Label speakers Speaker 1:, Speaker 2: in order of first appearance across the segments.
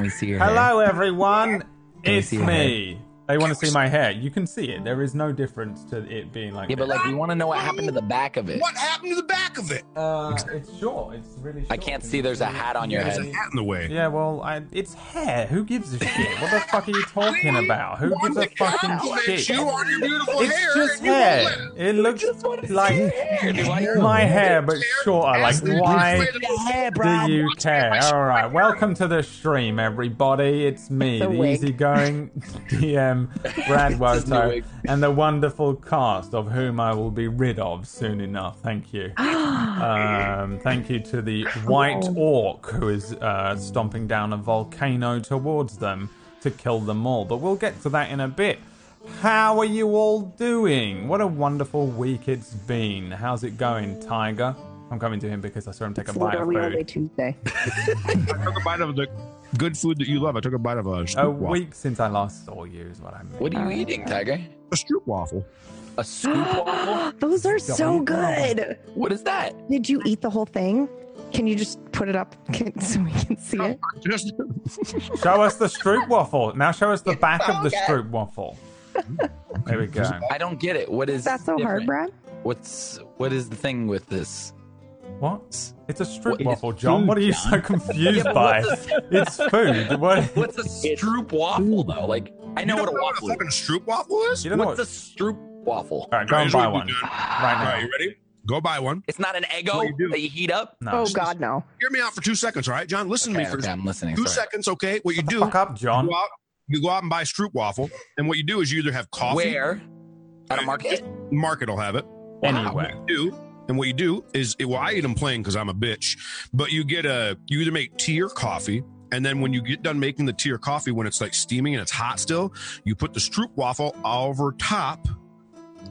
Speaker 1: me see your hair?
Speaker 2: Hello, everyone.
Speaker 1: Can we
Speaker 2: it's
Speaker 1: see your
Speaker 2: me. They want to see my hair. You can see it. There is no difference to it being like.
Speaker 1: Yeah, but
Speaker 2: this.
Speaker 1: like we want to know what happened to the back of it.
Speaker 3: What happened to the back of it?
Speaker 2: uh, it's short. It's really. Short.
Speaker 1: I can't see. There's a hat on your
Speaker 3: There's a
Speaker 1: head.
Speaker 3: hat in the way.
Speaker 2: Yeah, well, I, it's hair. Who gives a shit? What the fuck are you talking about? Who gives a
Speaker 3: Wanda
Speaker 2: fucking
Speaker 3: compliments
Speaker 2: shit?
Speaker 3: You on your beautiful hair.
Speaker 2: It's just
Speaker 3: and you won't
Speaker 2: hair.
Speaker 3: let her.
Speaker 2: It looks like my hair, but shorter. Like,
Speaker 3: Ask her to
Speaker 2: why
Speaker 3: explain it.
Speaker 2: do you care? All right, welcome to the stream, everybody. It's me,
Speaker 4: It's a
Speaker 2: the
Speaker 4: wig.
Speaker 2: easygoing DM
Speaker 1: It's
Speaker 2: Brad
Speaker 1: a new
Speaker 2: Woto,
Speaker 1: wig.
Speaker 2: and the wonderful cast of whom I will be rid of soon enough. Thank you. Um, thank you to the white orc who is uh, stomping down a volcano towards them to kill them all. But we'll get to that in a bit. How are you all doing? What a wonderful week it's been. How's it going, Tiger? I'm coming to him because I saw him take a
Speaker 4: It's
Speaker 2: bite of
Speaker 4: literally only
Speaker 2: food.
Speaker 4: Tuesday.
Speaker 3: I took a bite of the good food that you love. I took a bite of a
Speaker 2: A
Speaker 3: stroop waffle.
Speaker 2: week since I last saw you is what I mean.
Speaker 1: What are
Speaker 4: Uh,
Speaker 1: you eating, Tiger?
Speaker 3: A stroop waffle.
Speaker 1: A scoop waffle?
Speaker 4: Those are
Speaker 2: Don't.
Speaker 4: so good.
Speaker 1: What is that?
Speaker 4: Did you eat the whole thing? Can you just put it up can, so we can
Speaker 1: Oh,
Speaker 4: see it?
Speaker 3: Just
Speaker 2: Show us the stroop waffle. Now show us the back of the stroop waffle. There we go.
Speaker 1: I don't get it. What is
Speaker 4: Is that so hard,
Speaker 1: different?
Speaker 4: Brad?
Speaker 1: What's what is the thing with this?
Speaker 2: What? It's a stroop
Speaker 1: What is
Speaker 2: waffle, John. What are you so confused by?
Speaker 1: what's
Speaker 2: It's food. What?
Speaker 1: What's a stroop waffle though? Like I know
Speaker 3: You
Speaker 1: what a
Speaker 3: don't
Speaker 1: waffle
Speaker 3: What a fucking
Speaker 1: is.
Speaker 3: stroop waffle is?
Speaker 2: You
Speaker 3: All
Speaker 2: don't know
Speaker 1: What's
Speaker 2: what?
Speaker 1: a stroop waffle?
Speaker 2: All right, go and
Speaker 3: Here's
Speaker 2: buy
Speaker 3: what we
Speaker 2: one
Speaker 3: do.
Speaker 2: right
Speaker 3: right,
Speaker 2: now.
Speaker 3: you ready? Go buy one.
Speaker 1: It's not an
Speaker 3: What
Speaker 1: Eggo
Speaker 3: do you do?
Speaker 1: that you heat up.
Speaker 2: No.
Speaker 4: Oh God, no!
Speaker 3: Hear me out for two seconds, all right, John? Listen
Speaker 1: Okay,
Speaker 3: to me for
Speaker 1: okay, I'm listening.
Speaker 3: two
Speaker 1: Sorry.
Speaker 3: seconds, okay? What you do,
Speaker 2: Fuck up,
Speaker 3: you
Speaker 2: John.
Speaker 3: go, out, you go out and buy stroop waffle, and what you do is you either have coffee,
Speaker 1: Where? At a market?
Speaker 3: market will have it,
Speaker 2: Anyway.
Speaker 3: What you do, and what you do is, well, I eat them plain because I'm a bitch, but you get a, you either make tea or coffee. And then when you get done making the tea or coffee, when it's like steaming and it's hot still, you put the stroop waffle over top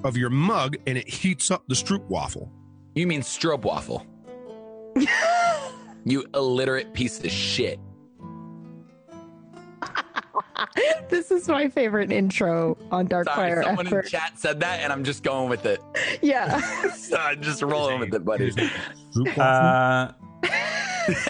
Speaker 3: of your mug and it heats up the stroop waffle.
Speaker 1: You mean strobe waffle? you illiterate piece of shit.
Speaker 4: this is my favorite intro on Dark
Speaker 1: Sorry,
Speaker 4: Fire
Speaker 1: someone
Speaker 4: ever.
Speaker 1: in chat said that, and I'm just going with it.
Speaker 4: yeah,
Speaker 1: So I'm just rolling with it, buddy.
Speaker 3: Stroop waffle.
Speaker 2: Uh,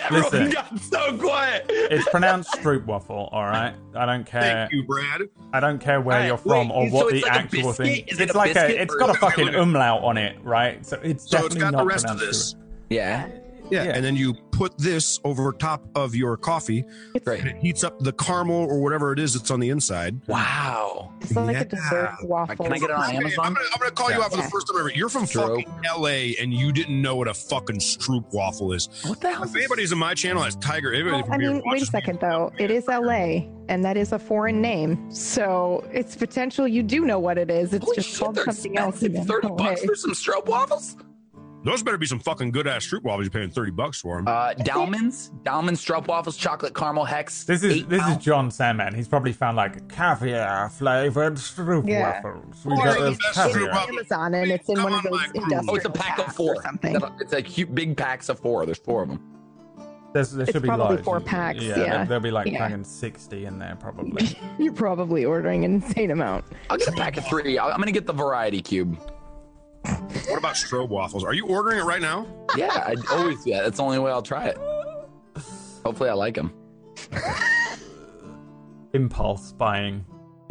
Speaker 1: Everyone
Speaker 2: Listen.
Speaker 1: got so quiet.
Speaker 2: it's pronounced stroop waffle. All right. I don't care.
Speaker 3: Thank you, Brad.
Speaker 2: I don't care where
Speaker 1: Alright,
Speaker 2: you're from
Speaker 1: wait,
Speaker 2: or
Speaker 1: so
Speaker 2: what
Speaker 1: it's
Speaker 2: the
Speaker 1: like a
Speaker 2: actual
Speaker 1: biscuit?
Speaker 2: thing.
Speaker 1: Is it
Speaker 2: it's
Speaker 1: a
Speaker 2: like
Speaker 1: biscuit
Speaker 2: a. It's
Speaker 1: or-
Speaker 2: got a
Speaker 3: Okay, wait a
Speaker 2: fucking
Speaker 3: minute.
Speaker 2: umlaut on it, right? So it's
Speaker 3: So it's
Speaker 2: definitely
Speaker 3: got
Speaker 2: not
Speaker 3: the rest of
Speaker 2: pronounced
Speaker 3: this.
Speaker 1: Yeah.
Speaker 3: Yeah.
Speaker 2: Yeah.
Speaker 3: And then you put this over top of your coffee and
Speaker 1: Great.
Speaker 3: it heats up the caramel or whatever it is that's on the inside.
Speaker 1: Wow.
Speaker 4: it's like
Speaker 3: Yeah.
Speaker 4: a dessert waffle.
Speaker 1: Can I get it on
Speaker 3: Hey, I'm
Speaker 1: Amazon?
Speaker 3: gonna, I'm gonna call you
Speaker 1: Yeah.
Speaker 3: out for the first time ever. You're from
Speaker 1: Stroop.
Speaker 3: fucking LA and you didn't know what a fucking stroop waffle is.
Speaker 1: What the hell?
Speaker 3: If anybody's in my channel, that's Tiger. if-
Speaker 4: Well,
Speaker 3: if
Speaker 4: I
Speaker 3: you're
Speaker 4: mean, wait a
Speaker 3: watching-
Speaker 4: second though. It is LA, and that is a foreign name, so it's potential you do know what it is. It's
Speaker 1: Holy
Speaker 4: just
Speaker 1: shit,
Speaker 4: called
Speaker 1: they're
Speaker 4: something else.
Speaker 1: expensive.
Speaker 4: in
Speaker 1: Thirty
Speaker 4: LA.
Speaker 1: bucks for some strobe waffles?
Speaker 3: Those better be some fucking good ass stroop waffles. You're paying 30 bucks for them.
Speaker 1: Uh, Dalman's, Dalman's strobe waffles, chocolate caramel hex.
Speaker 2: This is
Speaker 1: eight
Speaker 2: this is
Speaker 1: ounce.
Speaker 2: John Sandman. He's probably found like caviar flavored stroop
Speaker 4: Yeah.
Speaker 2: waffles.
Speaker 3: Or
Speaker 2: We got
Speaker 3: the
Speaker 2: those
Speaker 3: best stroop
Speaker 2: caviar.
Speaker 3: waffle.
Speaker 4: Amazon, and it's in
Speaker 3: Come
Speaker 4: one of
Speaker 3: on,
Speaker 4: those
Speaker 3: Mike.
Speaker 4: industrial.
Speaker 1: Oh, it's a pack of
Speaker 4: packs
Speaker 1: four.
Speaker 4: or something.
Speaker 1: It's a huge, big packs of four. There's four of them.
Speaker 2: There's, there
Speaker 4: It's
Speaker 2: should be
Speaker 4: probably
Speaker 2: loads.
Speaker 4: four packs,
Speaker 2: there-
Speaker 4: yeah.
Speaker 2: there'll be like
Speaker 4: Yeah.
Speaker 2: fucking sixty in there probably.
Speaker 4: You're probably ordering an insane amount.
Speaker 1: I'll get a pack of three. I'll- I'm gonna get the variety cube.
Speaker 3: what about strobe waffles? Are you ordering it right now?
Speaker 1: Yeah, I always do that. That's the only way I'll try it. Hopefully, I like them.
Speaker 2: Impulse buying.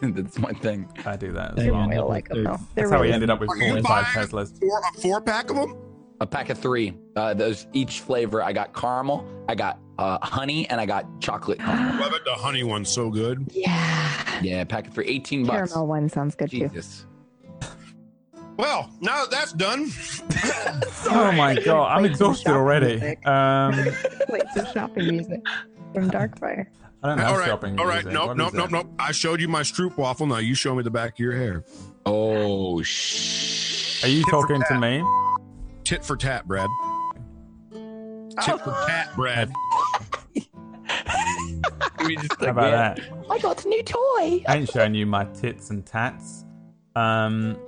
Speaker 1: That's my thing.
Speaker 2: I do that as
Speaker 4: You're
Speaker 2: well.
Speaker 4: gonna like them though. They're
Speaker 2: That's how we
Speaker 4: really
Speaker 2: ended up with
Speaker 3: Are you
Speaker 2: 45
Speaker 3: buying
Speaker 2: Teslas.
Speaker 3: Four, a four pack of them?
Speaker 1: A pack of three. Uh, those each flavor. I got caramel. I got uh, honey, and I got chocolate. caramel.
Speaker 3: I bet the honey one's so good.
Speaker 4: yeah.
Speaker 1: yeah, pack of three. Eighteen bucks.
Speaker 4: Caramel one sounds good too.
Speaker 1: Jesus.
Speaker 3: Well, now that that's done,
Speaker 2: Oh my god, I'm
Speaker 4: Play some
Speaker 2: exhausted
Speaker 4: shopping
Speaker 2: already. Um,
Speaker 4: music.
Speaker 2: I
Speaker 4: Wait, some shopping music from Darkfire.
Speaker 2: don't know
Speaker 3: all right,
Speaker 2: shopping.
Speaker 3: all right,
Speaker 2: music.
Speaker 3: nope,
Speaker 2: What
Speaker 3: nope,
Speaker 2: is
Speaker 3: nope,
Speaker 2: it?
Speaker 3: nope. I showed you my stroop waffle. Now you show me the back of your hair.
Speaker 1: Oh shh.
Speaker 2: Are you
Speaker 3: Tit for
Speaker 2: talking to
Speaker 3: tat.
Speaker 2: me?
Speaker 3: Tit for tat, Brad.
Speaker 4: Oh.
Speaker 3: Tit for tat, Brad.
Speaker 1: We just
Speaker 2: How
Speaker 1: like,
Speaker 2: about
Speaker 1: yeah.
Speaker 2: that?
Speaker 4: I got a new toy.
Speaker 2: I ain't showing you my tits and tats. Um,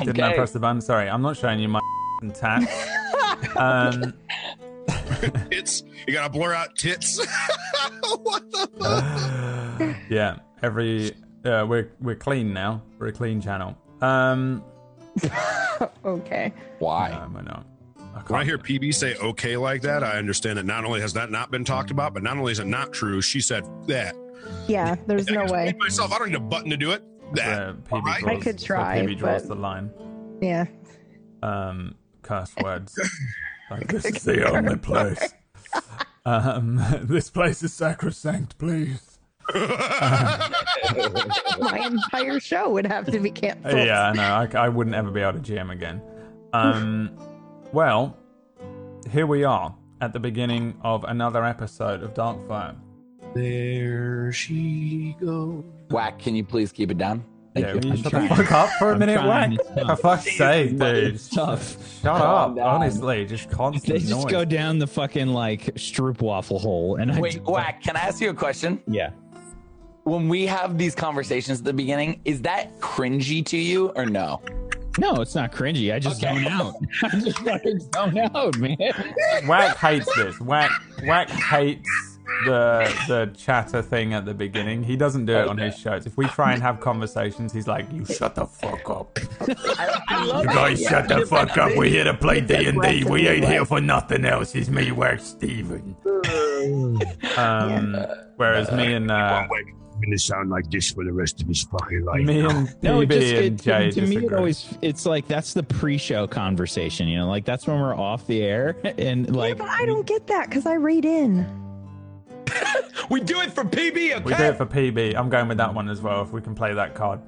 Speaker 2: didn't I
Speaker 1: Okay.
Speaker 2: press the button? Sorry, I'm not showing you my and tats. Um,
Speaker 3: Tits. You gotta blur out tits. what the fuck?
Speaker 2: yeah, every uh, we're we're clean now. We're a clean channel. Um,
Speaker 4: Okay.
Speaker 1: Why?
Speaker 2: no, we're not. can't-
Speaker 3: When I hear PB say okay like that, I understand that not only has that not been talked about, but not only is it not true, she said that.
Speaker 4: Yeah, there's
Speaker 3: I
Speaker 4: no
Speaker 3: just
Speaker 4: way.
Speaker 3: made myself, I don't need a button to do it. That.
Speaker 2: where PB
Speaker 3: Alright.
Speaker 2: draws,
Speaker 4: I could
Speaker 2: where
Speaker 4: try,
Speaker 2: PB draws
Speaker 4: but-
Speaker 2: the line.
Speaker 4: Yeah.
Speaker 2: Um, curse words. like this is the only place. Um, this place is sacrosanct. Please.
Speaker 4: My entire show would have to be canceled.
Speaker 2: Yeah, I know. I, I wouldn't ever be able to GM again. Um, well, here we are at the beginning of another episode of Darkfire.
Speaker 3: There she goes.
Speaker 1: Whack, can you please keep it down? Thank
Speaker 2: yeah,
Speaker 1: you.
Speaker 2: will you
Speaker 1: I'm
Speaker 2: shut
Speaker 1: trying.
Speaker 2: the fuck up for a
Speaker 5: I'm
Speaker 2: minute,
Speaker 5: trying,
Speaker 2: Wack.
Speaker 5: it's
Speaker 2: For
Speaker 5: tough.
Speaker 2: fuck's sake,
Speaker 1: buddy,
Speaker 2: dude.
Speaker 1: it's tough.
Speaker 2: Shut
Speaker 1: Calm
Speaker 2: up.
Speaker 1: down.
Speaker 2: Honestly, just constant
Speaker 5: They just
Speaker 2: noise.
Speaker 5: go down the fucking like stroop waffle hole, and I
Speaker 1: Wait, Whack, can I ask you a question?
Speaker 5: yeah,
Speaker 1: When we have these conversations at the beginning, is that cringy to you or no?
Speaker 5: no, it's not cringy. I just
Speaker 1: Okay.
Speaker 5: zone out. I just fucking zone out, man.
Speaker 2: Whack hates this. Whack Whack hates the the chatter thing at the beginning. He doesn't do it on his shows. If we try and have conversations, he's like, "You shut the fuck up.
Speaker 1: I love
Speaker 2: You guys shut the fuck up. We're here to play D and D. We ain't here for nothing else. It's me, Whack Steven." Um, whereas me and uh,
Speaker 3: I'm going to sound like this for the rest of his fucking life.
Speaker 2: me and PB and Jay
Speaker 5: to, to me, it
Speaker 2: disagree.
Speaker 5: always it's like that's the pre-show conversation. You know, like that's when we're off the air and
Speaker 4: Yeah,
Speaker 5: like
Speaker 4: but I don't get that because I read in.
Speaker 1: We do it for PB,
Speaker 2: We do it for PB. I'm going with that one as well. If we can play that card,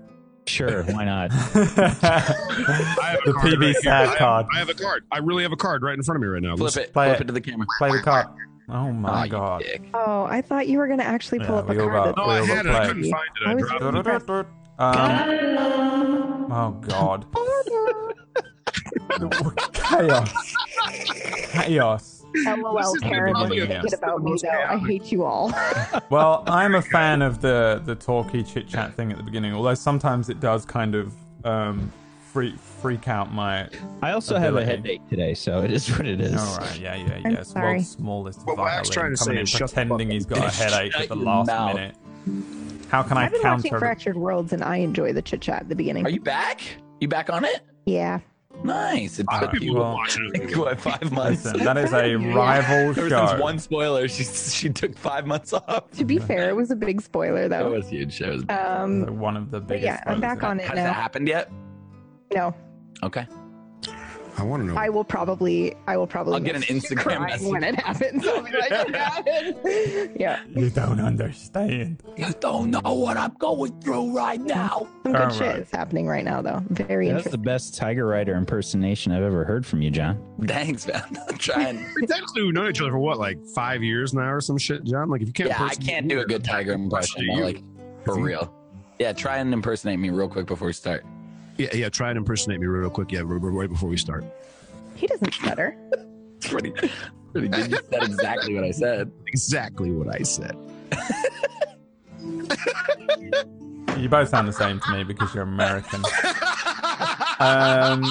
Speaker 5: sure why not.
Speaker 3: I have a
Speaker 2: the
Speaker 3: card right
Speaker 2: PB
Speaker 3: here. I
Speaker 2: sad
Speaker 3: have-
Speaker 2: card.
Speaker 3: I have a card. I really have a card right in front of me right now.
Speaker 1: Flip
Speaker 3: Listen.
Speaker 1: it.
Speaker 2: Play
Speaker 1: Flip
Speaker 2: it.
Speaker 1: it. to the camera.
Speaker 2: Play the card. Oh
Speaker 1: Ah,
Speaker 2: my god.
Speaker 4: Oh, I thought you were going to actually pull
Speaker 2: Yeah,
Speaker 4: up a
Speaker 2: we all
Speaker 4: card.
Speaker 3: No,
Speaker 2: got-
Speaker 4: that-
Speaker 2: we
Speaker 3: I
Speaker 2: all got
Speaker 3: had it. I
Speaker 2: play.
Speaker 3: couldn't find it.
Speaker 4: I
Speaker 3: I
Speaker 4: was-
Speaker 3: dropped it.
Speaker 2: Um, oh god. Chaos. Chaos.
Speaker 4: LOL,
Speaker 3: This is
Speaker 4: Karen.
Speaker 2: the
Speaker 4: What you
Speaker 2: problem.
Speaker 4: thinking about me, though? I hate you all.
Speaker 2: Well, I'm a fan of the the talky chit chat thing at the beginning, although sometimes it does kind of um freak freak out my
Speaker 5: I also have a
Speaker 2: Ability.
Speaker 5: headache today, so it is what it is.
Speaker 2: All right, yeah, yeah, yeah.
Speaker 4: I'm
Speaker 2: it's
Speaker 4: sorry.
Speaker 2: world's smallest
Speaker 3: What
Speaker 2: violin
Speaker 3: Wack's trying to
Speaker 2: coming
Speaker 3: say
Speaker 2: in
Speaker 3: is shut the
Speaker 2: pretending
Speaker 3: fuck
Speaker 2: he's got a
Speaker 1: Shut
Speaker 2: headache at the
Speaker 1: your
Speaker 2: last
Speaker 1: mouth.
Speaker 2: minute. How can I
Speaker 4: I've been watching
Speaker 2: counter? the-
Speaker 4: Fractured Worlds and I enjoy the chit chat at the beginning.
Speaker 1: Are you back? You back on it?
Speaker 4: Yeah.
Speaker 1: Nice. It
Speaker 3: I
Speaker 1: took
Speaker 3: hope
Speaker 1: you
Speaker 3: people
Speaker 2: well-
Speaker 3: are watching it.
Speaker 1: what, five months.
Speaker 2: Listen, that is a
Speaker 4: Yeah.
Speaker 2: rival
Speaker 1: Ever
Speaker 2: show.
Speaker 1: since one spoiler, she she took five months off.
Speaker 4: To be fair, it was a big spoiler,
Speaker 1: That
Speaker 4: though.
Speaker 1: was huge. That was-
Speaker 4: Um,
Speaker 2: one of the
Speaker 4: but
Speaker 2: biggest.
Speaker 4: yeah, I'm
Speaker 2: ones
Speaker 4: back
Speaker 2: in
Speaker 4: on it
Speaker 1: Has that
Speaker 4: now.
Speaker 1: happened yet?
Speaker 4: No,
Speaker 1: Okay.
Speaker 3: I want to know.
Speaker 4: I will probably, I will probably.
Speaker 1: I'll get an
Speaker 4: message you
Speaker 1: Instagram
Speaker 4: crying
Speaker 1: message.
Speaker 4: when it happens. I'll be like, it happened. Yeah,
Speaker 2: You don't understand.
Speaker 1: You don't know what I'm going through right now.
Speaker 4: some good
Speaker 2: All
Speaker 4: shit
Speaker 2: right.
Speaker 4: is happening right now, though. Very
Speaker 5: That's the
Speaker 4: interesting.
Speaker 5: best Tiger Rider impersonation I've ever heard from you, John.
Speaker 1: Thanks, man. I'm trying.
Speaker 3: Technically, we've known each other for what, like five years now or some shit, John? Like, if you can't,
Speaker 1: Yeah, I
Speaker 3: person-
Speaker 1: can't do a good tiger impression.
Speaker 3: to
Speaker 1: though,
Speaker 3: you.
Speaker 1: Like for real. Yeah, try and impersonate me real quick before we start.
Speaker 3: Yeah, yeah. Try and impersonate me real quick. Yeah, r- r- right before we start.
Speaker 4: He doesn't stutter.
Speaker 1: It's pretty, pretty good. You said exactly what I said.
Speaker 3: Exactly what I said.
Speaker 2: You both sound the same to me because you're American. um,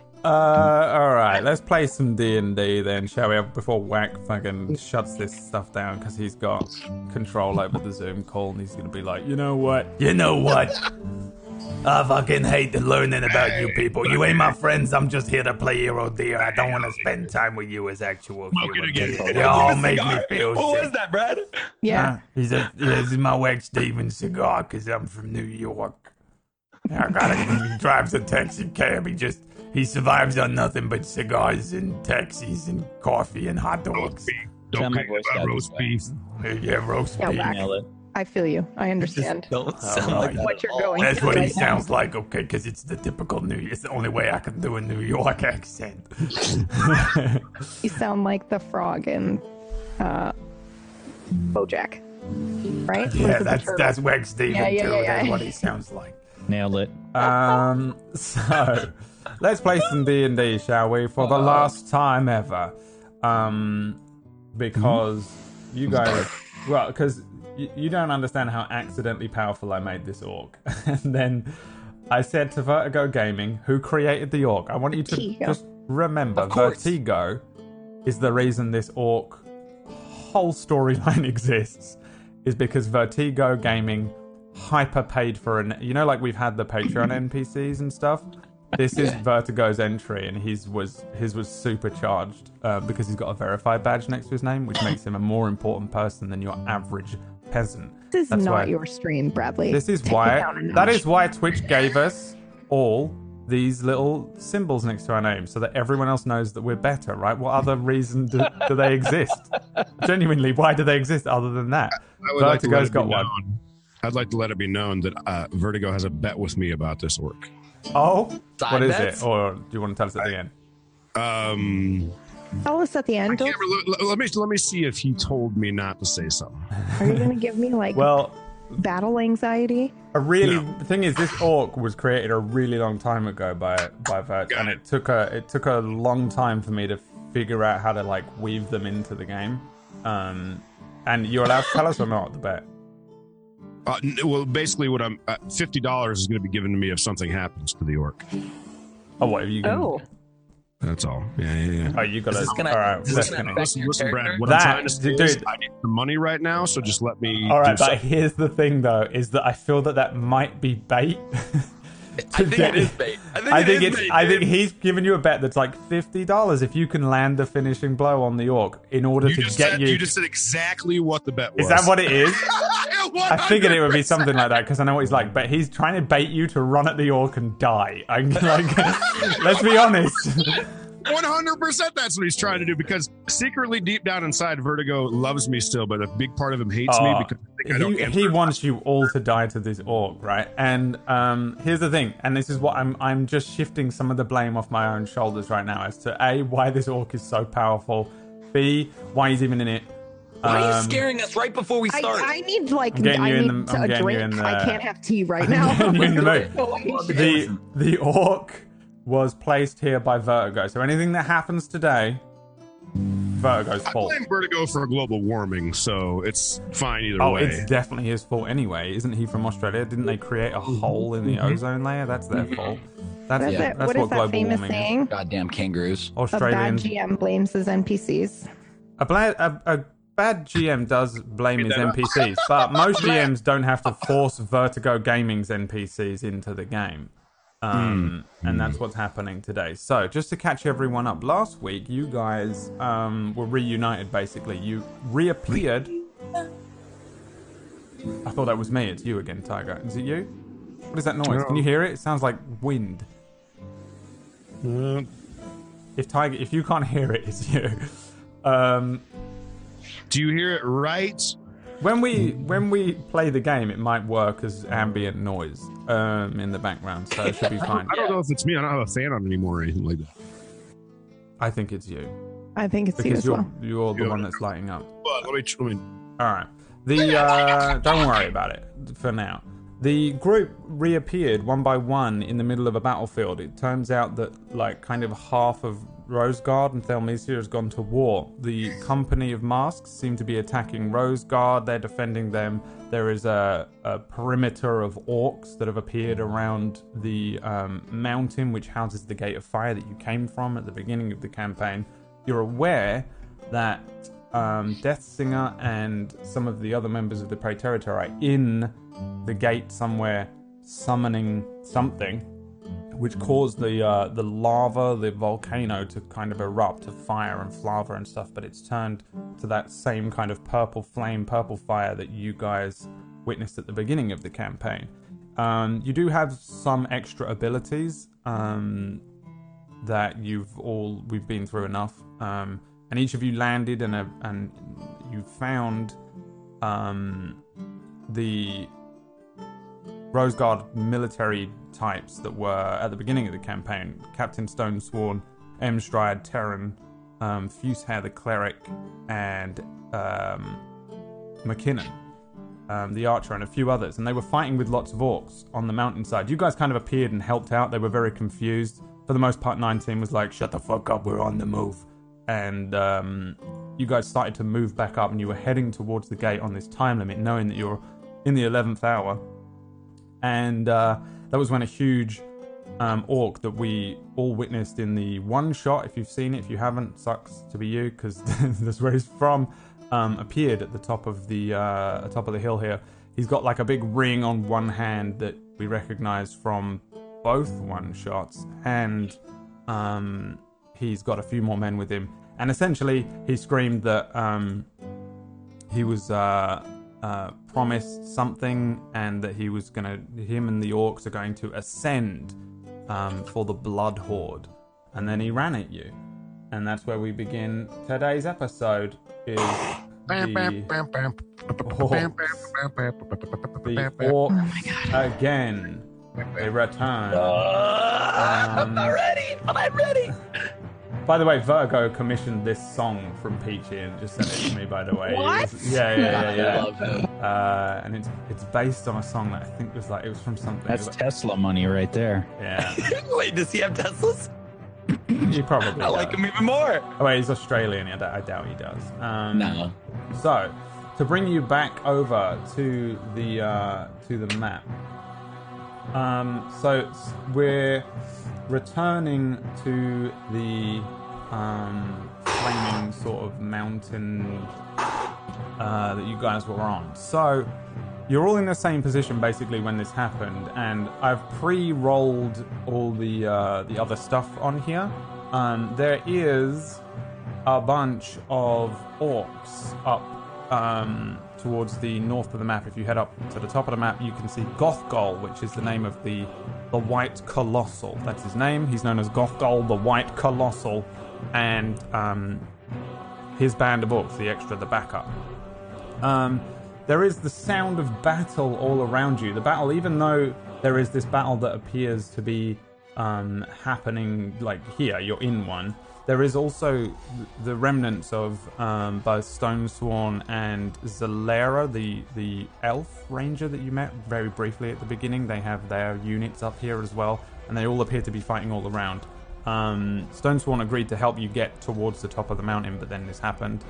Speaker 2: uh, all right, let's play some D and D then, shall we? Before Whack fucking shuts this stuff down because he's got control over the Zoom call and he's gonna be like, you know what, you know what. I fucking hate learning about you people. You ain't my friends. I'm just here to play Hero Deer. I don't want to spend time with you as actual
Speaker 3: Smoke it human again. people.
Speaker 2: You all make me feel
Speaker 1: What was that, Brad?
Speaker 4: Yeah.
Speaker 2: Huh? He said, This is my wax Steven cigar because I'm from New York. I got it. He drives a taxi cab. He just he survives on nothing but cigars and taxis and coffee and hot dogs.
Speaker 5: Sound
Speaker 3: Don't
Speaker 5: my
Speaker 3: care
Speaker 5: voice
Speaker 3: about
Speaker 5: got
Speaker 3: roast
Speaker 5: this way.
Speaker 3: beef.
Speaker 2: Yeah, roast
Speaker 4: Yeah,
Speaker 2: beef.
Speaker 4: whack.
Speaker 5: Nail it. Oh.
Speaker 4: I feel you. I understand
Speaker 1: Don't
Speaker 2: sound
Speaker 1: sound
Speaker 2: like
Speaker 1: like
Speaker 2: that
Speaker 4: what you're going.
Speaker 2: That's
Speaker 4: through
Speaker 2: what he
Speaker 4: right now.
Speaker 2: sounds like, okay? Because it's the typical New. It's the only way I can do a New York accent.
Speaker 4: You sound like the frog in uh, BoJack, right? Or is
Speaker 2: yeah,
Speaker 4: it the
Speaker 2: that's
Speaker 4: turtle?
Speaker 2: that's Wax Steven
Speaker 4: Yeah, yeah,
Speaker 2: too.
Speaker 4: yeah,
Speaker 2: That's
Speaker 4: yeah.
Speaker 2: what he sounds like.
Speaker 5: Nailed it.
Speaker 2: Um, so let's play some D and D, shall we? For the last time ever, um, because
Speaker 1: Mm-hmm.
Speaker 2: you guys, well, because you, you don't understand how accidentally powerful I made this orc, and then I said to Vertigo Gaming, who created the orc. I want you to
Speaker 4: Vertigo.
Speaker 2: just remember,
Speaker 1: Of course.
Speaker 2: Vertigo is the reason this orc whole storyline exists is because Vertigo Gaming hyper paid for an you know like we've had the Patreon NPCs and stuff. This is Vertigo's entry, and his was his was supercharged uh, because he's got a verified badge next to his name, which makes him a more important person than your average peasant.
Speaker 4: This is
Speaker 2: That's
Speaker 4: not
Speaker 2: why-
Speaker 4: your stream, Bradley.
Speaker 2: This is
Speaker 4: Take it
Speaker 2: why
Speaker 4: down a notch.
Speaker 2: that is why Twitch gave us all these little symbols next to our name so that everyone else knows that we're better, right? What other reason do, do they exist? Genuinely, why do they exist other than that?
Speaker 3: I would like to let
Speaker 2: Vertigo's
Speaker 3: it
Speaker 2: got
Speaker 3: be
Speaker 2: one.
Speaker 3: known- I'd like to let it be known that uh, Vertigo has a bet with me about this orc.
Speaker 2: Oh,
Speaker 1: Side
Speaker 2: what is
Speaker 1: bets?
Speaker 2: it? Or do you want to tell us at the end?
Speaker 3: Um,
Speaker 4: Tell us at the end. Don't,
Speaker 3: Cameron, let, let me let me see if he told me not to say something.
Speaker 4: are you going to give me like
Speaker 2: Well,
Speaker 4: battle anxiety?
Speaker 2: a really
Speaker 3: No.
Speaker 2: the thing is this orc was created a really long time ago by by Vert,
Speaker 3: Got
Speaker 2: and
Speaker 3: it.
Speaker 2: it took a it took a long time for me to figure out how to like weave them into the game. Um, and you're allowed to tell us or not the bet.
Speaker 3: Uh, n- well, basically, what I'm uh, fifty dollars is going to be given to me if something happens to the orc.
Speaker 2: Oh, what have you? Can,
Speaker 4: Oh,
Speaker 3: That's all. Yeah, yeah, yeah.
Speaker 2: oh, you got
Speaker 1: Is
Speaker 2: to.
Speaker 1: this gonna-
Speaker 2: all right,
Speaker 1: is this gonna
Speaker 2: listen.
Speaker 1: affect-
Speaker 3: Listen,
Speaker 1: your
Speaker 3: listen, Brad.
Speaker 1: character?
Speaker 3: What
Speaker 2: That-
Speaker 3: I'm trying to say
Speaker 2: dude.
Speaker 3: is I need the money right now, so just let me.
Speaker 2: all right,
Speaker 3: do
Speaker 2: but
Speaker 3: something.
Speaker 2: here's the thing though: is that I feel that that might be bait.
Speaker 1: I think it is bait. I think,
Speaker 2: I think
Speaker 1: it is
Speaker 2: it's.
Speaker 1: bait,
Speaker 2: I think
Speaker 1: dude.
Speaker 2: he's giving you a bet that's like fifty dollars if you can land the finishing blow on the orc in order
Speaker 3: You
Speaker 2: to get
Speaker 3: just, said, you. just said exactly what the bet was.
Speaker 2: Is that what it is? I
Speaker 3: 100%.
Speaker 2: figured it would be something like that because I know what he's like. But he's trying to bait you to run at the orc and die. I, like, let's be honest.
Speaker 3: One hundred percent. That's what he's trying to do because secretly, deep down inside, Vertigo loves me still, but a big part of him hates me
Speaker 2: Oh,
Speaker 3: because I think I don't.
Speaker 2: he,
Speaker 3: answer.
Speaker 2: he wants you all to die to this orc, right? And um, here's the thing, and this is what I'm I'm just shifting some of the blame off my own shoulders right now as to a why this orc is so powerful, b why he's even in it.
Speaker 1: Why are you
Speaker 2: Um,
Speaker 1: scaring us right before we
Speaker 4: I,
Speaker 1: start?
Speaker 4: I need like
Speaker 2: I'm getting
Speaker 4: I
Speaker 2: you in
Speaker 4: need
Speaker 2: the- I'm
Speaker 4: a
Speaker 2: getting you
Speaker 4: drink.
Speaker 2: in the-
Speaker 4: I can't have tea right
Speaker 2: getting you in the
Speaker 4: now.
Speaker 2: mood. the the orc was placed here by Vertigo. So anything that happens today, Vertigo's
Speaker 3: I
Speaker 2: fault.
Speaker 3: blame Vertigo for global warming, so it's fine either
Speaker 2: Oh,
Speaker 3: way.
Speaker 2: it's definitely his fault anyway. Isn't he from Australia? Didn't they create a hole in
Speaker 3: Mm-hmm.
Speaker 2: the ozone layer? That's their fault. That's,
Speaker 4: What is
Speaker 2: that's
Speaker 4: that? What is that
Speaker 2: global
Speaker 4: famous
Speaker 2: warming is.
Speaker 4: saying?
Speaker 1: Goddamn kangaroos.
Speaker 4: A bad
Speaker 2: Australians.
Speaker 4: GM blames his NPCs.
Speaker 2: A, bla- a, a bad GM does blame his
Speaker 3: that up.
Speaker 2: NPCs, but most GMs don't have to force Vertigo Gaming's NPCs into the game. Um, And that's what's happening today. So, just to catch everyone up, last week you guys um, were reunited basically. You reappeared. I thought that was me. It's you again, Tiger. Is it you? What is that noise? Can you hear it? It sounds like wind.
Speaker 3: Uh,
Speaker 2: If Tiger, if you can't hear it, it's you. Um,
Speaker 3: do you hear it right?
Speaker 2: When we when we play the game, it might work as ambient noise um, in the background, so it should be fine.
Speaker 3: I don't know if it's me. I don't have a fan on anymore or anything like that.
Speaker 2: I think it's you
Speaker 4: I think it's you
Speaker 2: because
Speaker 4: as
Speaker 2: you're
Speaker 4: well.
Speaker 2: you're the one that's lighting up.
Speaker 3: But let me. Let me
Speaker 2: All right. The uh, don't worry about it for now. The group reappeared one by one in the middle of a battlefield. It turns out that like kind of half of Roseguard and Thelmisia has gone to war. The company of masks seem to be attacking Roseguard. They're defending them. There is a, a perimeter of orcs that have appeared around the um, mountain, which houses the Gate of Fire that you came from at the beginning of the campaign. You're aware that um, Death Singer and some of the other members of the Praetoritor are in the gate somewhere summoning something, which caused the uh, the lava, the volcano, to kind of erupt to fire and flava and stuff. But it's turned to that same kind of purple flame, purple fire that you guys witnessed at the beginning of the campaign. Um, you do have some extra abilities. Um, that you've all we've been through enough um and each of you landed and a, and you found um the Rose Guard military types that were at the beginning of the campaign Captain Stone Sworn, M. Stride, Terran, um, Fusehair the Cleric, and um, McKinnon, um, the Archer, and a few others. And they were fighting with lots of orcs on the mountainside. You guys kind of appeared and helped out. They were very confused. For the most part, 19 was like, shut the fuck up, we're on the move. And um, you guys started to move back up and you were heading towards the gate on this time limit, knowing that you're in the 11th hour and uh, that was when a huge um, orc that we all witnessed in the one shot. If you've seen it, if you haven't, sucks to be you because that's where he's from. Um, appeared at the top of the uh, top of the hill here. He's got like a big ring on one hand that we recognise from both one shots, and um, he's got a few more men with him. And essentially, he screamed that um, he was uh, uh, promised something, and that he was gonna, him and the orcs are going to ascend um, for the Blood Horde. And then he ran at you, and that's where we begin today's episode. Is the, the orcs again? They return.
Speaker 1: Uh, I'm not ready, but I'm ready.
Speaker 2: By the way, Virgo commissioned this song from Peachy and just sent it to me. By the way,
Speaker 4: What?
Speaker 2: yeah, yeah,
Speaker 1: I
Speaker 2: yeah,
Speaker 1: love him.
Speaker 2: yeah. Uh, and it's it's based on a song that I think was like it was from something.
Speaker 5: That's
Speaker 2: it was
Speaker 5: Tesla money right there.
Speaker 2: like- yeah,
Speaker 1: Wait, does he have Teslas?
Speaker 2: he probably.
Speaker 1: I like
Speaker 2: does.
Speaker 1: him even more.
Speaker 2: Oh, wait, he's Australian. I, d- I doubt he does. Um,
Speaker 1: No.
Speaker 2: So, to bring you back over to the uh, to the map. Um, so s- we're returning to the um, flaming sort of mountain uh, that you guys were on. So you're all in the same position basically when this happened, and I've pre-rolled all the uh, the other stuff on here. Um, there is a bunch of orcs up um, towards the north of the map. If you head up to the top of the map, you can see Gothgol, which is the name of the the White Colossal. That's his name. He's known as Gothgol, the White Colossal, and um, his band of orcs, the extra, the backup. Um, there is the sound of battle all around you. The battle, even though there is this battle that appears to be um, happening, like here, you're in one. There is also th- the remnants of um, both Stonesworn and Zalera, the the elf ranger that you met very briefly at the beginning. They have their units up here as well, and they all appear to be fighting all around. Um, Stonesworn agreed to help you get towards the top of the mountain, but then this happened.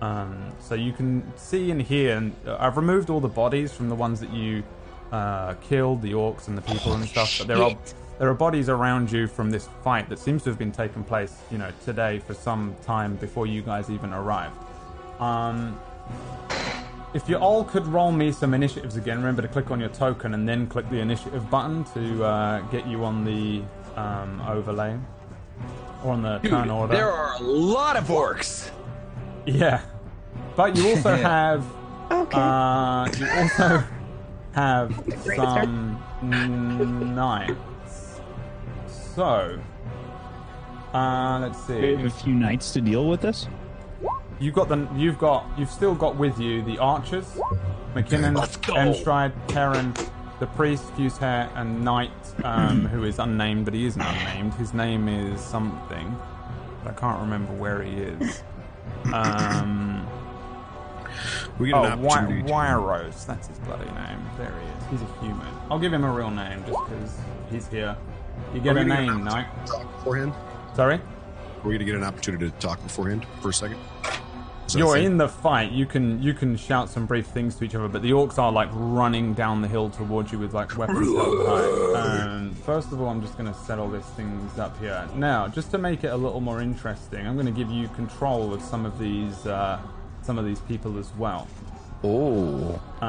Speaker 2: Um, so you can see and hear, and uh, I've removed all the bodies from the ones that you uh, killed, the orcs and the people and stuff. But there are there are bodies around you from this fight that seems to have been taking place, you know, today for some time before you guys even arrived. Um, if you all could roll me some initiatives again, remember to click on your token and then click the initiative button to uh, get you on the um, overlay or on the
Speaker 1: Dude,
Speaker 2: turn order.
Speaker 1: there are a lot of orcs.
Speaker 2: Yeah, but you also have
Speaker 4: Okay.
Speaker 2: uh, you also have
Speaker 4: Great start.
Speaker 2: some knights. So, uh, let's
Speaker 5: We have
Speaker 2: see.
Speaker 5: a few nights to deal with this.
Speaker 2: You've got the you've got you've still got with you the archers, McKinnon,
Speaker 1: Let's go.
Speaker 2: Enstride, Terran, the priest, Fusehair, and knight um, who is unnamed, but he isn't unnamed. His name is something, but I can't remember where he is. Um.
Speaker 3: We get
Speaker 2: Oh,
Speaker 3: an
Speaker 2: Wy-
Speaker 3: opportunity. to-
Speaker 2: Wyros. That's his bloody name. There he is. He's a human. I'll give him a real name just because he's here. You get
Speaker 3: Are
Speaker 2: a
Speaker 3: we gonna get
Speaker 2: name,
Speaker 3: an
Speaker 2: Knight.
Speaker 3: opportunity to talk beforehand.
Speaker 2: Sorry?
Speaker 3: We're going to get an opportunity to talk beforehand for a second. Is that a
Speaker 2: You're
Speaker 3: thing?
Speaker 2: in the fight. You can you can shout some brief things to each other, but the orcs are like running down the hill towards you with like weapons. held high. um, first of all, I'm just gonna set all these things up here now, just to make it a little more interesting. I'm gonna give you control of some of these uh, some of these people as well.
Speaker 1: Oh.
Speaker 2: because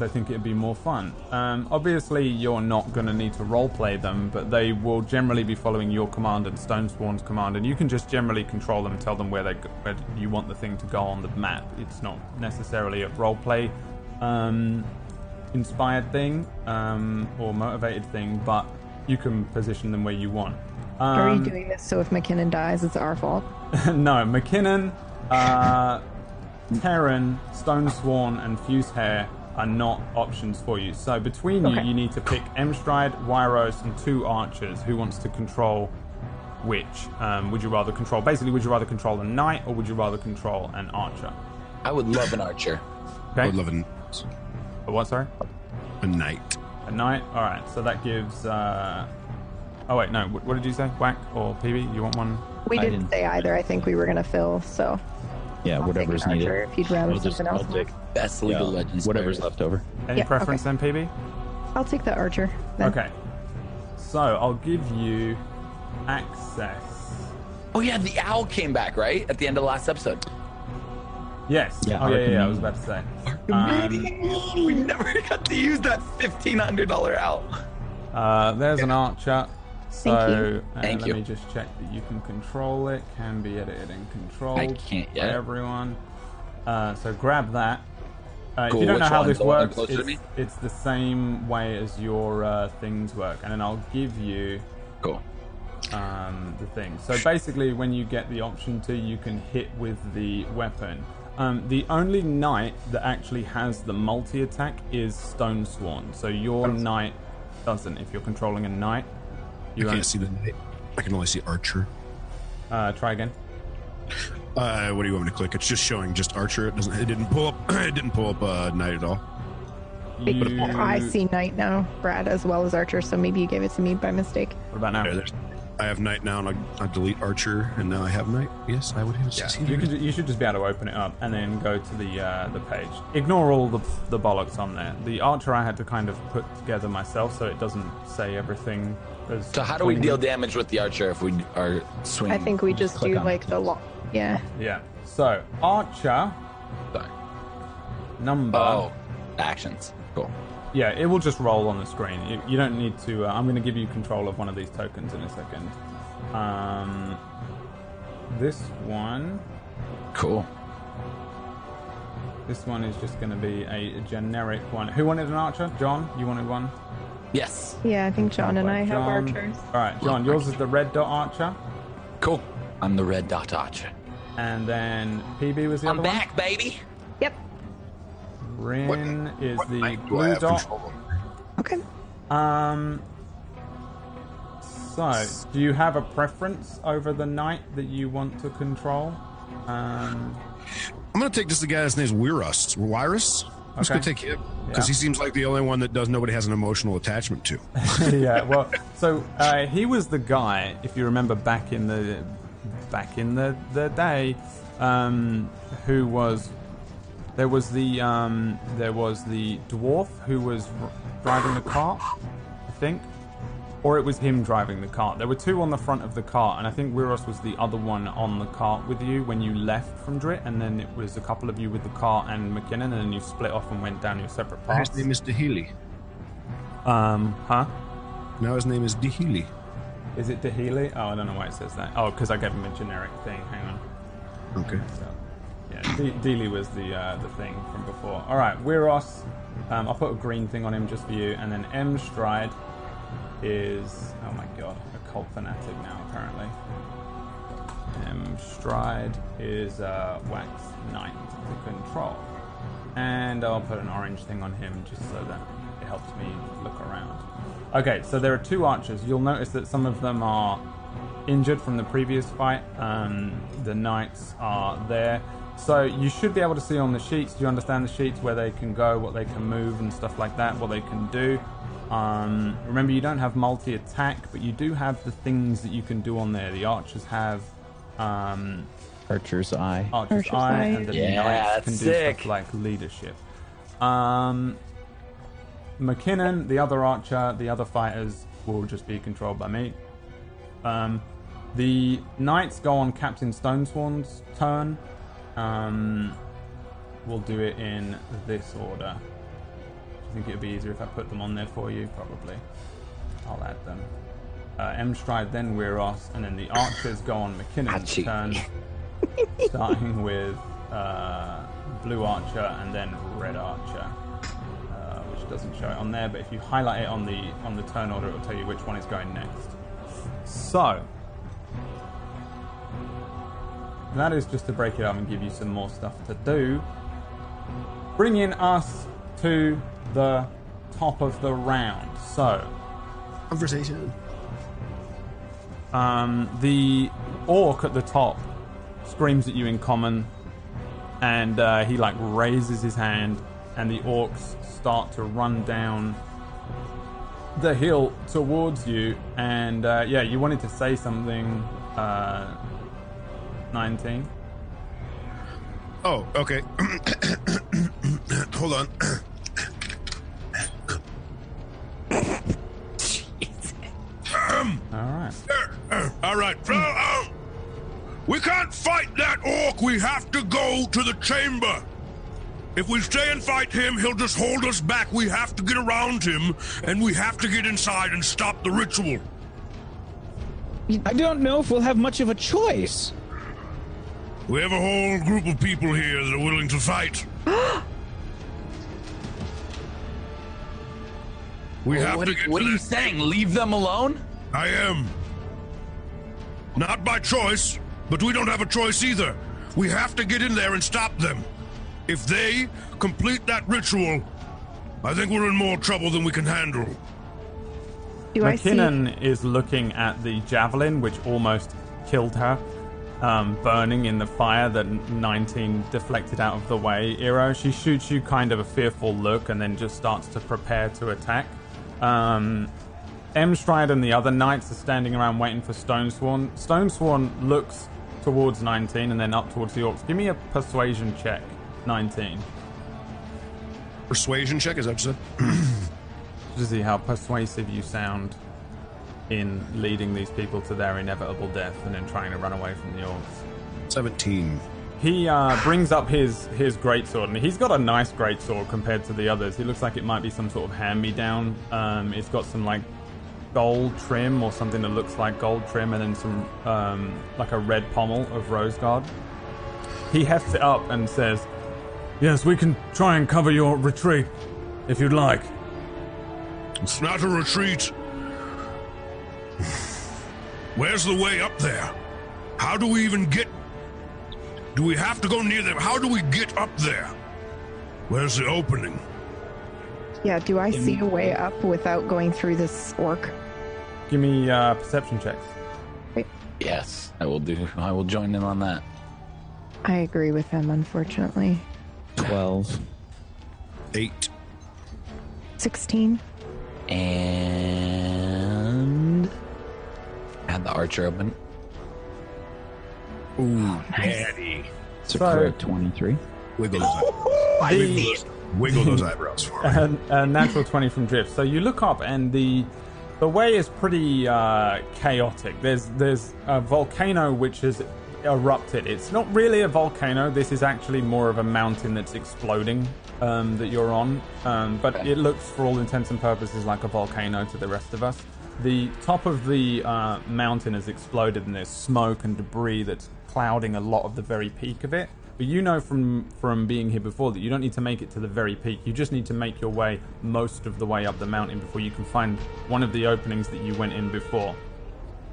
Speaker 2: um, I think it'd be more fun. Um, obviously, you're not going to need to roleplay them, but they will generally be following your command and Stonesworn's command, and you can just generally control them, tell them where they go, where you want the thing to go on the map. It's not necessarily a roleplay um, inspired thing um, or motivated thing, but you can position them where you want. Um,
Speaker 4: Are you doing this so if McKinnon dies, it's our fault?
Speaker 2: no, McKinnon, uh, Terran, Stonesworn, and Fusehair are not options for you. So between you,
Speaker 4: Okay.
Speaker 2: you need to pick Emstride, Wyros, and two archers. Who wants to control which? Um, would you rather control? Basically, would you rather control a knight or would you rather control an archer?
Speaker 1: I would love an archer.
Speaker 2: Okay.
Speaker 3: I would love an,
Speaker 2: A what? Sorry.
Speaker 3: a night.
Speaker 2: A knight. All right. So that gives. Uh... Oh wait, no. What, what did you say? Whack or PB? You want one?
Speaker 4: We
Speaker 5: I
Speaker 4: didn't,
Speaker 5: didn't-
Speaker 4: say either. I think we were gonna fill. So
Speaker 5: Yeah,
Speaker 4: I'll
Speaker 5: whatever
Speaker 4: take
Speaker 5: is
Speaker 4: an
Speaker 5: needed.
Speaker 4: archer If you'd rather
Speaker 5: I'll just-
Speaker 4: something else,
Speaker 5: I'll take-
Speaker 1: Best League
Speaker 5: yeah,
Speaker 1: of Legends.
Speaker 5: whatever's
Speaker 1: player.
Speaker 5: left over.
Speaker 2: Any
Speaker 4: Yeah,
Speaker 2: preference then, PB?
Speaker 4: I'll take the archer. then.
Speaker 2: Okay. So I'll give you access.
Speaker 1: Oh yeah, the owl came back right at the end of the last episode.
Speaker 2: Yes.
Speaker 5: Yeah,
Speaker 2: oh yeah, yeah, yeah, I
Speaker 5: Arcanine.
Speaker 2: was about to say. Um,
Speaker 1: we never got to use that fifteen hundred dollar owl.
Speaker 2: Uh, there's an archer. So
Speaker 4: you.
Speaker 2: Uh,
Speaker 1: Thank
Speaker 2: let
Speaker 1: you.
Speaker 2: me just check that you can control it. Can be edited and controlled
Speaker 1: I can't
Speaker 2: by
Speaker 1: yet.
Speaker 2: everyone. Uh, so grab that. Uh, if
Speaker 1: Cool,
Speaker 2: you don't know
Speaker 1: which
Speaker 2: how
Speaker 1: one's
Speaker 2: this
Speaker 1: the one
Speaker 2: works,
Speaker 1: closer to
Speaker 2: it's,
Speaker 1: me?
Speaker 2: it's the same way as your uh, things work, and then I'll give you
Speaker 1: Cool.
Speaker 2: um, the thing. So basically, when you get the option to, you can hit with the weapon. Um, the only knight that actually has the multi attack is Stone Sworn. So your knight doesn't. If you're controlling a knight, you
Speaker 3: I
Speaker 2: only-
Speaker 3: can't see the knight. I can only see Archer.
Speaker 2: Uh, try again.
Speaker 3: Uh, what do you want me to click? It's just showing just Archer. It doesn't. It didn't pull up. it didn't pull up uh, Knight at all.
Speaker 2: You-
Speaker 4: I see knight now, Brad, as well as archer. So maybe you gave it to me by mistake.
Speaker 2: What about now?
Speaker 3: Yeah, there's- I have Knight now, and I, I delete Archer, and now I have Knight. Yes, I would have
Speaker 2: Yeah,
Speaker 3: succeeded.
Speaker 2: you, could, you should just be able to open it up and then go to the uh, the page. Ignore all the, the bollocks on there. The archer I had to kind of put together myself, so it doesn't say everything. As
Speaker 1: So how do we
Speaker 2: between-
Speaker 1: deal damage with the archer if we are swinging?
Speaker 4: I think we just
Speaker 5: click
Speaker 4: do
Speaker 5: on
Speaker 4: like
Speaker 5: it.
Speaker 4: the long. Yeah.
Speaker 2: Yeah. So archer
Speaker 1: Sorry.
Speaker 2: number.
Speaker 1: Oh, actions. Cool.
Speaker 2: Yeah, it will just roll on the screen. You, you don't need to. Uh, I'm going to give you control of one of these tokens in a second. Um, this one.
Speaker 1: Cool.
Speaker 2: This one is just going to be a generic one. Who wanted an archer? John, you wanted one.
Speaker 1: Yes.
Speaker 4: Yeah, I think John and I have
Speaker 2: John.
Speaker 4: archers.
Speaker 2: All right, John, yours is the red dot archer,
Speaker 1: Cool. I'm the red dot archer.
Speaker 2: and then PB was the
Speaker 1: I'm
Speaker 2: other
Speaker 1: back, baby.
Speaker 4: Yep.
Speaker 2: one. Rin is
Speaker 3: What
Speaker 2: the
Speaker 3: knight do I
Speaker 2: blue
Speaker 3: have
Speaker 2: dot.
Speaker 3: control
Speaker 4: Okay.
Speaker 2: Um. So, do you have a preference over the knight that you want to control? Um,
Speaker 3: of? I'm gonna take just the guy that's name's Weirus. Weirus. I'm just gonna
Speaker 2: Okay.
Speaker 3: take him because
Speaker 2: Yeah.
Speaker 3: he seems like the only one that does nobody has an emotional attachment to.
Speaker 2: yeah. Well, so uh, he was the guy, if you remember, back in the back in the the day, um, who was there was the um, there was the dwarf who was r- driving the cart, I think, or it was him driving the cart. There were two on the front of the cart, and I think Wiros was the other one on the cart with you when you left from Drit, and then it was a couple of you with the cart and McKinnon, and then you split off and went down your separate
Speaker 3: Now His
Speaker 2: paths.
Speaker 3: name is Dehili.
Speaker 2: Um, huh?
Speaker 3: Now his name is Dehili.
Speaker 2: Is it Dahili? Oh, I don't know why it says that. Oh, because I gave him a generic thing. Hang on.
Speaker 3: Okay.
Speaker 2: So, yeah, D- Dealey was the uh, the thing from before. All right, Weiros. Um, I'll put a green thing on him just for you, and then M Stride is oh my god, a cult fanatic now apparently. M Stride is uh, Wax Knight to control, and I'll put an orange thing on him just so that it helps me look around. Okay, so there are two archers. You'll notice that some of them are injured from the previous fight. Um, the knights are there. So you should be able to see on the sheets. Do you understand the sheets where they can go, what they can move, and stuff like that, what they can do? Um, remember, you don't have multi attack, but you do have the things that you can do on there. The archers have um,
Speaker 5: Archer's eye.
Speaker 2: Archer's,
Speaker 4: Archer's
Speaker 2: Eye,
Speaker 4: Eye.
Speaker 2: Oh, and the
Speaker 1: Yeah,
Speaker 2: Knights can
Speaker 1: that's
Speaker 2: do
Speaker 1: sick.
Speaker 2: stuff like leadership. Um, McKinnon, the other archer, the other fighters will just be controlled by me. Um, the knights go on Captain Stonesworn's turn. Um, we'll do it in this order. I think it would be easier if I put them on there for you, probably. I'll add them. Uh, M Stride, then Weiros, and then the archers go on McKinnon's
Speaker 1: Achoo.
Speaker 2: turn, starting with uh, Blue Archer and then Red Archer, uh, which doesn't show it on there. But if you highlight it on the on the turn order, it will tell you which one is going next. So that is just to break it up and give you some more stuff to do bringing us to the top of the round. So,
Speaker 3: Conversation.
Speaker 2: um, the orc at the top screams at you in common, and uh, he like raises his hand, and the orcs start to run down the hill towards you. And uh, yeah, you wanted to say something, uh, nineteen.
Speaker 3: Oh, okay. Hold on.
Speaker 2: All right.
Speaker 3: All right. Well, um, we can't fight that orc. We have to go to the chamber. If we stay and fight him, he'll just hold us back. We have to get around him, and we have to get inside and stop the ritual.
Speaker 5: I don't know if we'll have much of a choice.
Speaker 3: We have a whole group of people here that are willing to fight. we have
Speaker 1: what
Speaker 3: to get
Speaker 1: what
Speaker 3: to
Speaker 1: are you
Speaker 3: that-
Speaker 1: saying? Leave them alone?
Speaker 3: I am. Not by choice, but we don't have a choice either. We have to get in there and stop them. If they complete that ritual, I think we're in more trouble than we can handle.
Speaker 4: Do I see?
Speaker 2: McKinnon is looking at the javelin, which almost killed her, um, burning in the fire that 19 deflected out of the way. Iro, she shoots you kind of a fearful look and then just starts to prepare to attack. Um, Emstride and the other knights are standing around waiting for Stonesworn. Stonesworn looks towards 19 and then up towards the orcs. Give me a persuasion check, 19.
Speaker 3: Persuasion check, is that what you said?
Speaker 2: to see how persuasive you sound in leading these people to their inevitable death and in trying to run away from the orcs.
Speaker 3: 17.
Speaker 2: He uh, brings up his his greatsword, and he's got a nice greatsword compared to the others. He looks like it might be some sort of hand-me-down. Um, it's got some like gold trim or something that looks like gold trim, and then some um, like a red pommel of rose guard. He hefts it up and says, "Yes, we can try and cover your retreat if you'd like."
Speaker 3: It's not a retreat. Where's the way up there? How do we even get. Do we have to go near them? How do we get up there? Where's the opening?
Speaker 4: Yeah. Do I see a way up without going through this orc?
Speaker 2: Give me uh, perception checks.
Speaker 1: Yes, I will do. I will join in on that.
Speaker 4: I agree with him, unfortunately.
Speaker 5: 12.
Speaker 3: Eight.
Speaker 4: Sixteen.
Speaker 1: And had the archer open. Oh,
Speaker 3: Ooh, daddy.
Speaker 5: So,
Speaker 2: So-
Speaker 5: correct 23.
Speaker 3: Wiggle those, eyebrows. Wiggle those, wiggle those eyebrows for me.
Speaker 2: a, a natural 20 from drift so you look up and the the way is pretty uh, chaotic there's there's a volcano which has erupted it's not really a volcano this is actually more of a mountain that's exploding um, that you're on um, but it looks for all intents and purposes like a volcano to the rest of us the top of the uh, mountain has exploded and there's smoke and debris that's clouding a lot of the very peak of it but you know from from being here before that you don't need to make it to the very peak. You just need to make your way most of the way up the mountain before you can find one of the openings that you went in before.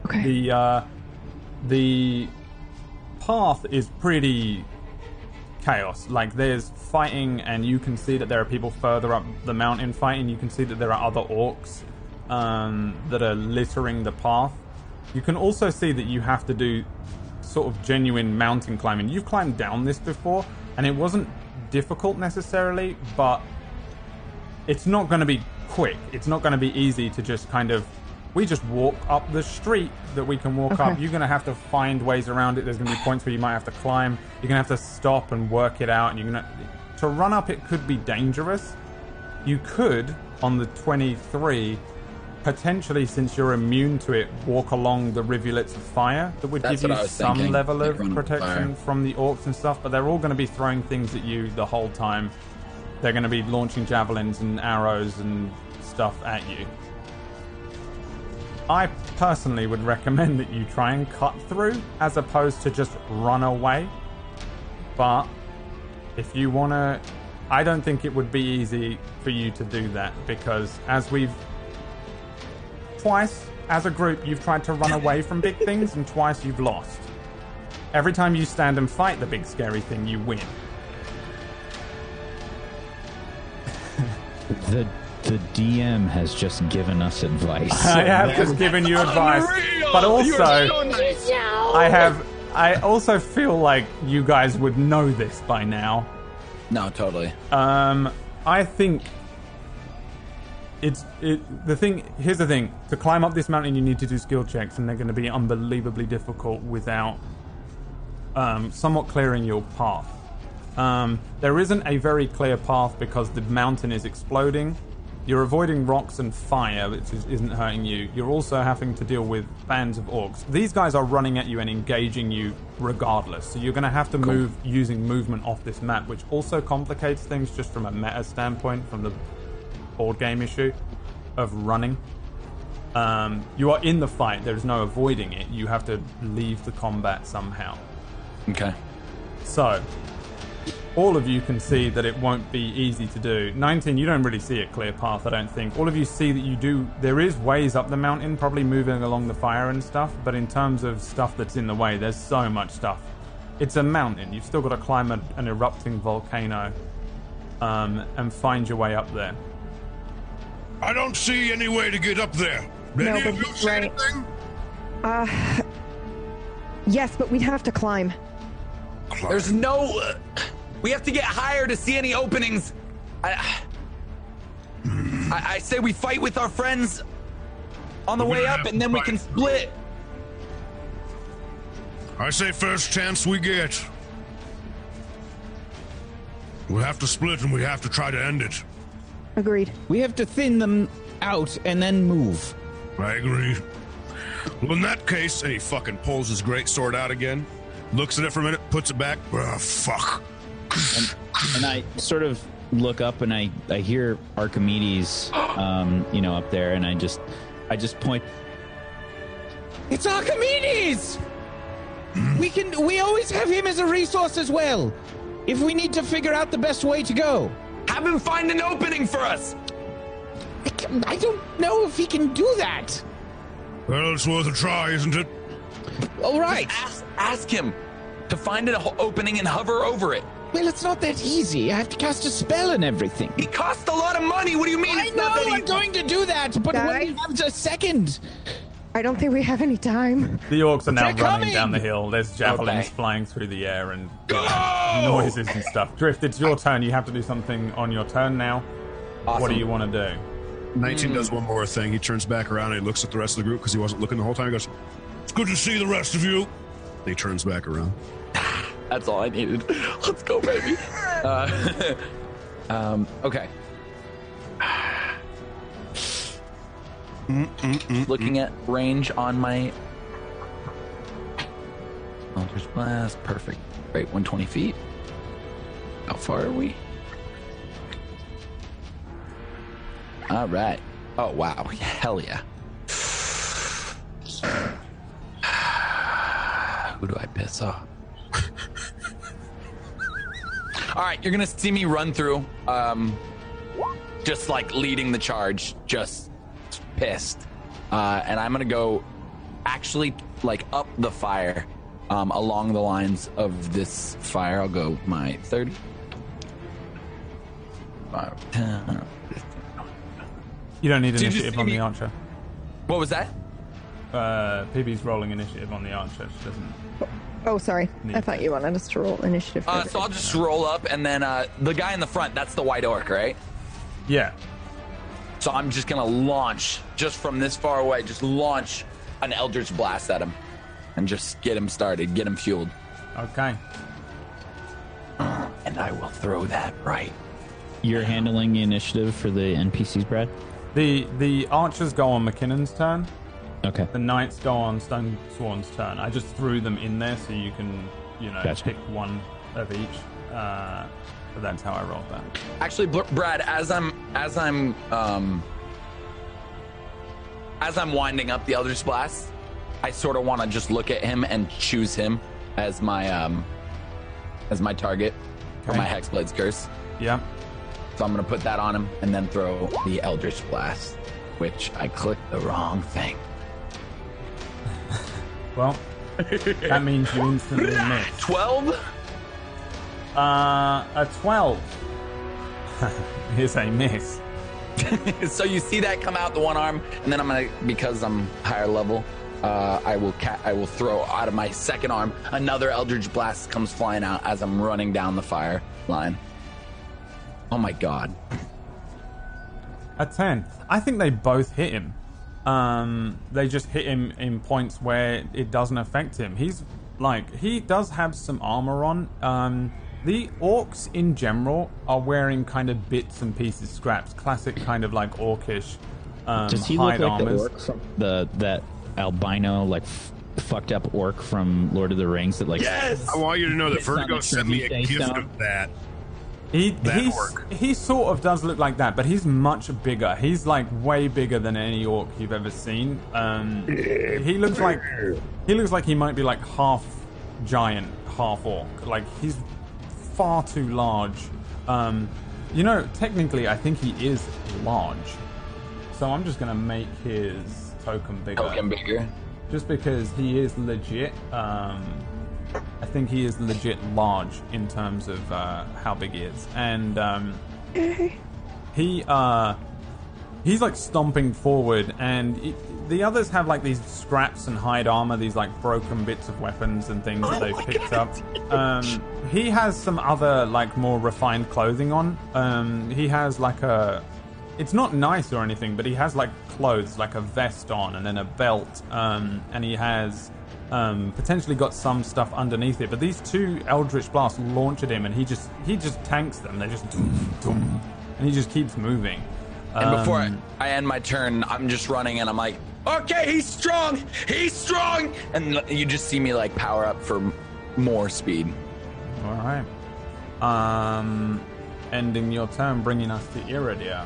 Speaker 4: Okay.
Speaker 2: The uh, the path is pretty chaos. Like there's fighting, and you can see that there are people further up the mountain fighting. You can see that there are other orcs um, that are littering the path. You can also see that you have to do sort of genuine mountain climbing. You've climbed down this before, and it wasn't difficult necessarily, but it's not going to be quick. It's not going to be easy to just kind of. We just walk up the street that we can walk up.
Speaker 4: Okay.
Speaker 2: You're going to have to find ways around it. There's going to be points where you might have to climb. You're going to have to stop and work it out. And you're going to. To run up, it could be dangerous. You could, on the 23, potentially, since you're immune to it, walk along the rivulets of fire that would
Speaker 1: That's
Speaker 2: give
Speaker 1: what
Speaker 2: you
Speaker 1: I was
Speaker 2: some
Speaker 1: thinking.
Speaker 2: level
Speaker 1: Like
Speaker 2: of
Speaker 1: run up the
Speaker 2: protection
Speaker 1: fire.
Speaker 2: from the orcs and stuff, but they're all going to be throwing things at you the whole time. They're going to be launching javelins and arrows and stuff at you. I personally would recommend that you try and cut through as opposed to just run away. But if you want to, I don't think it would be easy for you to do that because as we've twice as a group, you've tried to run away from big things and twice you've lost. Every time you stand and fight the big scary thing, you win.
Speaker 5: The, the DM has just given us advice.
Speaker 2: I have just given you advice, but also I have. I also feel like you guys would know this by now.
Speaker 1: No, totally.
Speaker 2: Um, I think it's it. The thing here's the thing: to climb up this mountain, you need to do skill checks, and they're going to be unbelievably difficult without um, somewhat clearing your path. Um, there isn't a very clear path because the mountain is exploding. You're avoiding rocks and fire, which is, isn't hurting you. You're also having to deal with bands of orcs. These guys are running at you and engaging you regardless. So you're going to have to move using movement off this map, which also complicates things just from a meta standpoint, from the board game issue of running. Um, you are in the fight. There is no avoiding it. You have to leave the combat somehow.
Speaker 1: Okay.
Speaker 2: So, all of you can see that it won't be easy to do. 19, you don't really see a clear path, I don't think. All of you see that you do. There is ways up the mountain, probably moving along the fire and stuff, but in terms of stuff that's in the way, there's so much stuff. It's a mountain. You've still got to climb a, an erupting volcano um, and find your way up there.
Speaker 3: I don't see any way to get up there.
Speaker 4: No,
Speaker 3: Any
Speaker 4: but
Speaker 3: of you see
Speaker 4: right.
Speaker 3: anything?
Speaker 4: Uh, yes, but we'd have to climb.
Speaker 1: There's no. Uh, we have to get higher to see any openings. I, I, I say we fight with our friends on the
Speaker 3: We're
Speaker 1: way
Speaker 3: gonna
Speaker 1: up,
Speaker 3: have
Speaker 1: and
Speaker 3: to
Speaker 1: then we
Speaker 3: fight.
Speaker 1: can split.
Speaker 3: I say first chance we get. We have to split and we have to try to end it.
Speaker 4: Agreed.
Speaker 5: We have to thin them out and then move.
Speaker 3: I agree. Well, in that case, and he fucking pulls his great sword out again, looks at it for a minute, puts it back. Ah, fuck.
Speaker 5: And I sort of look up and I, I hear Archimedes, um, you know, up there, and I just I just point. It's Archimedes. We can we always have him as a resource as well. If we need to figure out the best way to go,
Speaker 1: Have him find an opening for us.
Speaker 5: I, can, I don't know if he can do that.
Speaker 3: Well, it's worth a try, isn't it?
Speaker 5: All right.
Speaker 1: Ask, ask him to find an ho- opening and hover over it.
Speaker 5: Well, it's not that easy. I have to cast a spell and everything.
Speaker 1: He cost a lot of money. What do you mean?
Speaker 5: I
Speaker 1: it's
Speaker 5: know
Speaker 1: not that
Speaker 5: I'm
Speaker 1: easy?
Speaker 5: going to do that, but when we
Speaker 4: Guys?
Speaker 5: have a second,
Speaker 4: I don't think we have any time.
Speaker 2: The orcs are now
Speaker 5: They're
Speaker 2: running
Speaker 5: coming!
Speaker 2: down the hill. There's
Speaker 1: Okay.
Speaker 2: javelins flying through the air and
Speaker 1: Go!
Speaker 2: noises and stuff. Drift, it's your turn. You have to do something on your turn now. What
Speaker 1: Awesome.
Speaker 2: do you want to do?
Speaker 3: 19 does one more thing. He turns back around and he looks at the rest of the group because he wasn't looking the whole time. He goes, It's good to see the rest of you. He turns back around.
Speaker 1: That's all I needed. Let's go, baby. Uh, um, okay. Looking at range on my Eldritch Blast. Perfect. Great, 120 feet. How far are we? All right. Oh, wow. Hell yeah. Who do I piss off? All right, you're gonna see me run through, um, just like leading the charge, just pissed, uh, and I'm gonna go actually like up the fire, um, along the lines of this fire. I'll go my 30, five, 10.
Speaker 2: You don't need
Speaker 1: you
Speaker 2: initiative
Speaker 1: see
Speaker 2: on the
Speaker 1: me-
Speaker 2: archer.
Speaker 1: What was that?
Speaker 2: Uh, PB's rolling initiative on the archer. She doesn't.
Speaker 4: Oh, sorry. I
Speaker 2: Neat.
Speaker 4: thought you wanted us to roll initiative. for
Speaker 1: Uh, so I'll
Speaker 4: everything.
Speaker 1: just roll up, and then uh, the guy in the front—that's the white orc, right?
Speaker 2: Yeah.
Speaker 1: So I'm just gonna launch just from this far away, just launch an Eldritch Blast at him, and just get him started, get him fueled,
Speaker 2: Okay.
Speaker 1: and I will throw that right.
Speaker 5: you're handling the initiative for the NPCs, Brad.
Speaker 2: The the archers go on McKinnon's turn.
Speaker 5: Okay.
Speaker 2: The knights go on Stone Swan's turn. I just threw them in there so you can, you know,
Speaker 5: Gotcha.
Speaker 2: pick one of each. Uh, but that's how I rolled that.
Speaker 1: Actually, Br- Brad, as I'm as I'm um, as I'm winding up the Eldritch Blast, I sort of want to just look at him and choose him as my um, as my target for
Speaker 2: Okay.
Speaker 1: my Hexblade's Curse.
Speaker 2: Yeah.
Speaker 1: So I'm gonna put that on him and then throw the Eldritch Blast, which I clicked the wrong thing.
Speaker 2: Well, that means you instantly miss.
Speaker 1: 12?
Speaker 2: Uh, a 12 is a miss.
Speaker 1: so you see that come out the one arm, and then I'm gonna because I'm higher level. Uh, I will ca- I will throw out of my second arm another Eldritch blast comes flying out as I'm running down the fire line. Oh my god!
Speaker 2: A 10. I think they both hit him. Um, they just hit him in points where it doesn't affect him. He's like, he does have some armor on. Um, The orcs in general are wearing kind of bits and pieces, scraps, classic kind of like orcish um,
Speaker 5: Does he look
Speaker 2: hide
Speaker 5: like
Speaker 2: armors.
Speaker 5: the orc from the that albino like f- fucked up orc from Lord of the Rings that like
Speaker 3: I want you to know that
Speaker 5: It's on
Speaker 3: Vertigo
Speaker 5: the
Speaker 3: sent me a
Speaker 5: tribute day
Speaker 3: gift
Speaker 5: stone.
Speaker 3: of that.
Speaker 2: He
Speaker 3: That
Speaker 2: he's,
Speaker 3: orc.
Speaker 2: he sort of does look like that, but he's much bigger. He's like way bigger than any orc you've ever seen. Um, he looks like he looks like he might be like half giant, half orc. Like he's far too large. Um, you know, technically, I think he is large. So I'm just gonna make his token bigger,
Speaker 1: Token bigger.
Speaker 2: just because he is legit. Um, I think he is legit large in terms of uh, how big he is, and um, he uh, he's like stomping forward, and it, the others have like these scraps and hide armor, these like broken bits of weapons and things that they've picked up. Um, he has some other like more refined clothing on. Um, he has like a it's not nice or anything, but he has like clothes, like a vest on, and then a belt, um, and he has um, potentially got some stuff underneath it. But these two eldritch blasts launch at him, and he just he just tanks them. They're just doom, doom, and he just keeps moving.
Speaker 1: And before I,
Speaker 2: Um,
Speaker 1: I end my turn, I'm just running and I'm like, okay, he's strong, he's strong, and l- you just see me like power up for m- more speed.
Speaker 2: all right, um, ending your turn, bringing us to Iridia.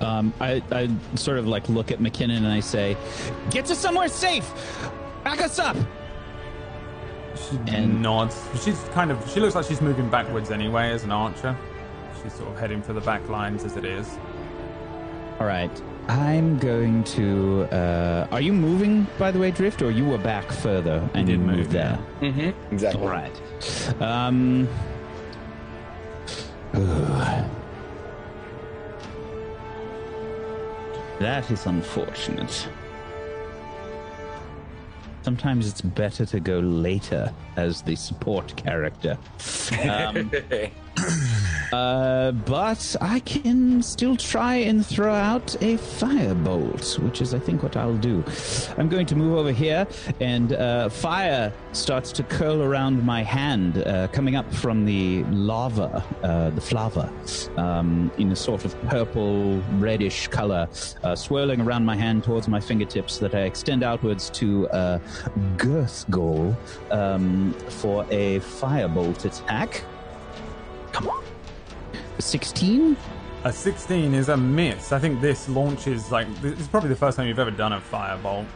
Speaker 5: um I, I sort of like look at McKinnon and I say, Get to somewhere safe! Back us up!
Speaker 2: She
Speaker 5: And-
Speaker 2: nods. She's kind of. She looks like she's moving backwards anyway, as an archer. She's sort of heading for the back lines as it is.
Speaker 5: Alright. I'm going to uh are you moving by the way, Drift, or you were back further and
Speaker 2: did
Speaker 5: you
Speaker 2: move,
Speaker 5: moved there?
Speaker 1: Mm-hmm. Exactly.
Speaker 5: All right. Um. ugh. That is unfortunate. Sometimes it's better to go later as the support character. Um, uh, but I can still try and throw out a firebolt, which is, I think, what I'll do. I'm going to move over here, and uh, fire starts to curl around my hand, uh, coming up from the lava, uh, the flava, um, in a sort of purple, reddish color, uh, swirling around my hand towards my fingertips that I extend outwards to uh, Girthgol um, for a firebolt attack. 16?
Speaker 2: A 16 is a miss. I think this launches like this is probably the first time you've ever done a firebolt.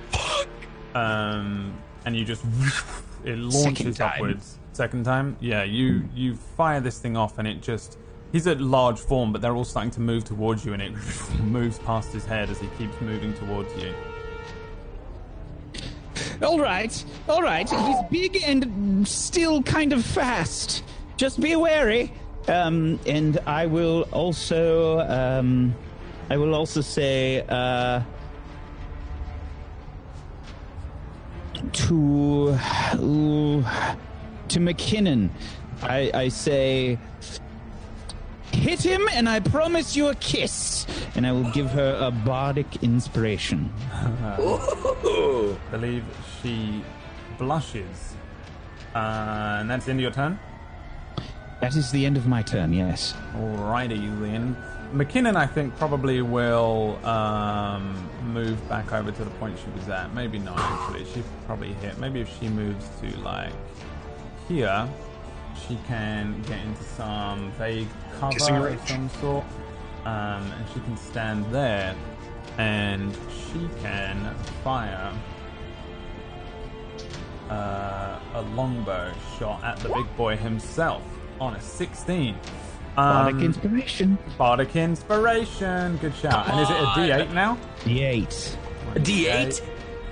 Speaker 2: Um, and you just it
Speaker 1: Second
Speaker 2: launches
Speaker 1: time.
Speaker 2: upwards. Second time, yeah. You you fire this thing off, and it just he's a large form, but they're all starting to move towards you, and it moves past his head as he keeps moving towards you.
Speaker 5: All right, all right. He's big and still kind of fast. Just be wary. Um, and I will also, um, I will also say uh, to ooh, to McKinnon, I, I say. Hit him, and I promise you a kiss. And I will give her a bardic inspiration.
Speaker 2: I believe she blushes, uh, and that's the end of your turn.
Speaker 5: That is the end of my turn. Yes.
Speaker 2: Alrighty then. McKinnon, I think, probably will um, move back over to the point she was at. Maybe not, actually. She probably hit. Maybe if she moves to, like, here, she can get into some vague cover
Speaker 3: Kissing
Speaker 2: of
Speaker 3: range.
Speaker 2: some sort. Um, and she can stand there. And she can fire uh, a longbow shot at the big boy himself on a 16.
Speaker 5: Bardic
Speaker 2: Um,
Speaker 5: inspiration.
Speaker 2: Bardic Inspiration. Good shout. and is it a D8 now?
Speaker 5: The eight.
Speaker 1: A D8?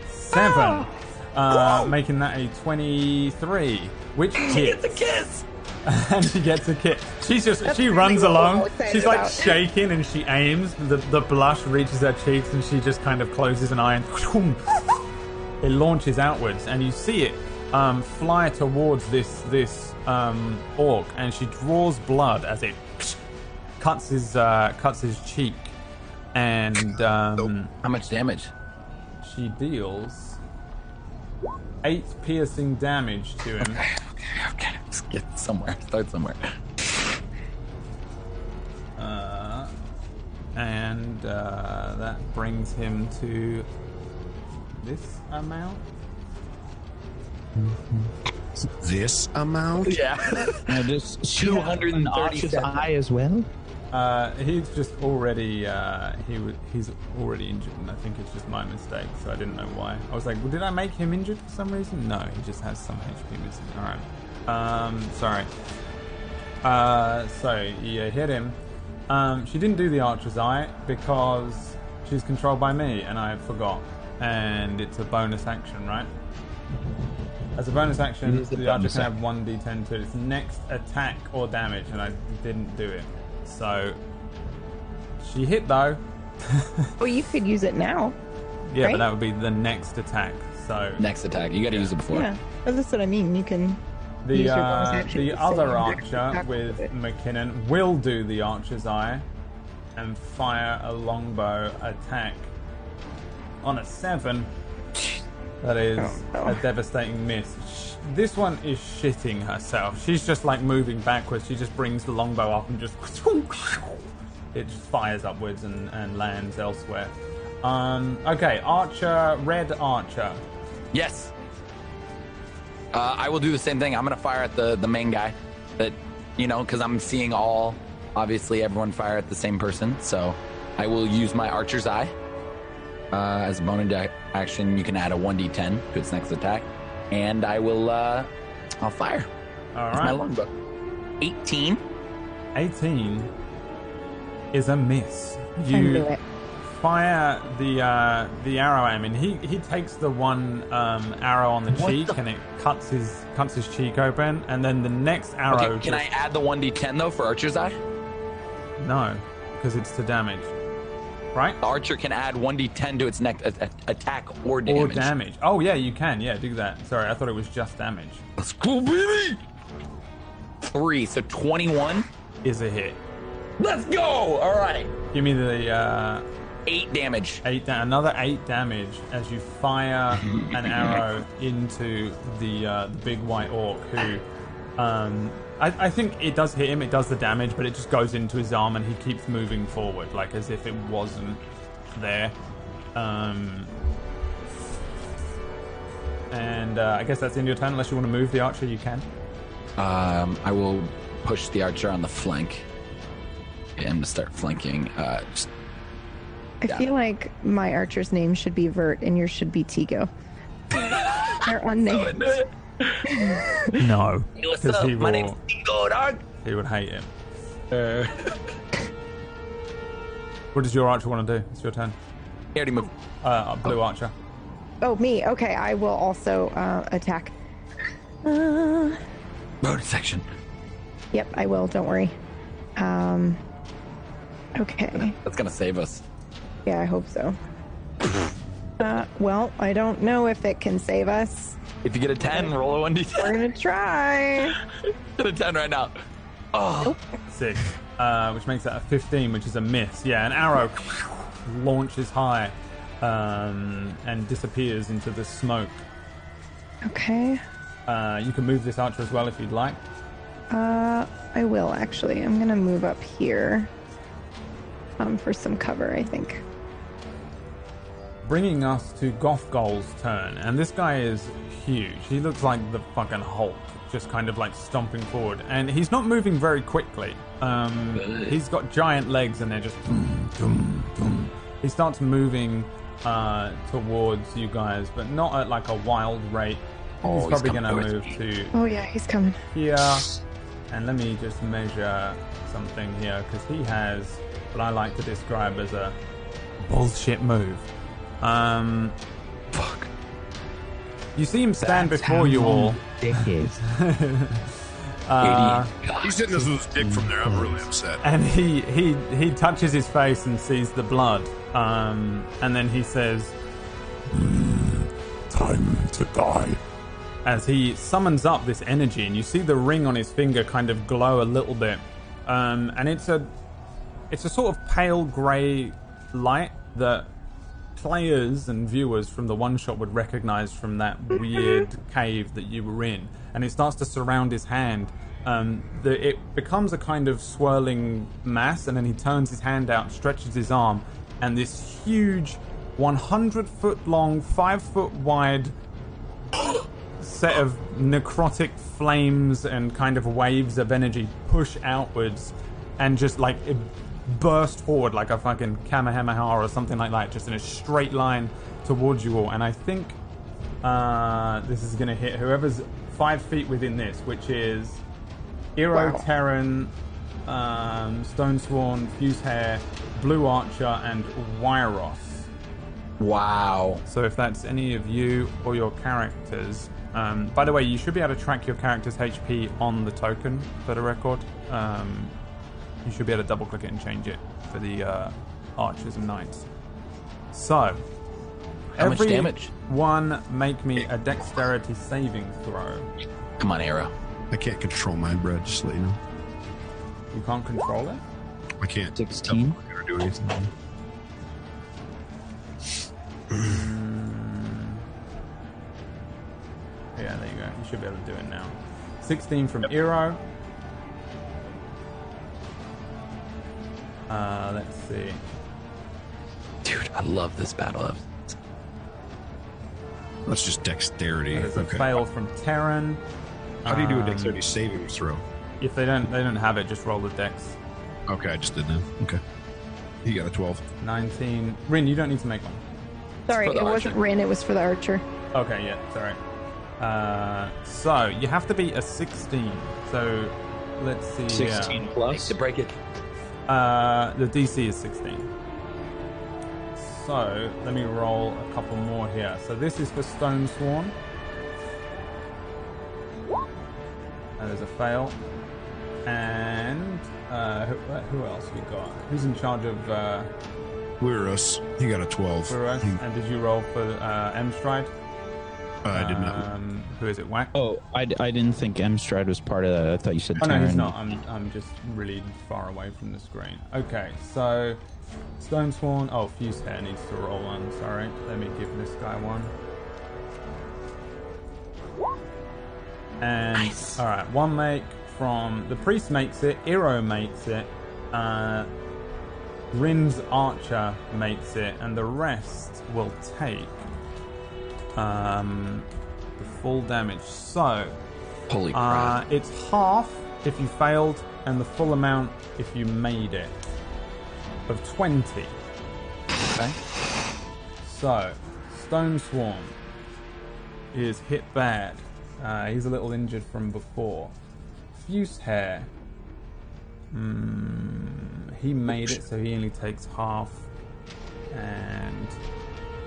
Speaker 2: Seven.
Speaker 4: Ah!
Speaker 2: Uh, making that a 23, which
Speaker 1: It's
Speaker 2: hits.
Speaker 1: a kiss!
Speaker 2: and she gets a kick. She's just, she
Speaker 4: really
Speaker 2: runs
Speaker 4: what we're all
Speaker 2: along.
Speaker 4: excited
Speaker 2: She's like
Speaker 4: about.
Speaker 2: shaking and she aims. The, the blush reaches her cheeks and she just kind of closes an eye and it launches outwards and you see it um, fly towards this this um, orc and she draws blood as it cuts his uh, cuts his cheek and um,
Speaker 1: How much damage?
Speaker 2: she deals eight piercing damage to him
Speaker 1: Okay, okay. Get somewhere. Start somewhere.
Speaker 2: Uh, and uh, that brings him to this amount.
Speaker 3: This amount?
Speaker 1: Yeah.
Speaker 5: Now, does she
Speaker 1: 237.
Speaker 5: have an eye as well?
Speaker 2: Uh, he's just already uh, he was he's already injured, and I think it's just my mistake, so I didn't know why. I was like, well, did I make him injured for some reason? No, he just has some HP missing. All right, um, sorry. Uh, so yeah, hit him. Um, she didn't do the archer's eye because she's controlled by me, and I forgot. And it's a bonus action, right? As a bonus action,
Speaker 5: It is a
Speaker 2: the archer
Speaker 5: bonus
Speaker 2: can
Speaker 5: action.
Speaker 2: have one d10 to its next attack or damage, and I didn't do it. So she hit though.
Speaker 4: Well, you could use it now.
Speaker 2: Yeah, but
Speaker 4: Right?
Speaker 2: that would be the next attack. So
Speaker 1: Next attack. You got to use it before.
Speaker 4: Yeah, that's what I mean. You can. Use
Speaker 2: the
Speaker 4: your bonus
Speaker 2: uh,
Speaker 4: action
Speaker 2: the
Speaker 4: to
Speaker 2: other
Speaker 4: save
Speaker 2: archer
Speaker 4: attack
Speaker 2: with
Speaker 4: with it.
Speaker 2: McKinnon will do the archer's eye and fire a longbow attack on a seven. That is
Speaker 4: Oh, no.
Speaker 2: a devastating miss. Sh- This one is shitting herself. She's just like moving backwards. She just brings the longbow up and just it just fires upwards and, and lands elsewhere. Um, okay, Archer, Red Archer.
Speaker 1: Yes. Uh, I will do the same thing. I'm gonna fire at the the main guy, that you know, because I'm seeing all. Obviously, everyone fire at the same person, so I will use my archer's eye uh, as a bonus ac- action. You can add a 1d10 to its next attack, and I will. Uh, I'll fire
Speaker 2: All
Speaker 1: with my
Speaker 2: right.
Speaker 1: longbow. 18.
Speaker 2: 18 is a miss.
Speaker 4: Can do
Speaker 2: You
Speaker 4: it.
Speaker 2: fire the uh, the arrow at him, and he, he takes the one um, arrow on the cheek, and it cuts his cuts his cheek open, and then the next arrow.
Speaker 1: Okay, can I
Speaker 2: just,
Speaker 1: add the 1d10 though for archer's eye?
Speaker 2: No, because it's to damage, right?
Speaker 1: The archer can add 1d10 to its next a- a- attack or
Speaker 2: Or
Speaker 1: damage.
Speaker 2: damage. Oh yeah, you can. Yeah, do that. Sorry, I thought it was just damage.
Speaker 1: Let's go, baby! Three, so 21.
Speaker 2: Is a hit.
Speaker 1: Let's go! All right.
Speaker 2: Give me the uh,
Speaker 1: Eight damage.
Speaker 2: Eight da- another eight damage as you fire an arrow into the uh, the big white orc. Who, um, I, I think it does hit him. It does the damage, but it just goes into his arm, and he keeps moving forward, like as if it wasn't there. Um, and uh, I guess that's the end of your turn. Unless you want to move the archer, you can.
Speaker 1: Um, I will push the archer on the flank. Get him to start flanking. Uh, just-
Speaker 4: I feel like my archer's name should be Vert, and yours should be Tigo. They're unnamed.
Speaker 2: No,
Speaker 1: Hey, what's
Speaker 2: because
Speaker 1: up?
Speaker 2: he
Speaker 1: My name's
Speaker 2: will
Speaker 1: Eagle Dog.
Speaker 2: he would hate it. Uh, what does your archer want to do? It's your turn.
Speaker 1: He already moved.
Speaker 2: Uh, blue archer.
Speaker 4: Oh, me. Okay, I will also uh, attack. Uh,
Speaker 1: Bonus section.
Speaker 4: yep, I will. Don't worry. Um. Okay.
Speaker 1: That's gonna save us.
Speaker 4: Yeah, I hope so. Uh, well, I don't know if it can save us.
Speaker 1: If you get a 10, roll a 1d10.
Speaker 4: We're gonna try.
Speaker 1: Get a 10 right now. Oh,
Speaker 2: Six, uh, which makes that a 15, which is a miss. Yeah, an arrow launches high um, and disappears into the smoke.
Speaker 4: Okay.
Speaker 2: Uh, you can move this archer as well if you'd like.
Speaker 4: Uh, I will actually. I'm gonna move up here. Um, for some cover, I think.
Speaker 2: Bringing us to Gothgol's turn, and this guy is huge. He looks like the fucking Hulk, just kind of like stomping forward. And he's not moving very quickly. Um, he's got giant legs, and they're just. Dum, dum, dum. He starts moving uh, towards you guys, but not at like a wild rate.
Speaker 1: Oh,
Speaker 2: he's
Speaker 1: he's
Speaker 2: probably
Speaker 1: coming
Speaker 2: gonna
Speaker 1: towards
Speaker 2: move to
Speaker 4: Oh yeah, he's coming.
Speaker 2: here. And let me just measure something here because he has what I like to describe as a bullshit move. Um,
Speaker 1: fuck.
Speaker 2: you see him stand before you all.
Speaker 1: Uh,
Speaker 3: He's hitting us with his dick from there. I'm really upset.
Speaker 2: and he he he touches his face and sees the blood um and then he says "Hmm, time to die as he summons up this energy and you see the ring on his finger kind of glow a little bit um and it's a it's a sort of pale gray light that players and viewers from the one shot would recognize from that weird cave that you were in. And it starts to surround his hand. Um, the, it becomes a kind of swirling mass, and then he turns his hand out, stretches his arm, and this huge, 100 foot long, 5 foot wide set of necrotic flames and kind of waves of energy push outwards and just like it burst forward like a fucking Kamehameha or something like that, just in a straight line towards you all. And I think uh, this is going to hit whoever's five feet within this, which is Iro,
Speaker 4: Wow.
Speaker 2: Terran, um, Stone Sworn, Fuse Hair, Blue Archer, and Wyros.
Speaker 1: Wow.
Speaker 2: So if that's any of you or your characters, um, by the way, you should be able to track your character's HP on the token for the record. Um, you should be able to double click it and change it for the uh, archers and knights. So,
Speaker 1: How much damage?
Speaker 2: One, make me a dexterity saving throw.
Speaker 1: Come on, Arrow.
Speaker 3: I can't control my bread, just let you know.
Speaker 2: You can't control it.
Speaker 3: I can't.
Speaker 5: 16?
Speaker 3: Or do anything.
Speaker 2: Yeah, there you go. You should be able to do it now. 16 from Eero. Uh, let's see.
Speaker 1: Dude, I love this battle.
Speaker 3: That's just dexterity.
Speaker 2: There's a
Speaker 3: Okay.
Speaker 2: fail from Terran.
Speaker 3: How do you do a
Speaker 2: Um,
Speaker 3: dexterity saving throw?
Speaker 2: If they don't, they don't have it. Just roll the dex.
Speaker 3: Okay, I just did that. Okay. He got a 12.
Speaker 2: Nineteen. Rin, you don't need to make one.
Speaker 4: Sorry,
Speaker 1: for
Speaker 4: it
Speaker 1: the
Speaker 4: wasn't
Speaker 1: archer.
Speaker 4: Rin, it was for the archer.
Speaker 2: Okay, yeah, sorry. Uh, so you have to be a sixteen. So let's see.
Speaker 5: 16
Speaker 2: Yeah.
Speaker 5: plus?
Speaker 1: break it.
Speaker 2: Uh, the DC is sixteen. So let me roll a couple more here. So this is for Stone Sworn. That is a fail. And uh, who, who else we got? Who's in charge of? Uh,
Speaker 3: Lurus, he got a 12.
Speaker 2: For us,
Speaker 3: He-
Speaker 2: and did you roll for uh, M Stride?
Speaker 3: I did not.
Speaker 2: Um, who is it? Whack? Oh,
Speaker 5: Oh, I, I didn't think M Stride was part of that. I thought you said
Speaker 2: no, he's
Speaker 5: Terran.
Speaker 2: not. I'm, I'm just really far away from the screen. Okay, so Stone Sworn. Oh, Fuse Hair needs to roll one. Sorry, let me give this guy one. And all right, one make from the priest makes it. Iro makes it. Uh, Rin's Archer makes it, and the rest will take um, the full damage. So
Speaker 1: Holy crap.
Speaker 2: uh, it's half if you failed, and the full amount if you made it of twenty.
Speaker 1: okay.
Speaker 2: So Stone Swarm is hit bad. Uh, he's a little injured from before. Fuse Hair. Hmm, he made it, so he only takes half and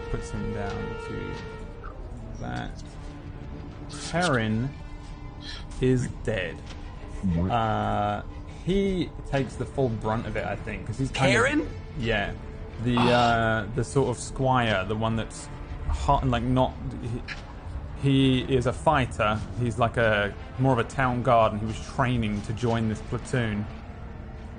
Speaker 2: puts him down to that. Terran is dead. Uh, he takes the full brunt of it, I think, because he's kind
Speaker 1: Terran?
Speaker 2: Of, yeah, the uh, the sort of squire, the one that's hot and like not. He, he is a fighter. He's like a more of a town guard, and he was training to join this platoon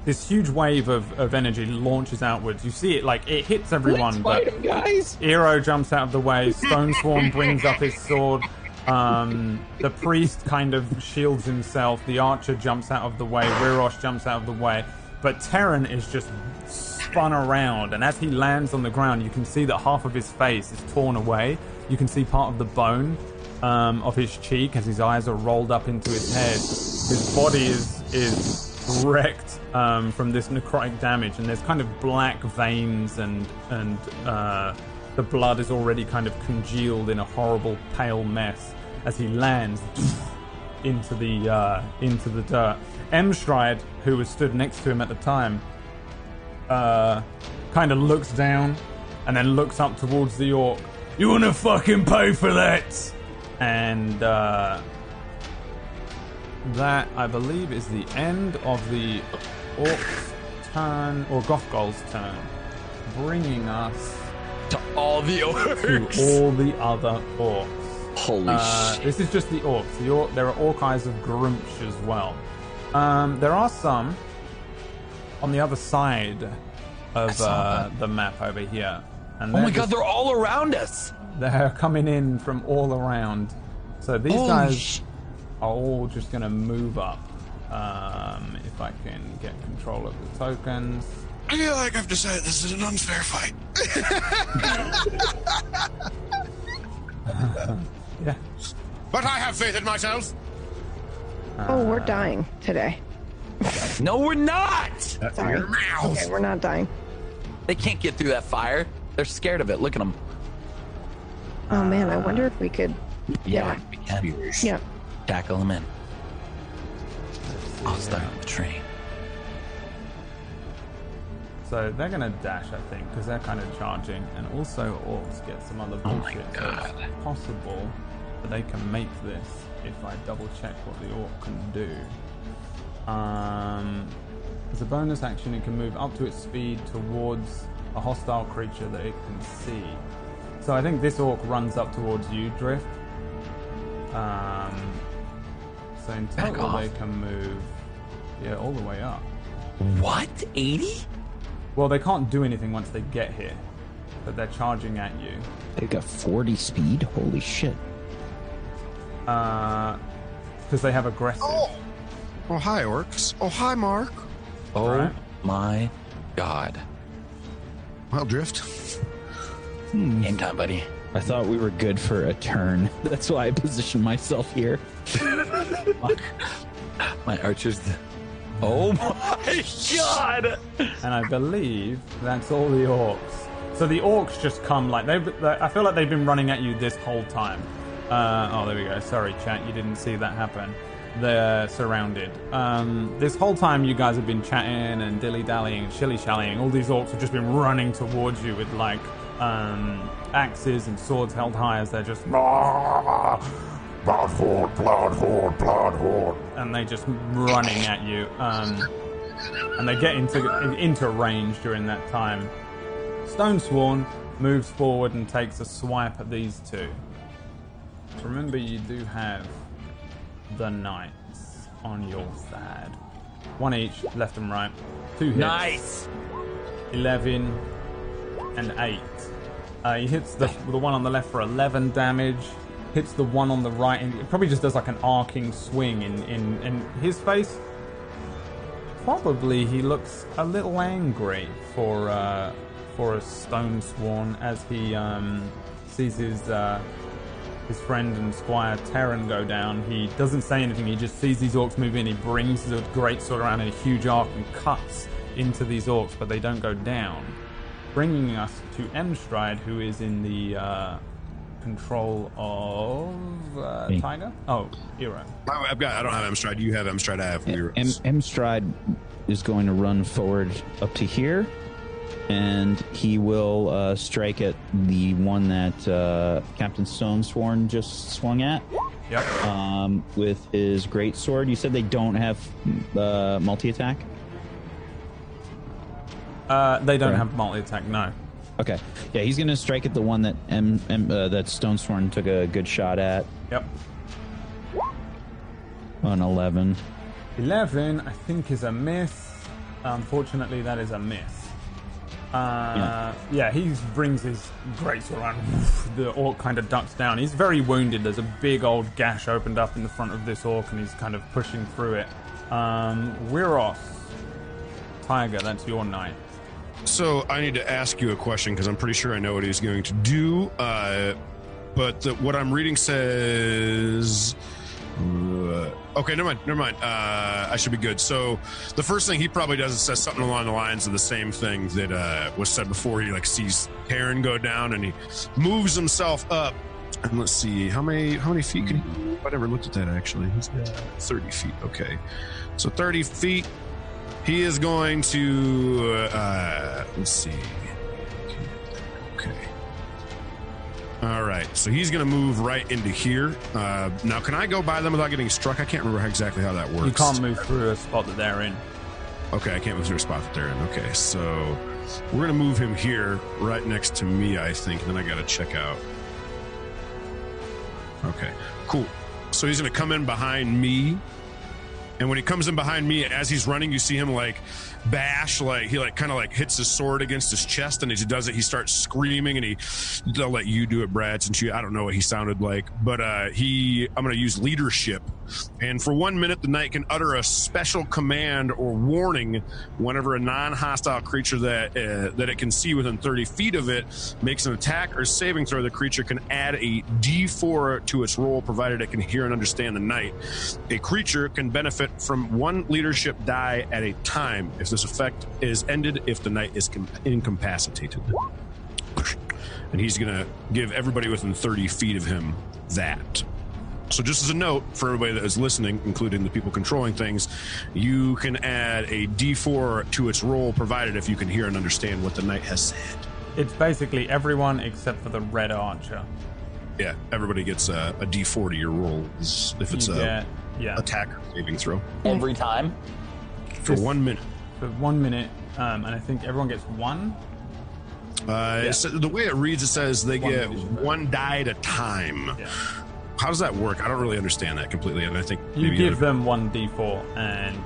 Speaker 2: this huge wave of, of energy launches outwards. You see it like it hits everyone, but
Speaker 5: guys!
Speaker 2: Eero jumps out of the way. Stone Swarm brings up his sword. Um, the priest kind of shields himself. The archer jumps out of the way. Wirosh jumps out of the way. But Terran is just spun around, and as he lands on the ground, you can see that half of his face is torn away. You can see part of the bone um, of his cheek as his eyes are rolled up into his head. His body is is wrecked um, from this necrotic damage, and there's kind of black veins and and uh, the blood is already kind of congealed in a horrible pale mess as he lands into the uh, into the dirt. Emstride, who was stood next to him at the time, uh, kind of looks down and then looks up towards the orc. You wanna fucking pay for that? And uh, that, I believe, is the end of the orc's turn, or Gothgol's turn, bringing us
Speaker 1: To all the
Speaker 2: to
Speaker 1: orcs.
Speaker 2: all the other orcs.
Speaker 1: Holy
Speaker 2: Uh,
Speaker 1: shit.
Speaker 2: this is just the orcs. The orc, there are orc eyes of Grumsh as well. Um, there are some on the other side of
Speaker 1: saw
Speaker 2: uh, the map over here. And
Speaker 1: Oh my
Speaker 2: they're
Speaker 1: god,
Speaker 2: just-
Speaker 1: they're all around us.
Speaker 2: they're coming in from all around. So these
Speaker 1: Holy
Speaker 2: guys
Speaker 1: sh-
Speaker 2: are all just going to move up. Um, if I can get control of the tokens.
Speaker 3: I feel like I've decided this is an unfair fight.
Speaker 2: Yeah.
Speaker 3: But I have faith in myself.
Speaker 4: Oh,
Speaker 1: Uh,
Speaker 4: we're dying today.
Speaker 1: No, we're not.
Speaker 4: Sorry. Okay, we're not dying.
Speaker 1: They can't get through that fire. They're scared of it. Look at them.
Speaker 4: Oh man, I
Speaker 1: Uh,
Speaker 4: wonder if we could. Yeah.
Speaker 1: we can
Speaker 4: Yeah.
Speaker 1: tackle them in. I'll start the train.
Speaker 2: So they're going to dash, I think, because they're kind of charging. And also orcs get some other
Speaker 1: Oh my
Speaker 2: bullshit. So
Speaker 1: God.
Speaker 2: it's possible that they can make this if I double check what the orc can do. Um, as a bonus action, it can move up to its speed towards a hostile creature that it can see. So I think this orc runs up towards you, Drift. Um, so in
Speaker 1: Back
Speaker 2: total,
Speaker 1: off.
Speaker 2: they can move, yeah, all the way up.
Speaker 1: What? 80?
Speaker 2: Well, they can't do anything once they get here, but they're charging at you.
Speaker 5: They've got 40 speed. Holy shit.
Speaker 2: Because they have aggressive.
Speaker 3: Oh. Oh, hi, orcs. Oh, hi, Mark.
Speaker 1: Oh
Speaker 2: Right.
Speaker 1: my god.
Speaker 3: Well, Drift.
Speaker 1: Game time, buddy.
Speaker 5: I thought we were good for a turn. That's why I positioned myself here.
Speaker 1: My archer's. Oh my god!
Speaker 2: And I believe that's all the orcs. So the orcs just come like they've. they- I feel like they've been running at you this whole time. Uh, oh, there we go. Sorry, chat. You didn't see that happen. They're surrounded. Um, this whole time, you guys have been chatting and dilly dallying and shilly shallying. All these orcs have just been running towards you with like um, axes and swords held high as they're just
Speaker 6: Blood horde, blood horde, blood horde.
Speaker 2: and they just running at you. Um, and they get into into range during that time. Stone Sworn moves forward and takes a swipe at these two. Remember, you do have the knights on your side. One each, left and right. Two hits.
Speaker 1: Nice!
Speaker 2: 11 and 8. Uh, he hits the, the one on the left for 11 damage, hits the one on the right, and it probably just does like an arcing swing in, in, in his face. Probably he looks a little angry for uh, for a stone sworn as he um, sees his uh, his friend and squire Terran go down. He doesn't say anything. He just sees these orcs move in. He brings the great sword around in a huge arc and cuts into these orcs, but they don't go down, bringing us to Emstride, who is in the uh, control of uh,
Speaker 5: Me.
Speaker 2: Tiger. Oh, Iro.
Speaker 3: I- I've got. I don't have Amstrad. You have Amstrad. I have
Speaker 5: M,
Speaker 3: Weirus.
Speaker 5: M Stride is going to run forward up to here, and he will uh, strike at the one that uh, Captain Stone Sworn just swung at
Speaker 2: Yep.
Speaker 5: um, with his great sword. You said they don't have uh, multi attack.
Speaker 2: Uh, they don't
Speaker 5: Right.
Speaker 2: have multi attack. No.
Speaker 5: Okay, yeah, he's going to strike at the one that M, M, uh, that Stone Sworn took a good shot at
Speaker 2: Yep.
Speaker 5: on eleven.
Speaker 2: 11, I think, is a miss. Unfortunately, that is a miss. Uh, yeah. he brings his greatsword around. The orc kind of ducks down. He's very wounded. There's a big old gash opened up in the front of this orc, and he's kind of pushing through it. Um, Weiros, Tiger, that's your knight.
Speaker 3: So I need to ask you a question because I'm pretty sure I know what he's going to do. Uh, but the, what I'm reading says. Uh, okay, never mind. Never mind. Uh, I should be good. So the first thing he probably does is says something along the lines of the same thing that uh, was said before. He like sees Karen go down and he moves himself up. And let's see how many how many feet can he? move? I never looked at that actually. He's got thirty feet. Okay, so thirty feet. He is going to. Uh, let's see. Okay. All right. So he's going to move right into here. Uh, now, can I go by them without getting struck? I can't remember how- exactly how that works.
Speaker 2: You can't move through a spot that they're in.
Speaker 3: Okay, I can't move through a spot that they're in. Okay, so we're going to move him here, right next to me, I think. Then I got to check out. Okay, cool. So he's going to come in behind me And when he comes in behind me, as he's running, you see him like bash, like he like kind of like hits his sword against his chest, and as he does it, he starts screaming. And he, they'll let you do it, Brad, since you I don't know what he sounded like, but uh, he I'm going to use leadership, and for one minute, the knight can utter a special command or warning whenever a non-hostile creature that uh, that it can see within 30 feet of it makes an attack or saving throw. The creature can add a D4 to its roll, provided it can hear and understand the knight. A creature can benefit from one leadership die at a time if this effect is ended if the knight is com- incapacitated. And he's going to give everybody within 30 feet of him that. So, just as a note for everybody that is listening, including the people controlling things, you can add a d4 to its roll, provided if you can hear and understand what the knight has said.
Speaker 2: It's basically everyone except for the red archer.
Speaker 3: Yeah, everybody gets a, a d4 to your roll is- if it's
Speaker 2: You
Speaker 3: a
Speaker 2: get- yeah.
Speaker 3: attack or saving throw
Speaker 1: Every time.
Speaker 3: for
Speaker 2: Just-
Speaker 3: one minute.
Speaker 2: for one minute, um, and I think everyone gets one.
Speaker 3: Uh, it sa- the way it reads, it says they
Speaker 2: One
Speaker 3: get
Speaker 2: division.
Speaker 3: one die at a time.
Speaker 2: Yeah.
Speaker 3: How does that work? I don't really understand that completely, and I think
Speaker 2: You
Speaker 3: maybe
Speaker 2: give
Speaker 3: other-
Speaker 2: them one d4, and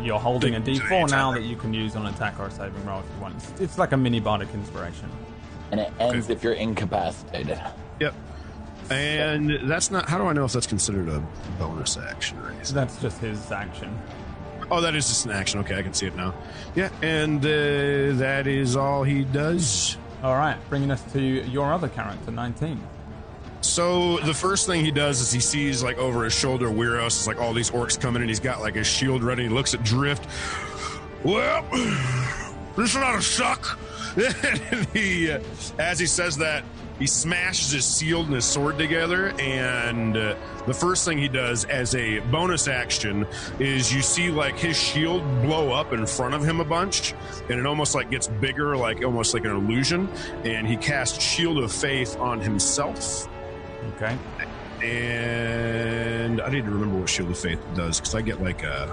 Speaker 2: you're holding a
Speaker 3: Ding,
Speaker 2: d4
Speaker 3: ding,
Speaker 2: now
Speaker 3: ding.
Speaker 2: that you can use on attack or a saving roll if you want. It's, it's like a mini bardic inspiration.
Speaker 1: And it ends if you're incapacitated.
Speaker 3: Yep. And that's not. How do I know if that's considered a bonus action? Or anything?
Speaker 2: So that's just his action.
Speaker 3: Oh, that is just an action. Okay, I can see it now. Yeah, and uh, that is all he does.
Speaker 2: All right, bringing us to your other character, 19.
Speaker 3: So the first thing he does is he sees like over his shoulder, Weiros is like all these orcs coming, and he's got like his shield ready. He looks at Drift. Well, this is not a suck. and he, uh, as he says that, he smashes his shield and his sword together. And uh, the first thing he does as a bonus action is you see like his shield blow up in front of him a bunch, and it almost like gets bigger, like almost like an illusion. And he casts Shield of Faith on himself.
Speaker 2: Okay.
Speaker 3: And I need to remember what Shield of Faith does because I get like a.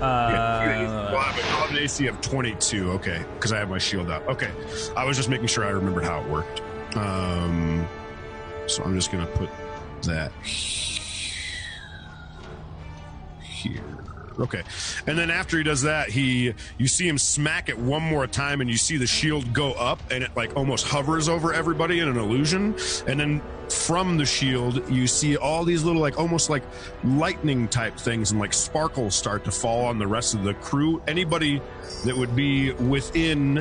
Speaker 3: well, I
Speaker 2: Uh,
Speaker 3: have, a- I have an AC of 22. Okay. Because I have my shield up. Okay. I was just making sure I remembered how it worked. Um, so I'm just going to put that here. Okay. And then after he does that, he you see him smack it one more time and you see the shield go up and it like almost hovers over everybody in an illusion. And then from the shield, you see all these little like almost like lightning type things and like sparkles start to fall on the rest of the crew. Anybody that would be within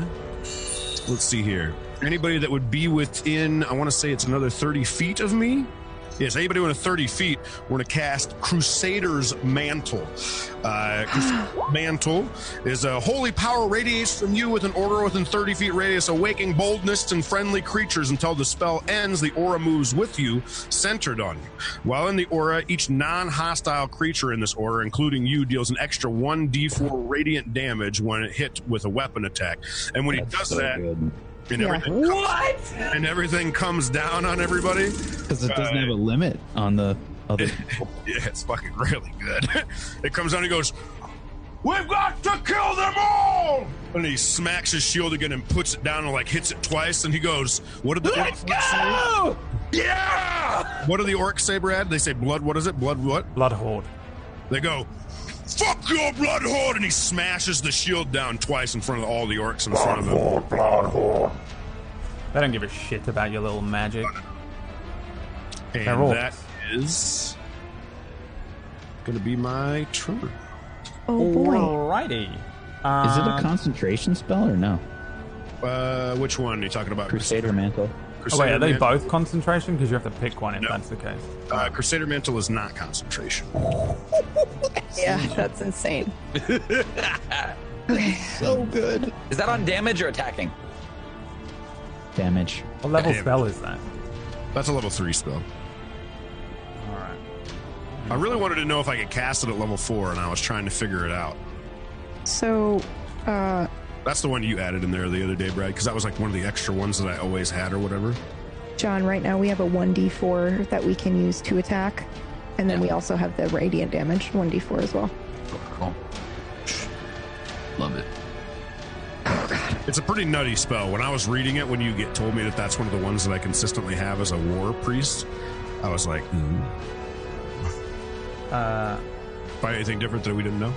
Speaker 3: let's see here. Anybody that would be within, I want to say it's another 30 feet of me. Yes, anybody within 30 feet, we're going to cast Crusader's Mantle. Uh, Crusader's Mantle is a holy power radiates from you with an aura within 30 feet radius, awaking boldness in friendly creatures until the spell ends. The aura moves with you, centered on you. While in the aura, each non hostile creature in this aura, including you, deals an extra 1d4 radiant damage when it hit with a weapon attack. And when he does that, and
Speaker 4: Yeah.
Speaker 3: everything what and everything comes down on everybody
Speaker 5: Because it doesn't have a limit on the other.
Speaker 3: yeah it's fucking really good it comes down and goes we've got to kill them all and he smacks his shield again and puts it down and like hits it twice and he goes what did the Let's orcs go! say yeah what do the orcs say brad they say blood what is it blood what
Speaker 2: Blood Horde.
Speaker 3: they go fuck your blood horde and he smashes the shield down twice in front of all the orcs in front
Speaker 6: Blood
Speaker 3: of him
Speaker 6: horde, blood horde.
Speaker 2: They don't give a shit about your little magic. They're
Speaker 3: and
Speaker 2: orcs.
Speaker 3: that is gonna be my turn
Speaker 4: Oh boy.
Speaker 2: Alrighty.
Speaker 5: Is it a
Speaker 2: Um,
Speaker 5: concentration spell or no?
Speaker 3: Uh, which one are you talking about?
Speaker 5: Crusader mantle.
Speaker 2: Oh, wait, are they
Speaker 3: Man-
Speaker 2: both concentration? Because you have to pick one if
Speaker 3: No.
Speaker 2: that's the case.
Speaker 3: Uh, Crusader Mantle is not concentration.
Speaker 4: Yeah, that's insane. okay.
Speaker 5: So good.
Speaker 1: Is that on damage or attacking?
Speaker 5: Damage.
Speaker 2: What level
Speaker 3: Damn.
Speaker 2: spell is that?
Speaker 3: That's a level three spell.
Speaker 2: Alright.
Speaker 3: I really wanted to know if I could cast it at level four, and I was trying to figure it out.
Speaker 4: So, uh,
Speaker 3: That's the one you added in there the other day, Brad, because that was like one of the extra ones that I always had or whatever.
Speaker 4: John, right now we have a 1d4 that we can use to attack. And then we also have the radiant damage, 1d4 as well.
Speaker 1: Cool. Love it.
Speaker 3: It's a pretty nutty spell. When I was reading it, when you get told me that that's one of the ones that I consistently have as a hmm. war priest, I was like,
Speaker 2: Uh,
Speaker 3: Find anything different that we didn't know?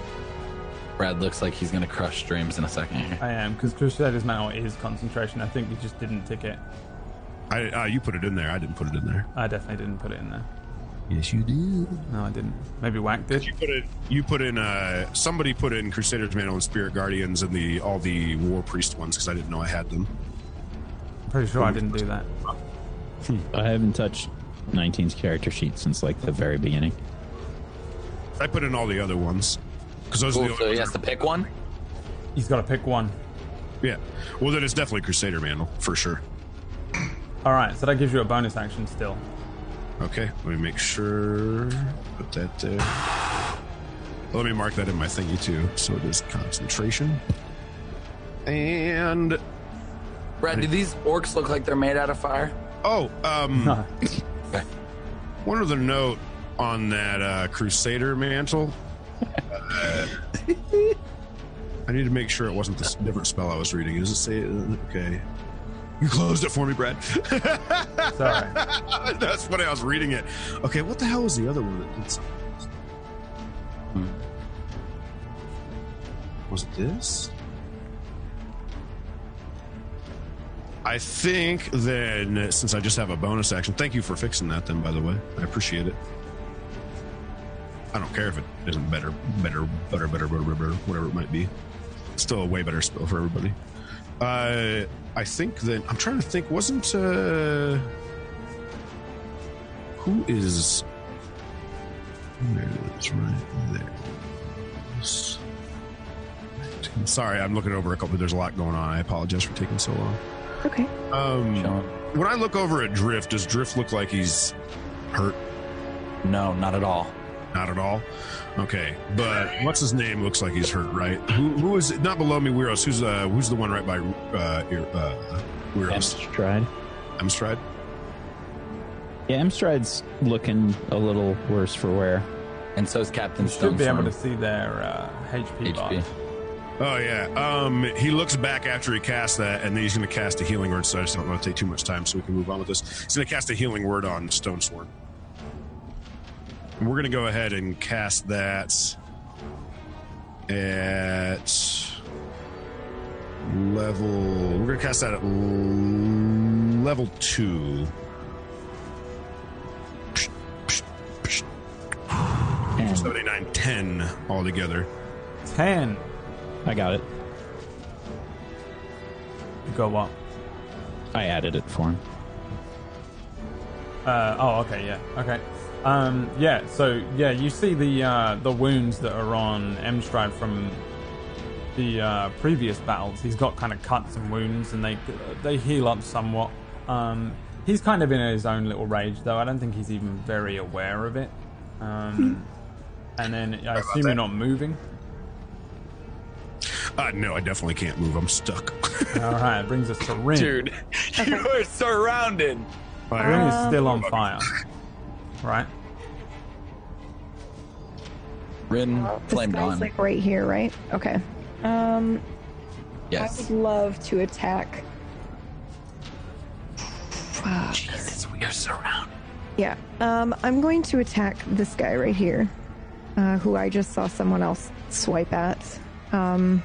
Speaker 1: Brad looks like he's gonna crush dreams in a second.
Speaker 2: I am because Crusader's now is concentration. I think you just didn't tick it.
Speaker 3: I, uh, you put it in there. I didn't put it in there.
Speaker 2: I definitely didn't put it in there.
Speaker 3: Yes, you did.
Speaker 2: No, I didn't. Maybe Whack did.
Speaker 3: You put it. You put in. Uh, somebody put in Crusaders Mantle and Spirit Guardians and the all the War Priest ones because I didn't know I had them.
Speaker 2: I'm pretty sure I didn't do that.
Speaker 5: I haven't touched 19's character sheet since like the very beginning.
Speaker 3: I put in all the other ones because those are
Speaker 1: Cool,
Speaker 3: the
Speaker 1: so
Speaker 3: only
Speaker 1: he
Speaker 3: ones.
Speaker 1: has to pick one?
Speaker 2: He's got to pick one.
Speaker 3: yeah. Well, then it's definitely Crusader Mantle for sure.
Speaker 2: All right, so that gives you a bonus action still.
Speaker 3: Okay, let me make sure. Put that there. Let me mark that in my thingy too. So it is concentration. And
Speaker 1: Brad, do these orcs look like they're made out of fire?
Speaker 3: oh, um,
Speaker 2: No.
Speaker 3: one other note on that uh, Crusader mantle. Uh, I need to make sure it wasn't this different spell I was reading. Does it say? uh, Okay, you closed it for me, Brad.
Speaker 2: Sorry.
Speaker 3: That's funny. I was reading it. Okay, what the hell was the other one? That did something? Hmm. Was it this? I think then, since I just have a bonus action, thank you for fixing that. Then, by the way, I appreciate it. I don't care if it isn't better, better, better, better, better, better, better whatever it might be. It's still a way better spell for everybody. Uh, I think then I'm trying to think. Wasn't uh, who is there it is right there Yes. I'm sorry i'm looking over a couple there's a lot going on i apologize for taking so long
Speaker 4: Okay.
Speaker 3: um
Speaker 1: Sean?
Speaker 3: when i look over at drift does drift look like he's hurt
Speaker 1: No, not at all.
Speaker 3: not at all okay but what's his name looks like he's hurt right who, who is not below me weiros who's uh who's the one right by uh, ear- uh weiros
Speaker 5: Stride.
Speaker 3: i'm stride
Speaker 5: Yeah, Mstride's looking a little worse for wear.
Speaker 1: And so's Captain
Speaker 2: Should
Speaker 1: Stone.
Speaker 2: be able to see their uh, HP, bar.
Speaker 1: HP.
Speaker 3: Oh yeah. Um, he looks back after he casts that, and then he's going to cast a healing word. So I just don't want to take too much time, so we can move on with this. He's going to cast a healing word on Stone Sworn. And we're going to go ahead and cast that at level. We're going to cast that at l- level two.
Speaker 5: And
Speaker 3: 79, 10 altogether.
Speaker 2: Ten.
Speaker 5: I got it.
Speaker 2: You got what?
Speaker 5: I added it for him.
Speaker 2: Uh, oh, okay, yeah, okay. Um, yeah, so yeah, you see the uh, the wounds that are on Mstride from the uh, previous battles. He's got kind of cuts and wounds, and they they heal up somewhat. Um, he's kind of in his own little rage, though. I don't think he's even very aware of it. Um, and then I assume you're not moving.
Speaker 3: Uh, no, I definitely can't move. I'm stuck.
Speaker 2: All right, brings us to Rin.
Speaker 1: Dude, you are surrounded.
Speaker 2: Rin is still on fire, right?
Speaker 1: Rin,
Speaker 4: Oh, This
Speaker 1: flame
Speaker 4: guy's
Speaker 1: gone.
Speaker 4: like right here, right? Okay. Um,
Speaker 1: yes.
Speaker 4: I would love to attack. Fuck.
Speaker 1: Jesus, we are surrounded.
Speaker 4: Yeah. Um, I'm going to attack this guy right here, uh, who I just saw someone else swipe at. Um,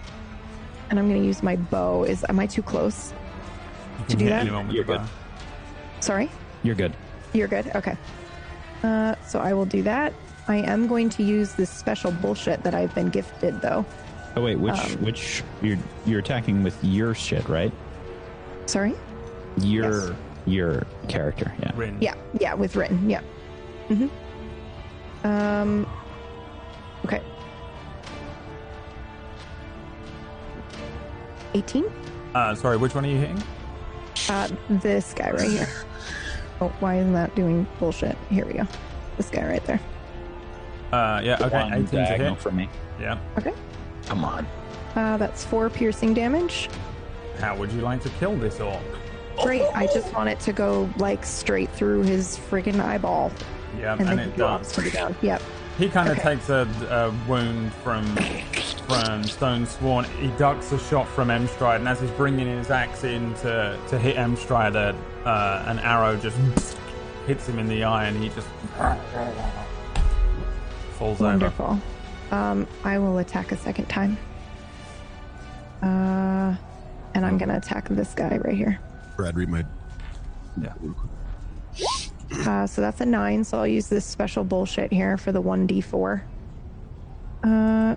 Speaker 4: and I'm going to use my bow. Is am I too close?
Speaker 2: You
Speaker 4: To
Speaker 2: can
Speaker 4: do
Speaker 2: hit
Speaker 4: that?
Speaker 2: anyone with
Speaker 5: You're
Speaker 2: the
Speaker 5: good.
Speaker 2: bow.
Speaker 4: Sorry,
Speaker 5: You're good.
Speaker 4: you're good. Okay. Uh, so I will do that. I am going to use this special bullshit that I've been gifted, though.
Speaker 5: Oh wait, which
Speaker 4: Um,
Speaker 5: which you're you're attacking with your shit, right?
Speaker 4: Sorry.
Speaker 5: Your your character, yeah.
Speaker 2: Rin.
Speaker 4: Yeah, yeah, with written. Yeah. Mm-hmm. Um. Okay. Eighteen.
Speaker 2: Uh, sorry, which one are you hitting?
Speaker 4: Uh, this guy right here. Oh, why isn't that doing bullshit? Here we go. This guy right there.
Speaker 2: Uh, yeah, okay,
Speaker 5: One
Speaker 2: 18 to
Speaker 5: diagonal
Speaker 2: hit.
Speaker 5: for me.
Speaker 2: Yeah.
Speaker 4: Okay.
Speaker 1: Come on.
Speaker 4: Uh, that's four piercing damage.
Speaker 2: How would you like to kill this orc?
Speaker 4: Great. I just want it to go like straight through his friggin' eyeball,
Speaker 2: Yeah,
Speaker 4: and,
Speaker 2: Um, and
Speaker 4: then
Speaker 2: it
Speaker 4: he drops
Speaker 2: does.
Speaker 4: to the ground. Yep.
Speaker 2: He kind of
Speaker 4: Okay.
Speaker 2: takes a, a wound from from Stone Sworn. He ducks a shot from Mstride, and as he's bringing his axe in to, to hit Mstride, a, uh, an arrow just hits him in the eye, and he just falls over.
Speaker 4: Wonderful. Um, I will attack a second time. Uh, and I'm gonna attack this guy right here.
Speaker 3: Brad, read my.
Speaker 2: Yeah.
Speaker 4: Uh, so that's a nine. So I'll use this special bullshit here for the one d four. Uh,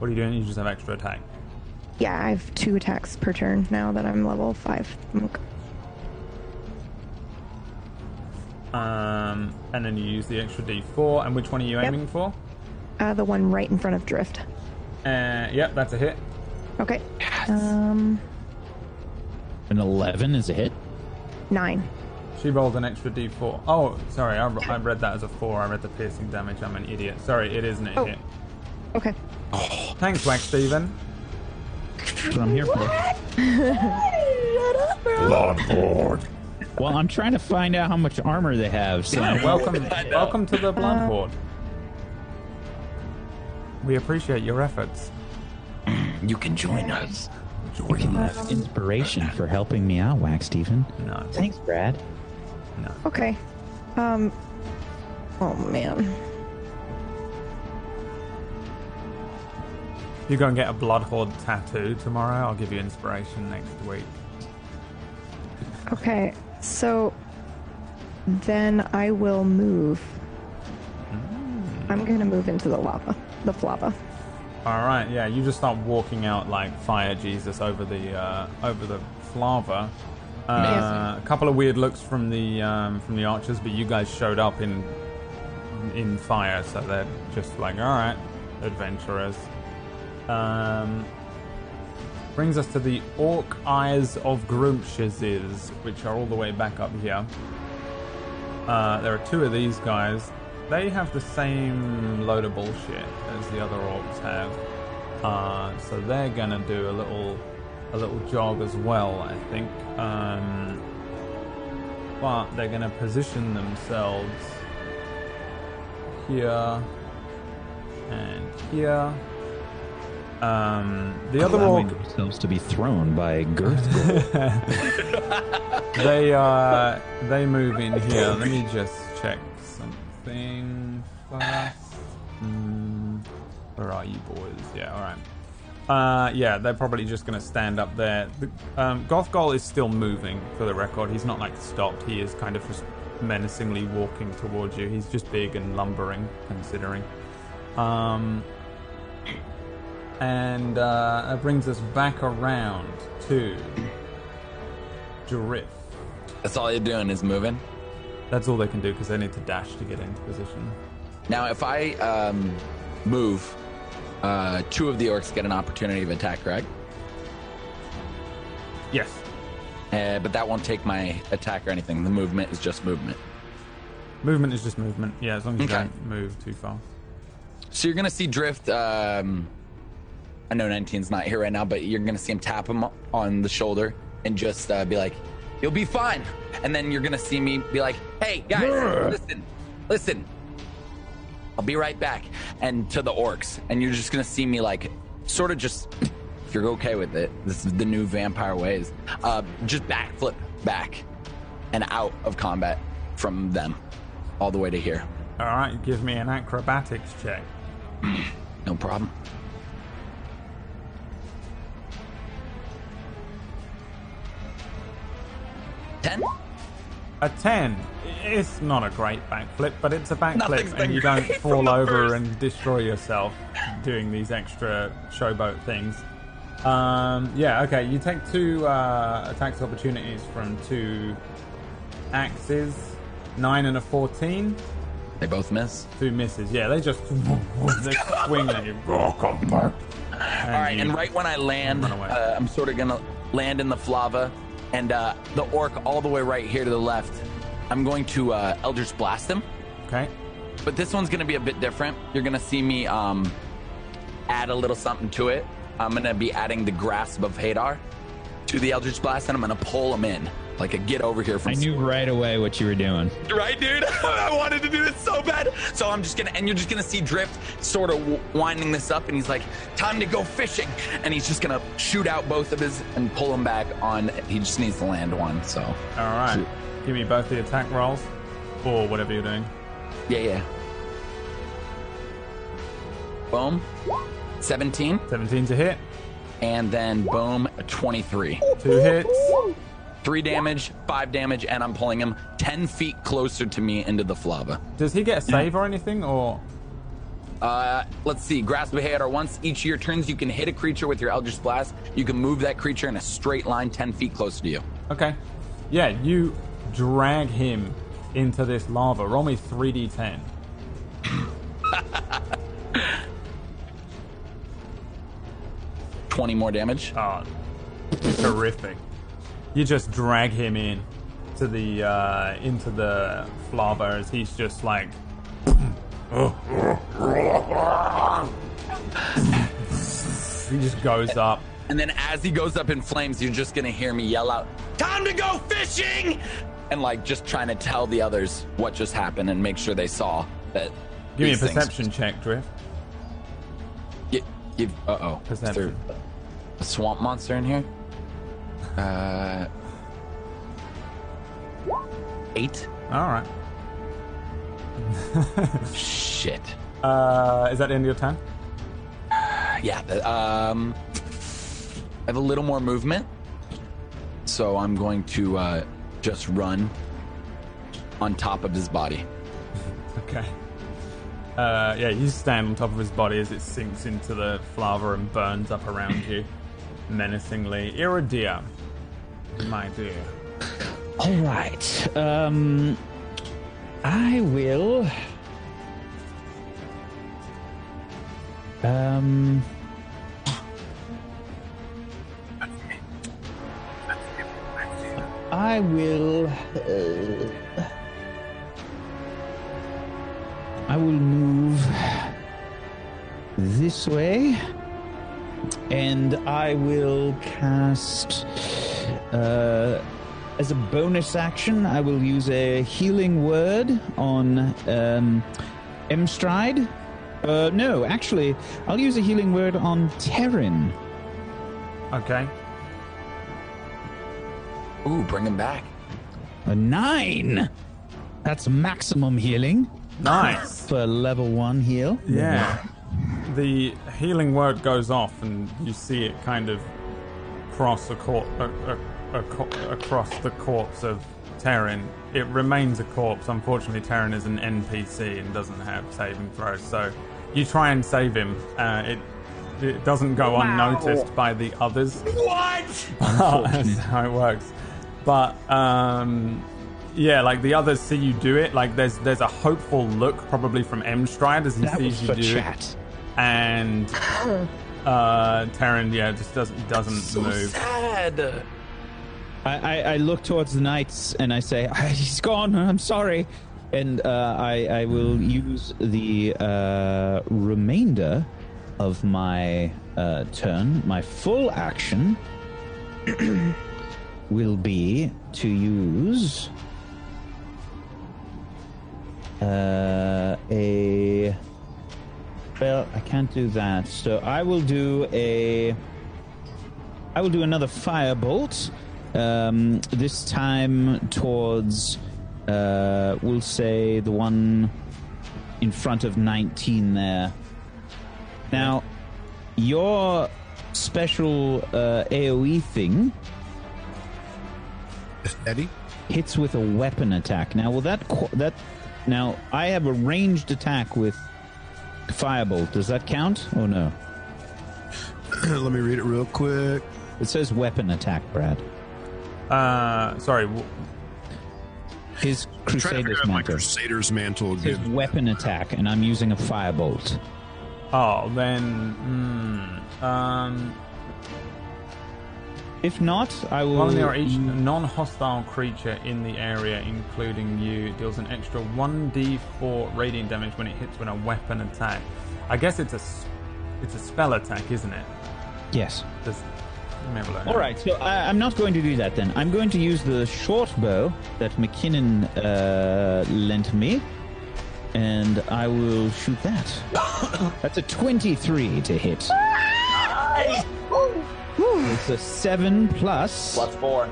Speaker 2: What are you doing? You just have extra attack.
Speaker 4: yeah, I have two attacks per turn now that I'm level five monk.
Speaker 2: Um, and then you use the extra D4. And which one are you aiming for?
Speaker 4: Uh, the one right in front of Drift.
Speaker 2: Uh, yep, that's a hit.
Speaker 4: Okay. Um,
Speaker 5: An 11 is a hit.
Speaker 4: nine.
Speaker 2: She rolled an extra D4. Oh, sorry, I, I read that as a four. I read the piercing damage. I'm an idiot. Sorry, it isn't a
Speaker 4: Oh.
Speaker 2: hit.
Speaker 4: Okay.
Speaker 2: Thanks, Wax Steven.
Speaker 5: That's what I'm here for.
Speaker 6: Blood horde.
Speaker 5: Well, I'm trying to find out how much armor they have. So
Speaker 2: Yeah, welcome, welcome to the Blood
Speaker 4: Uh,
Speaker 2: Horde. We appreciate your efforts.
Speaker 1: You can join us.
Speaker 5: Working with inspiration for helping me out, Wax Stephen.
Speaker 2: No,
Speaker 5: Thanks, Brad.
Speaker 2: no.
Speaker 4: Okay. Um. Oh man.
Speaker 2: You go and get a Blood Horde tattoo tomorrow. I'll give you inspiration next week.
Speaker 4: Okay. So then I will move. I'm gonna move into the lava, the flava.
Speaker 2: All right, yeah. You just start walking out like fire Jesus over the uh, over the flava. Uh, a couple of weird looks from the um, from the archers, but you guys showed up in in fire, so they're just like, all right, adventurers. Um, brings us to the Orc Eyes of Grumshazes, which are all the way back up here. Uh, there are two of these guys. They have the same load of bullshit as the other orcs have, uh, so they're gonna do a little, a little jog as well, I think. Um, but they're gonna position themselves here and here. Um, the other
Speaker 5: Allowing
Speaker 2: orc
Speaker 5: themselves to be thrown by girth.
Speaker 2: they uh they move in here. Let me just check something first. Mm, where are you boys? Yeah, all right. Uh, yeah, they're probably just going to stand up there. The, um, Gothgol is still moving, for the record. He's not like stopped. He is kind of just menacingly walking towards you. He's just big and lumbering, considering. Um, and uh, that brings us back around to Drift.
Speaker 1: That's all you're doing is moving.
Speaker 2: That's all they can do because they need to dash to get into position.
Speaker 1: Now, if I um, move, uh, two of the orcs get an opportunity of attack, right?
Speaker 2: Yes.
Speaker 1: Uh, but that won't take my attack or anything. The movement is just movement.
Speaker 2: Movement is just movement. Yeah, as long as you
Speaker 1: Okay.
Speaker 2: don't move too far.
Speaker 1: So you're gonna see Drift. Um, I know 19's not here right now, but you're gonna see him tap him on the shoulder and just uh, be like, "You'll be fine." And then you're gonna see me be like, "Hey guys, listen, listen. I'll be right back." And to the orcs, and you're just gonna see me like, sort of just, if you're okay with it, this is the new vampire ways. Uh, just backflip back and out of combat from them, all the way to here.
Speaker 2: All right, give me an acrobatics check.
Speaker 1: No problem. Ten?
Speaker 2: A ten. It's not a great backflip, but it's a
Speaker 1: Nothing's
Speaker 2: backflip,
Speaker 1: been
Speaker 2: and you don't
Speaker 1: great from
Speaker 2: fall
Speaker 1: the
Speaker 2: over
Speaker 1: first.
Speaker 2: and destroy yourself doing these extra showboat things. Um, yeah, okay. You take two uh, attacks opportunities from two axes, nine and a fourteen.
Speaker 1: They both miss.
Speaker 2: Two misses. Yeah, they just they swing at you.
Speaker 6: Oh, come back.
Speaker 1: All right, and
Speaker 2: you-
Speaker 1: right when I land,
Speaker 2: Run away.
Speaker 1: uh, I'm sort of gonna land in the flava, and uh, the orc all the way right here to the left. I'm going to uh, Eldritch Blast him,
Speaker 2: Okay.
Speaker 1: but this one's gonna be a bit different. You're gonna see me um, add a little something to it. I'm gonna be adding the grasp of Hadar to the Eldritch Blast, and I'm gonna pull him in like a get over here from
Speaker 5: I knew right away what you were doing.
Speaker 1: Right, dude? I wanted to do this so bad. So I'm just gonna, and you're just gonna see Drift sort of w- winding this up, and he's like, time to go fishing. And he's just gonna shoot out both of his and pull him back on. He just needs to land one, so.
Speaker 2: All right. Give me both the attack rolls, or whatever you're doing.
Speaker 1: Yeah, yeah. Boom. 17.
Speaker 2: 17 to hit,
Speaker 1: And then boom, 23.
Speaker 2: two hits.
Speaker 1: Three damage, five damage, and I'm pulling him 10 feet closer to me into the flava.
Speaker 2: Does he get a save or anything, or
Speaker 1: Uh, let's see. Grasp of Hater. Once each of your turns, you can hit a creature with your Eldritch Blast. You can move that creature in a straight line 10 feet closer to you.
Speaker 2: okay? Yeah, you drag him into this lava. Roll me 3d10.
Speaker 1: Twenty more damage.
Speaker 2: Oh, terrific! You just drag him in to the uh, into the flava as he's just like he just goes up.
Speaker 1: And then as he goes up in flames, you're just gonna hear me yell out, "Time to go fishing!" And like just trying to tell the others what just happened and make sure they saw that.
Speaker 2: Give me a
Speaker 1: these things-
Speaker 2: perception check, Drift.
Speaker 1: You, uh oh.
Speaker 2: Perception.
Speaker 1: a swamp monster in here? Uh, eight.
Speaker 2: All right.
Speaker 1: Shit.
Speaker 2: Uh, is that the end of your turn?
Speaker 1: Yeah. the- Um, I have a little more movement, so I'm going to uh, just run on top of his body.
Speaker 2: Okay. Uh, yeah, you stand on top of his body as it sinks into the lava and burns up around you, menacingly. Iridia, my dear.
Speaker 5: All right. Um, I will. Um. I will. uh, I will move this way, and I will cast. Uh, as a bonus action, I will use a healing word on um, Mstride. Uh, no, actually, I'll use a healing word on Terran.
Speaker 2: Okay.
Speaker 1: Ooh, bring him back.
Speaker 5: A nine. That's maximum healing
Speaker 2: Nice.
Speaker 5: for level one heal.
Speaker 2: Yeah. The healing word goes off, and you see it kind of cross a cor- a, a, a co- across the corpse of Terran. It remains a corpse. Unfortunately, Terran is an NPC and doesn't have saving throws. So you try and save him. Uh, it it doesn't go unnoticed by the others. What? That's how it works. But um, yeah, like the others see you do it. Like there's there's a hopeful look probably from M Stride as he
Speaker 5: That
Speaker 2: sees
Speaker 5: was
Speaker 2: you
Speaker 5: for
Speaker 2: do it
Speaker 5: chat.
Speaker 2: and uh Taryn, yeah, just doesn't doesn't move.
Speaker 1: sad.
Speaker 5: I, I, I look towards the knights and I say, "Ah, "He's gone. I'm sorry." And uh, I, I will use the uh, remainder of my uh, turn. My full action will be to use uh, a. Well, I can't do that. So I will do a. I will do another firebolt. Um, this time towards, uh, we'll say the one in front of 19 there. Now, your special uh, AoE thing
Speaker 3: Eddie?
Speaker 5: hits with a weapon attack. Now, will that qu- that now I have a ranged attack with firebolt. Does that count or no?
Speaker 3: Let me read it real quick.
Speaker 5: It says weapon attack, Brad.
Speaker 2: Uh, sorry, w-
Speaker 5: His
Speaker 3: Trying to figure
Speaker 5: crusader's
Speaker 3: out my
Speaker 5: mantle.
Speaker 3: Crusader's mantle
Speaker 5: His
Speaker 3: again.
Speaker 5: weapon attack, and I'm using a firebolt.
Speaker 2: oh then, mm, um,
Speaker 5: If not, I will.
Speaker 2: one or each
Speaker 5: Mm.
Speaker 2: non-hostile creature in the area, including you, deals an extra one d4 radiant damage when it hits with a weapon attack. I guess it's a s- it's a spell attack, isn't it?
Speaker 5: Yes.
Speaker 2: Just, let me have a look.
Speaker 5: All right. So I, I'm not going to do that then. I'm going to use the short bow that McKinnon uh, lent me, and I will shoot that. That's a 23 to hit.
Speaker 4: Whew.
Speaker 5: It's a seven plus
Speaker 1: Plus four.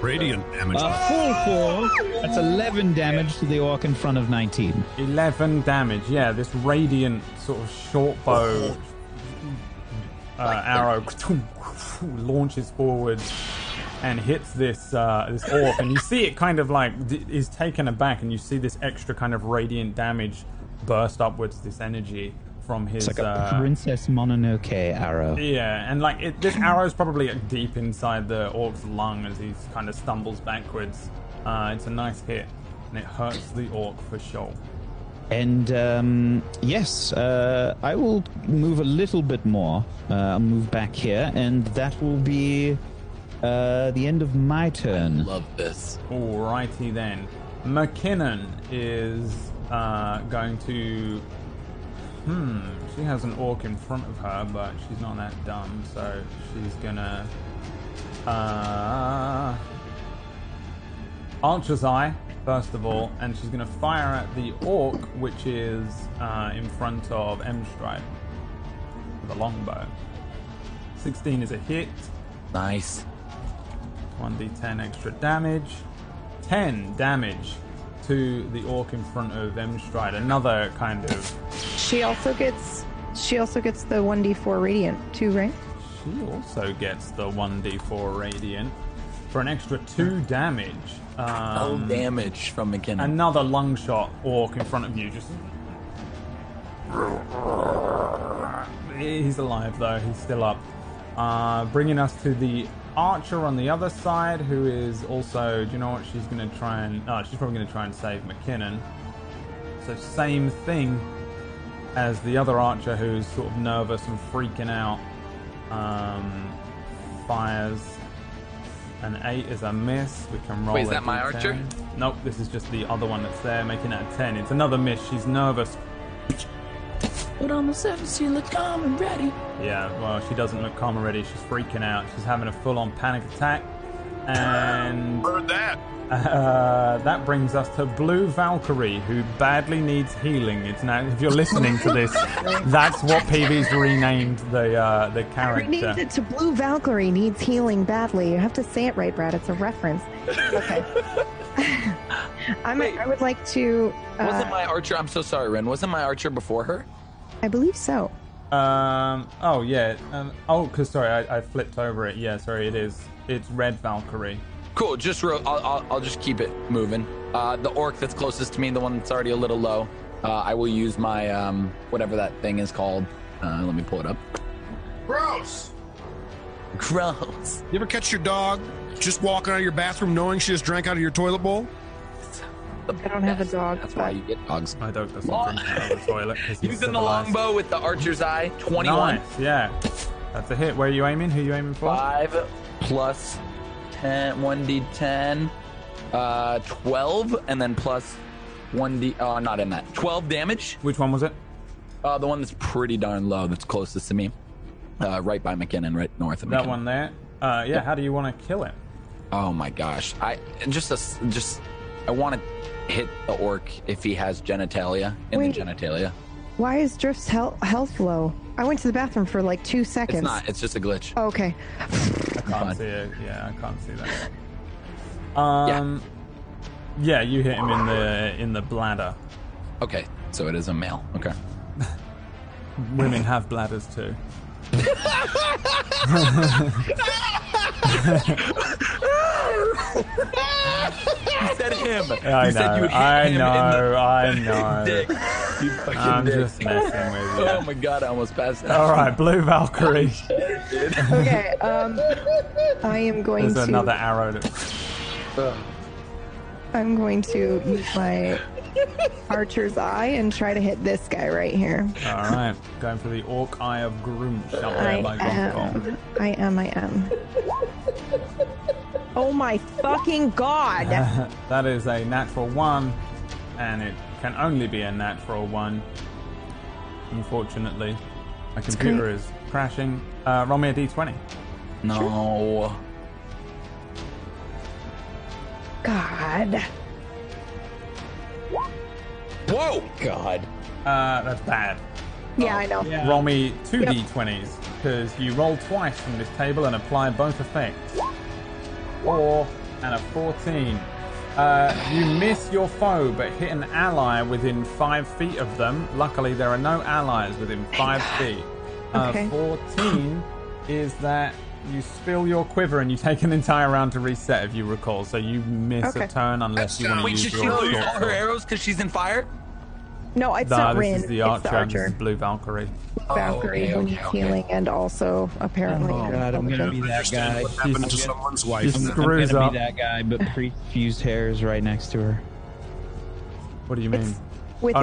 Speaker 3: Radiant damage.
Speaker 5: a full four. That's eleven damage to the orc in front of nineteen.
Speaker 2: 11 damage. Yeah, this radiant sort of short bow uh, arrow launches forwards and hits this uh, this orc, and you see it kind of like d- is taken aback, and you see this extra kind of radiant damage burst upwards. This energy from his
Speaker 5: It's like a
Speaker 2: uh,
Speaker 5: Princess Mononoke arrow.
Speaker 2: yeah, and like it, this arrow's probably like, deep inside the orc's lung as he kind of stumbles backwards. Uh, it's a nice hit, and it hurts the orc for sure.
Speaker 5: And um, yes, uh, I will move a little bit more. Uh, I'll move back here, and that will be uh, the end of my turn.
Speaker 1: Love this.
Speaker 2: Alrighty then. McKinnon is uh, going to. Hmm, she has an orc in front of her, but she's not that dumb, so she's gonna. Uh, Archer's Eye, first of all, and she's gonna fire at the orc, which is uh, in front of M Stripe. The longbow. 16 is a hit.
Speaker 1: Nice.
Speaker 2: 1d10 extra damage. 10 damage to the orc in front of Emstride. Another kind of.
Speaker 4: She also gets she also gets the 1d4 radiant too, right?
Speaker 2: She also gets the 1d4 radiant for an extra 2 damage.
Speaker 1: Oh,
Speaker 2: Um,
Speaker 1: damage from McKinnon.
Speaker 2: Another lung shot orc in front of you. Just. He's alive though, he's still up. Uh, bringing us to the archer on the other side, who is also. Do you know what? She's going to try and. Oh, she's probably going to try and save McKinnon. So, same thing as the other archer who's sort of nervous and freaking out. Um, fires. An 8 is a miss. We can roll
Speaker 1: Wait, is
Speaker 2: a
Speaker 1: that my
Speaker 2: D10.
Speaker 1: archer?
Speaker 2: Nope, this is just the other one that's there, making it a 10. It's another miss. She's nervous.
Speaker 7: Put on the seven seal, look calm and ready.
Speaker 2: Yeah, well, she doesn't look calm already. She's freaking out. She's having a full on panic attack. And
Speaker 3: Heard that.
Speaker 2: uh, that brings us to Blue Valkyrie, who badly needs healing. It's now, if you're listening to this, that's what PV's renamed the uh, the
Speaker 4: We needs
Speaker 2: character.
Speaker 4: it to Blue Valkyrie needs healing badly. You have to say it right, Brad. It's a reference. Okay. I'm a, I would like to.
Speaker 1: wasn't
Speaker 4: Uh,
Speaker 1: my archer? I'm so sorry, Ren. Wasn't my archer before her?
Speaker 4: I believe so.
Speaker 2: Um, oh yeah. Um, oh, cause sorry, I, I flipped over it. Yeah, sorry, it is. It's Red Valkyrie.
Speaker 1: Cool. Just ro- I'll, I'll, I'll just keep it moving. Uh, the orc that's closest to me, the one that's already a little low. Uh, I will use my um, whatever that thing is called. Uh, let me pull it up.
Speaker 3: Gross.
Speaker 1: Gross.
Speaker 3: You ever catch your dog just walking out of your bathroom knowing she just drank out of your toilet bowl?
Speaker 4: I don't have a dog,
Speaker 1: That's why
Speaker 4: but
Speaker 1: you get dogs.
Speaker 2: My dog doesn't drink out of the toilet. 'cause he's
Speaker 1: Using the
Speaker 2: civilized.
Speaker 1: longbow with the archer's eye. Twenty-one.
Speaker 2: Nice, yeah. That's a hit. Where are you aiming? Who are you aiming for?
Speaker 1: Five plus 10, 1d10, uh, 12, and then plus 1d. Oh, I'm not in that. 12 damage.
Speaker 2: Which one was it?
Speaker 1: Uh, the one that's pretty darn low, that's closest to me. Uh, right by McKinnon, right north of
Speaker 2: That
Speaker 1: McKinnon.
Speaker 2: one there. Uh, yeah. How do you want to kill him?
Speaker 1: Oh my gosh! I just a s just I want to hit the orc if he has genitalia in
Speaker 4: Wait.
Speaker 1: the genitalia.
Speaker 4: why is Drift's health, health low? I went to the bathroom for like two seconds.
Speaker 1: It's not. It's just a glitch.
Speaker 4: Oh, okay.
Speaker 2: I can't
Speaker 1: Fine.
Speaker 2: see it. Yeah, I can't see that. Um, yeah. you hit him in the in the bladder.
Speaker 1: Okay, so it is a male. Okay.
Speaker 2: Women have bladders too.
Speaker 1: You said him.
Speaker 2: I
Speaker 1: you
Speaker 2: know.
Speaker 1: said you hit
Speaker 2: I
Speaker 1: him in
Speaker 2: know.
Speaker 1: the
Speaker 2: I know.
Speaker 1: dick. You fucking
Speaker 2: I'm
Speaker 1: dick.
Speaker 2: just messing with you.
Speaker 1: Oh my god! I almost passed out.
Speaker 2: All right, Blue Valkyrie.
Speaker 4: Okay. Um, I am going
Speaker 2: There's
Speaker 4: to.
Speaker 2: another arrow. That,
Speaker 4: I'm going to use my archer's eye and try to hit this guy right here.
Speaker 2: all right, going for the Orc Eye of Groom. Shot
Speaker 1: Oh,
Speaker 4: I
Speaker 2: there by Gonkong.
Speaker 4: am. I am. I am. Oh my fucking
Speaker 2: Uh-huh.
Speaker 4: god!
Speaker 2: That is a natural one, and it can only be a natural one. Unfortunately, my computer
Speaker 4: great.
Speaker 2: is crashing. Uh, roll me a d20. Oh.
Speaker 1: No.
Speaker 4: God.
Speaker 1: Whoa. God.
Speaker 2: Uh, that's bad. Uh,
Speaker 4: Yeah, I know.
Speaker 1: Oh,
Speaker 2: Roll me two
Speaker 4: Yep.
Speaker 2: d20s. because you roll twice from this table and apply both effects. Four and a 14. Uh, you miss your foe but hit an ally within five feet of them. Luckily, there are no allies within five feet. Uh,
Speaker 4: Okay.
Speaker 2: 14 is that you spill your quiver and you take an entire round to reset, if you recall. So you miss a
Speaker 4: Okay.
Speaker 2: turn unless you want to
Speaker 1: Wait,
Speaker 2: use
Speaker 1: should she
Speaker 2: your
Speaker 1: lose
Speaker 2: short
Speaker 1: all her
Speaker 2: sword.
Speaker 1: arrows because she's in fire?
Speaker 4: No, it's
Speaker 2: Nah,
Speaker 4: not
Speaker 2: this
Speaker 4: Rin.
Speaker 2: is the
Speaker 4: it's
Speaker 2: archer.
Speaker 4: the
Speaker 2: and This
Speaker 4: archer.
Speaker 2: is Blue Valkyrie.
Speaker 4: Valkyrie
Speaker 1: Oh, okay,
Speaker 4: who
Speaker 1: okay,
Speaker 4: needs
Speaker 1: okay.
Speaker 4: healing and also apparently.
Speaker 5: Oh, God, I'm gonna be that
Speaker 3: Understand
Speaker 5: guy.
Speaker 3: what happened to
Speaker 5: She's-
Speaker 3: someone's
Speaker 5: I'm,
Speaker 3: life.
Speaker 2: Just-
Speaker 5: I'm
Speaker 2: Screws
Speaker 5: gonna
Speaker 2: up.
Speaker 5: be that guy, but pre-fused hair is right next to her.
Speaker 2: What do you mean?
Speaker 4: It's within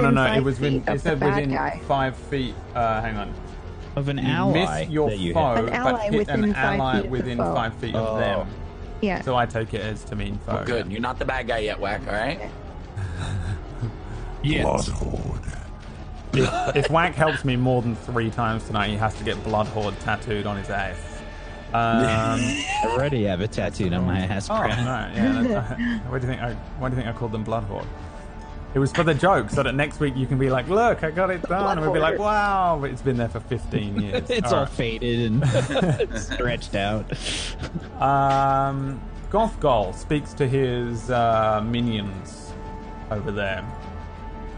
Speaker 2: oh no, no,
Speaker 4: five
Speaker 2: it was
Speaker 4: feet
Speaker 2: within.
Speaker 4: of
Speaker 2: It
Speaker 4: the
Speaker 2: said
Speaker 4: bad
Speaker 2: within
Speaker 4: guy.
Speaker 2: five feet. Uh, hang on.
Speaker 5: Of an
Speaker 2: You
Speaker 5: ally
Speaker 2: miss your
Speaker 5: that you
Speaker 2: foe,
Speaker 4: An
Speaker 5: hit.
Speaker 2: but
Speaker 4: ally
Speaker 2: hit an
Speaker 4: within five
Speaker 2: ally
Speaker 4: feet of the
Speaker 2: within
Speaker 4: foe.
Speaker 2: five feet
Speaker 5: Oh.
Speaker 2: of them.
Speaker 4: Yeah.
Speaker 2: So I take it as to mean foe.
Speaker 1: Good, you're not the bad guy yet, Whack. All right.
Speaker 3: Yes.
Speaker 6: Bloodhorde.
Speaker 2: If, if Whack helps me more than three times tonight, he has to get Blood Horde tattooed on his ass. Um,
Speaker 5: I already have a tattooed on my ass.
Speaker 2: oh no,
Speaker 5: crack.
Speaker 2: yeah. that's- why do you think? I, why do you think I called them Blood Horde? It was for the joke, so that next week you can be like, "Look, I got it done," and we'll be like,
Speaker 4: Bloodhorde.
Speaker 2: "Wow!" But it's been there for 15 years.
Speaker 5: It's
Speaker 2: All
Speaker 5: all
Speaker 2: right.
Speaker 5: faded and stretched out.
Speaker 2: Um, Gothgol speaks to his uh, minions over there,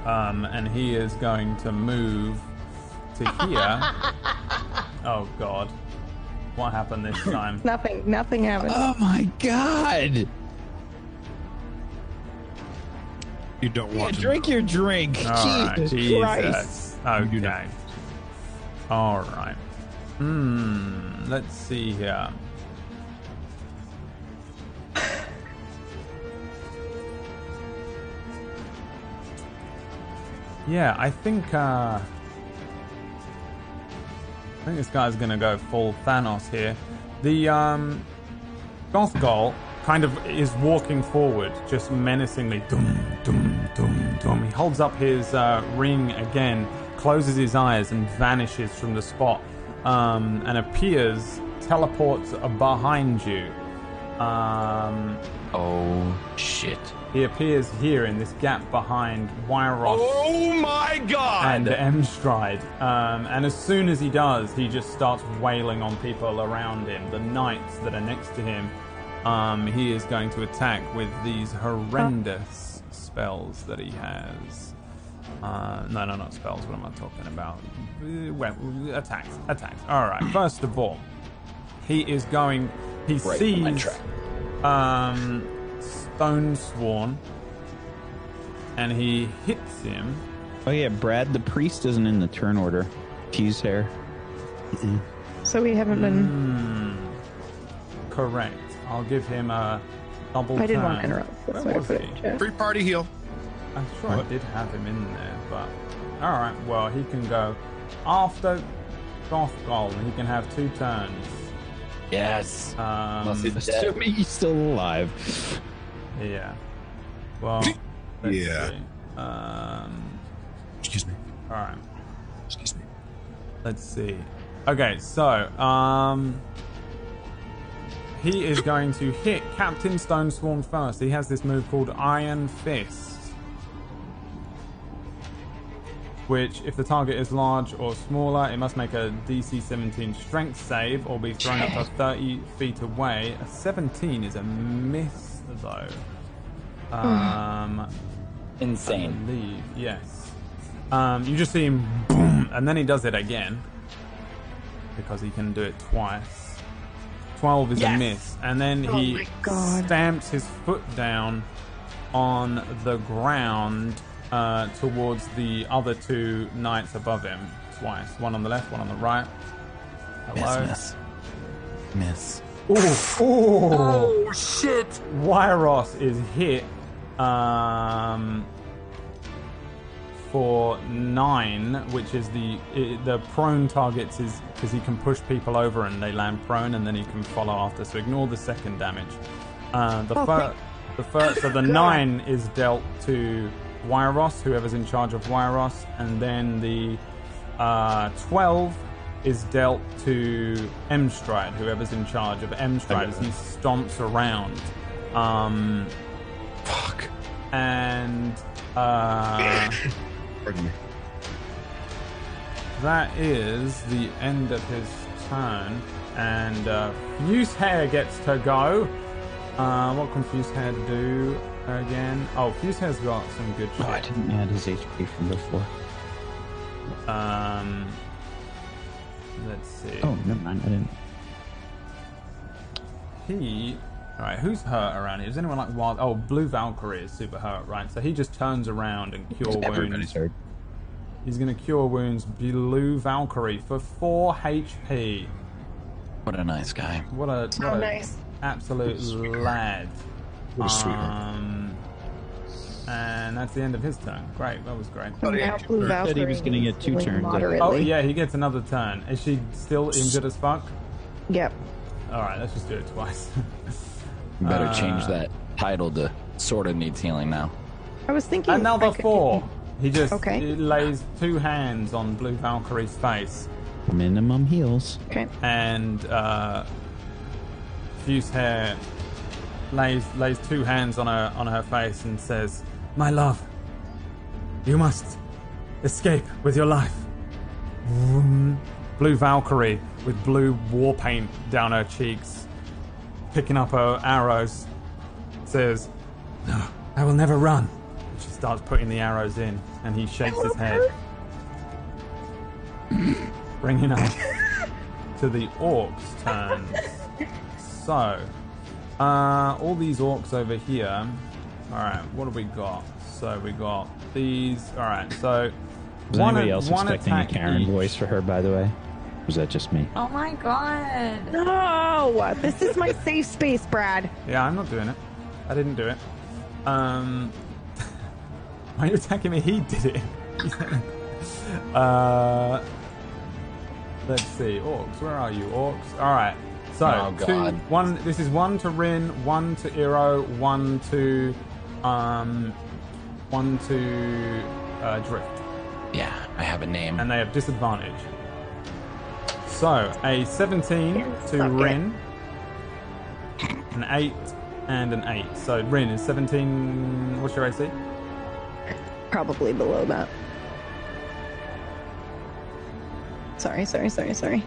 Speaker 2: um, and he is going to move to here. oh God, what happened this time?
Speaker 4: Nothing. Nothing happened.
Speaker 2: Uh,
Speaker 5: Oh my god!
Speaker 3: You don't
Speaker 5: Yeah,
Speaker 3: want to
Speaker 5: drink your drink.
Speaker 2: All right,
Speaker 5: Jesus Christ.
Speaker 3: You do
Speaker 2: Okay.
Speaker 3: not.
Speaker 2: All right. Hmm. Let's see here. Yeah, I think uh, I think this guy's gonna go full Thanos here. The um, Gothgol kind of is walking forward, just menacingly. Dum, dum, dum, dum. He holds up his uh, ring again, closes his eyes, and vanishes from the spot, um, and appears, teleports behind you. Um,
Speaker 1: Oh shit.
Speaker 2: he appears here in this gap behind Wyroth
Speaker 1: Oh my
Speaker 2: and
Speaker 1: god.
Speaker 2: M stride. Um, and as soon as he does, he just starts wailing on people around him, the knights that are next to him. Um, he is going to attack with these horrendous spells that he has. Uh, no, no, not spells. What am I talking about? Uh, well, attacks, attacks. All right. First of all, he is going. He
Speaker 1: Right, my
Speaker 2: sees
Speaker 1: track.
Speaker 2: um, Stone Sworn, and he hits him.
Speaker 5: Oh yeah, Brad. The priest isn't in the turn order. She's hair.
Speaker 4: So we haven't been.
Speaker 2: Correct. I'll give him a double.
Speaker 4: I didn't want to
Speaker 2: turn.
Speaker 4: interrupt.
Speaker 2: Where
Speaker 4: That's why I
Speaker 2: mm, was
Speaker 4: put it.
Speaker 2: he?
Speaker 4: in chat.
Speaker 3: Free party heal.
Speaker 2: I'm sure I did have him in there, but all right. Well, he can go after Gothgol. He can have two turns.
Speaker 1: Yes. Unless
Speaker 2: Um,
Speaker 1: he's dead.
Speaker 5: Assuming he's still alive.
Speaker 2: yeah. Well. let's
Speaker 3: Yeah.
Speaker 2: see. Um.
Speaker 3: Excuse me.
Speaker 2: All right.
Speaker 3: Excuse me.
Speaker 2: Let's see. Okay, so um, he is going to hit Captain Stone Swarm first. He has this move called Iron Fist, which, if the target is large or smaller, it must make a DC 17 Strength save or be thrown up to 30 feet away. A 17 is a miss, though. Um,
Speaker 1: Insane.
Speaker 2: Leave, yes. Um, you just see him boom, and then he does it again. Because he can do it twice. 12 is a
Speaker 1: Yes.
Speaker 2: miss. And then
Speaker 4: Oh
Speaker 2: he
Speaker 4: my God.
Speaker 2: stamps his foot down on the ground uh, towards the other two knights above him twice. One on the left, one on the right. Hello.
Speaker 1: Miss, miss.
Speaker 2: Ooh, ooh.
Speaker 1: Oh shit.
Speaker 2: Wyros is hit um, for nine, which is the i the prone targets is because he can push people over and they land prone, and then he can follow after. So ignore the second damage. Uh, the first, the first, so the nine is dealt to Wyros, whoever's in charge of Wyros, and then the uh, twelve is dealt to Mstride, whoever's in charge of Mstride, as he stomps around. Um,
Speaker 3: Fuck.
Speaker 2: and uh,
Speaker 3: Pardon me.
Speaker 2: that is the end of his turn, and uh, Fuse Hair gets to go. Uh, what can Fuse Hair do again? Oh, Fuse Hair's got some good
Speaker 5: Oh, I
Speaker 2: shit.
Speaker 5: didn't add his HP from before.
Speaker 2: Um, let's see.
Speaker 5: Oh, never mind. I didn't.
Speaker 2: He. Alright, who's hurt around here? Is anyone like wild? Oh, Blue Valkyrie is super hurt, right? So he just turns around and cure wounds.
Speaker 5: Third.
Speaker 2: He's going to cure wounds Blue Valkyrie for 4 HP.
Speaker 1: What a nice guy.
Speaker 2: What a, what
Speaker 4: Oh,
Speaker 2: a
Speaker 4: nice.
Speaker 2: absolute lad.
Speaker 3: What a sweetheart.
Speaker 2: Um, and that's the end of his turn. Great, that was great.
Speaker 4: And
Speaker 3: yeah,
Speaker 4: now Blue
Speaker 3: he said
Speaker 5: he
Speaker 4: Valkyrie
Speaker 5: was gonna get
Speaker 4: is
Speaker 5: two
Speaker 4: healing
Speaker 5: turns, I think.
Speaker 4: Moderately.
Speaker 2: Oh yeah, he gets another turn. Is she still injured as fuck?
Speaker 4: Yep.
Speaker 2: All right, let's just do it twice.
Speaker 1: You better change
Speaker 2: Uh,
Speaker 1: that title to sort of needs healing now.
Speaker 4: I was thinking. I
Speaker 2: another
Speaker 4: could-
Speaker 2: four. He just
Speaker 4: Okay.
Speaker 2: he lays two hands on Blue Valkyrie's face,
Speaker 5: Minimum heals.
Speaker 4: Okay.
Speaker 2: and uh, Fuse Hair lays lays two hands on her on her face and says, "My love, you must escape with your life." Vroom. Blue Valkyrie with blue war paint down her cheeks, picking up her arrows, says, "No, I will never run." She starts putting the arrows in, and he shakes his head, bringing us to the orcs' turns. So, uh, all these orcs over here. All right, what have we got? So we got these. All right, so
Speaker 5: Was anybody else expecting a Karen
Speaker 2: each.
Speaker 5: voice for her, by the way? Or Was that just me?
Speaker 8: Oh my god.
Speaker 4: No, this is my safe space, Brad.
Speaker 2: Yeah, I'm not doing it. I didn't do it. Um, why are you attacking me? He did it. uh, let's see, orcs. Where are you, orcs? All right. So
Speaker 1: Oh,
Speaker 2: two-
Speaker 1: God.
Speaker 2: one. This is one to Rin, one to Iro, one to um, one to uh, Drift,
Speaker 1: Yeah, I have a name.
Speaker 2: and they have disadvantage. So a 17 to
Speaker 4: suck it.
Speaker 2: Rin, an eight, and an eight. So Rin is 17. What's your AC?
Speaker 4: Probably below that. Sorry, sorry, sorry, sorry.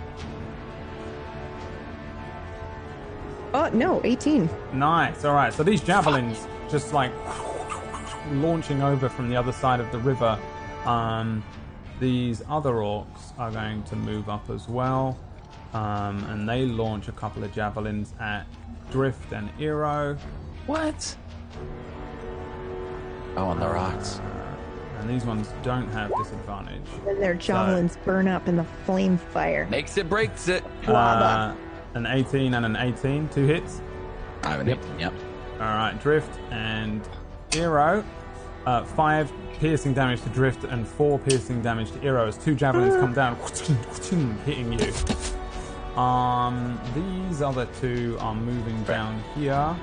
Speaker 4: Oh no, eighteen.
Speaker 2: Nice. All right. So these javelins just like launching over from the other side of the river. Um, these other orcs are going to move up as well, um, and they launch a couple of javelins at Drift and Eero.
Speaker 7: What?
Speaker 1: oh, on the rocks.
Speaker 2: And these ones don't have disadvantage.
Speaker 4: Then their javelins burn up in the flame fire.
Speaker 1: Makes it, breaks it.
Speaker 4: Lava.
Speaker 2: Uh, an 18 and an 18, two hits.
Speaker 1: I have an yep. Yep.
Speaker 2: All right, Drift and Eero. Uh, five piercing damage to Drift and four piercing damage to Eero as two javelins come down, hitting you. Um, these other two are moving down here,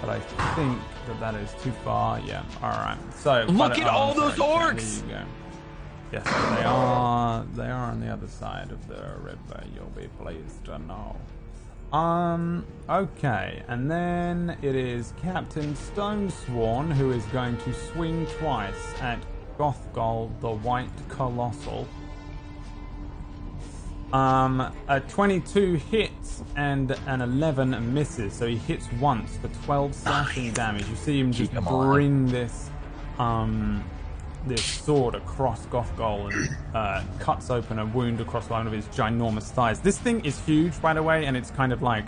Speaker 2: but I think that that is too far. Yeah. All right. So
Speaker 1: Look
Speaker 2: but-
Speaker 1: at all those
Speaker 2: sorry,
Speaker 1: orcs!
Speaker 2: there you go. Yes, they are. They are on the other side of the river. You'll be pleased to know. Um, okay, and then it is Captain Stonesworn who is going to swing twice at Gothgol the White Colossal. Um, a 22 hits and an 11 misses, so he hits once for 12 slashing damage. You see him just
Speaker 1: Keep him on.
Speaker 2: bring this, um, this sword across Gothgol and uh, cuts open a wound across one of his ginormous thighs. This thing is huge, by the way, and it's kind of like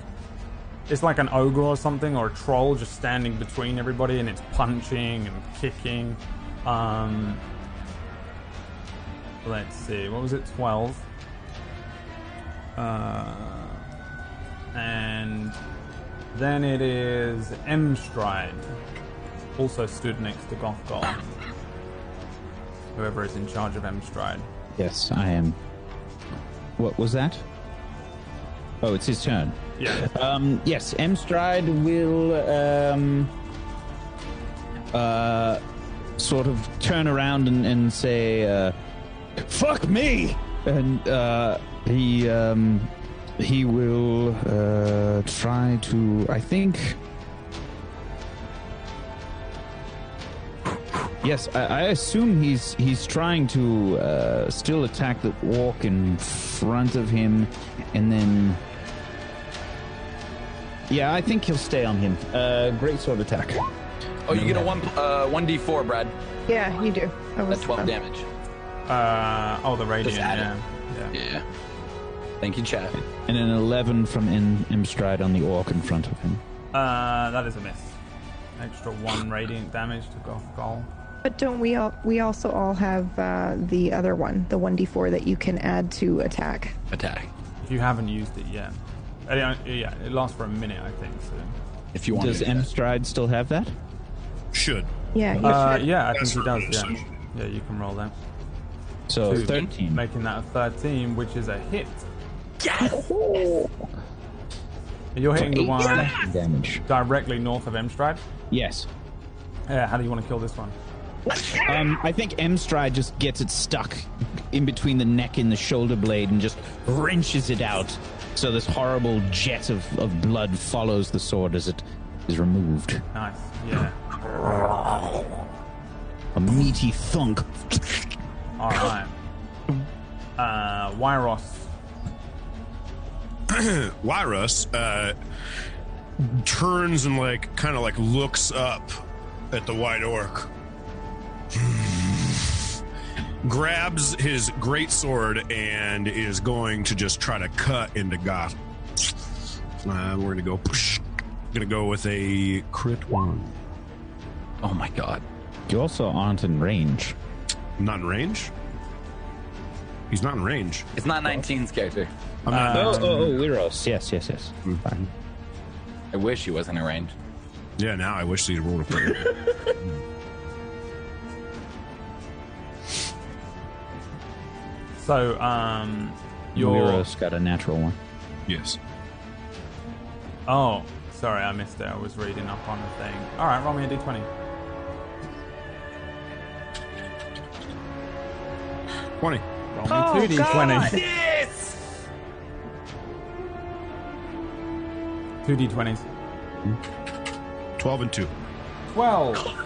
Speaker 2: it's like an ogre or something or a troll just standing between everybody and it's punching and kicking. Um, let's see, what was it? Twelve. Uh, and then it is Mstride, also stood next to Gothgol. Whoever is in charge of Mstride.
Speaker 5: Yes, I am. What was that? Oh, it's his turn.
Speaker 2: Yeah.
Speaker 5: Um, yes, M Stride will um, uh, sort of turn around and, and say, uh, "Fuck me!" And uh, he um, he will uh, try to. I think. Yes, I, I assume he's he's trying to uh, still attack the walk in front of him, and then. Yeah, I think he'll stay on him. Uh, great sword attack.
Speaker 1: Oh, you get a one uh, one d four, Brad.
Speaker 4: Yeah, you do. I was
Speaker 1: That's twelve damage.
Speaker 2: Uh, oh, the radiant.
Speaker 1: add it.
Speaker 2: Yeah. yeah.
Speaker 1: Yeah. Thank you, chat.
Speaker 5: And an 11 from in, in stride on the orc in front of him.
Speaker 2: Uh, that is a miss. Extra one radiant damage to Goth Goal.
Speaker 4: But don't we all? We also all have uh, the other one, the one d four that you can add to attack.
Speaker 1: Attack.
Speaker 2: If you haven't used it yet. Uh, yeah, yeah, it lasts for a minute, I think. So.
Speaker 1: If you want
Speaker 5: Does
Speaker 1: to. do that.
Speaker 5: M stride still have that?
Speaker 3: Should.
Speaker 4: Yeah, you
Speaker 2: Uh,
Speaker 4: should.
Speaker 2: yeah, I think
Speaker 3: That's
Speaker 2: he does.
Speaker 3: right,
Speaker 2: Yeah, yeah, you can roll that.
Speaker 5: So
Speaker 2: Two.
Speaker 5: 13.
Speaker 2: Making that a thirteen, which is a hit. You're hitting the one
Speaker 5: damage.
Speaker 2: directly north of M Stride.
Speaker 5: Yes.
Speaker 2: Yeah, how do you want to kill this one?
Speaker 5: Um, I think M stride just gets it stuck in between the neck and the shoulder blade and just wrenches it out. So this horrible jet of, of blood follows the sword as it is removed.
Speaker 2: Nice. Yeah.
Speaker 5: A meaty thunk.
Speaker 2: All right. Uh, Wyros.
Speaker 3: Wyrus uh, turns and like kind of like looks up at the white orc, grabs his great sword and is going to just try to cut into Goth. Uh, we're gonna go. Push. Gonna go with a crit one.
Speaker 1: Oh my god.
Speaker 5: You also aren't in range.
Speaker 3: Not in range. He's not in range.
Speaker 1: It's not 19's character.
Speaker 3: I'm not.
Speaker 5: oh, oh, oh, Weiros. Yes, yes, yes. Fine.
Speaker 1: I wish he wasn't in range.
Speaker 3: yeah, now I wish he'd rolled a crit.
Speaker 2: So, um, your
Speaker 5: Weiros got a natural one.
Speaker 3: yes.
Speaker 2: Oh, sorry, I missed it. I was reading up on the thing. All right, roll me a d20.
Speaker 3: Twenty.
Speaker 2: Roll me two d20. Two d20s.
Speaker 3: 12 and 2.
Speaker 2: Twelve.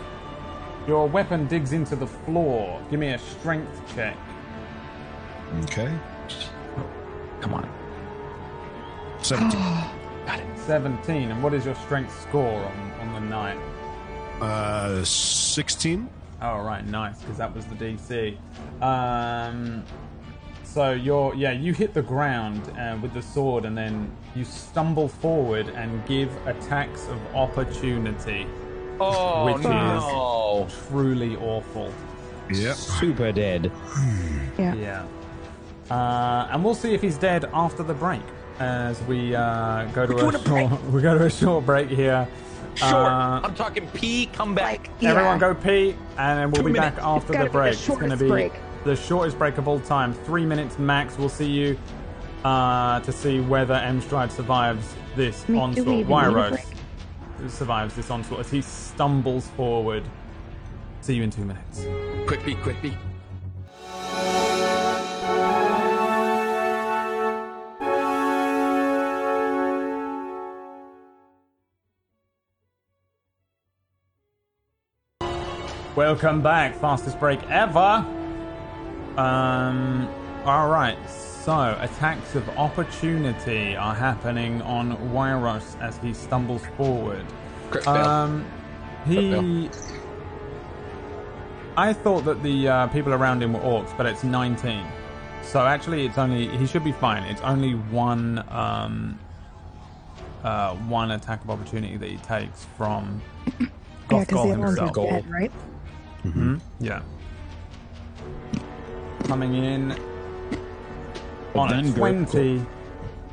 Speaker 2: Your weapon digs into the floor. Give me a strength check.
Speaker 3: Okay.
Speaker 1: Come on.
Speaker 3: 17.
Speaker 2: Seventeen. And what is your strength score on, on the night?
Speaker 3: uh, 16.
Speaker 2: Oh right, nice, because that was the DC. Um, so you're yeah, you hit the ground uh, with the sword, and then you stumble forward and give attacks of opportunity,
Speaker 1: Oh
Speaker 2: Which
Speaker 1: no.
Speaker 2: truly awful.
Speaker 3: Yep.
Speaker 5: Super dead.
Speaker 4: yeah.
Speaker 2: Yeah. Uh, and we'll see if he's dead after the break as we uh, go to a, short, we go to a short break here.
Speaker 1: Sure.
Speaker 2: Uh,
Speaker 1: I'm talking pee. Come back.
Speaker 4: Like
Speaker 2: Everyone
Speaker 4: yeah.
Speaker 2: go pee, and then we'll
Speaker 1: Two
Speaker 2: be
Speaker 1: minutes.
Speaker 2: back after
Speaker 4: gotta
Speaker 2: the
Speaker 4: be the
Speaker 2: break. it's going to
Speaker 4: shortest
Speaker 2: be
Speaker 4: break.
Speaker 2: the shortest break of all time. Three minutes max. We'll see you uh, to see whether M Stride survives this
Speaker 4: mean, do we
Speaker 2: onslaught.
Speaker 4: even need a
Speaker 2: Wyros
Speaker 4: break?
Speaker 2: survives this onslaught as he stumbles forward. See you in two minutes.
Speaker 1: Quick pee. Quick pee.
Speaker 2: Welcome back. Fastest break ever. Um. All right. So attacks of opportunity are happening on Wyros as he stumbles forward.
Speaker 1: Crit fail.
Speaker 2: Um, he. I thought that the uh, people around him were orcs, but it's 19. So actually, it's only he should be fine. It's only one um, uh, one attack of opportunity that he takes from
Speaker 4: Yeah,
Speaker 2: Goth
Speaker 4: because the other one's
Speaker 2: himself.
Speaker 4: dead, right?
Speaker 2: Yeah. Coming in
Speaker 5: Well
Speaker 2: on a
Speaker 5: done, good.
Speaker 2: 20.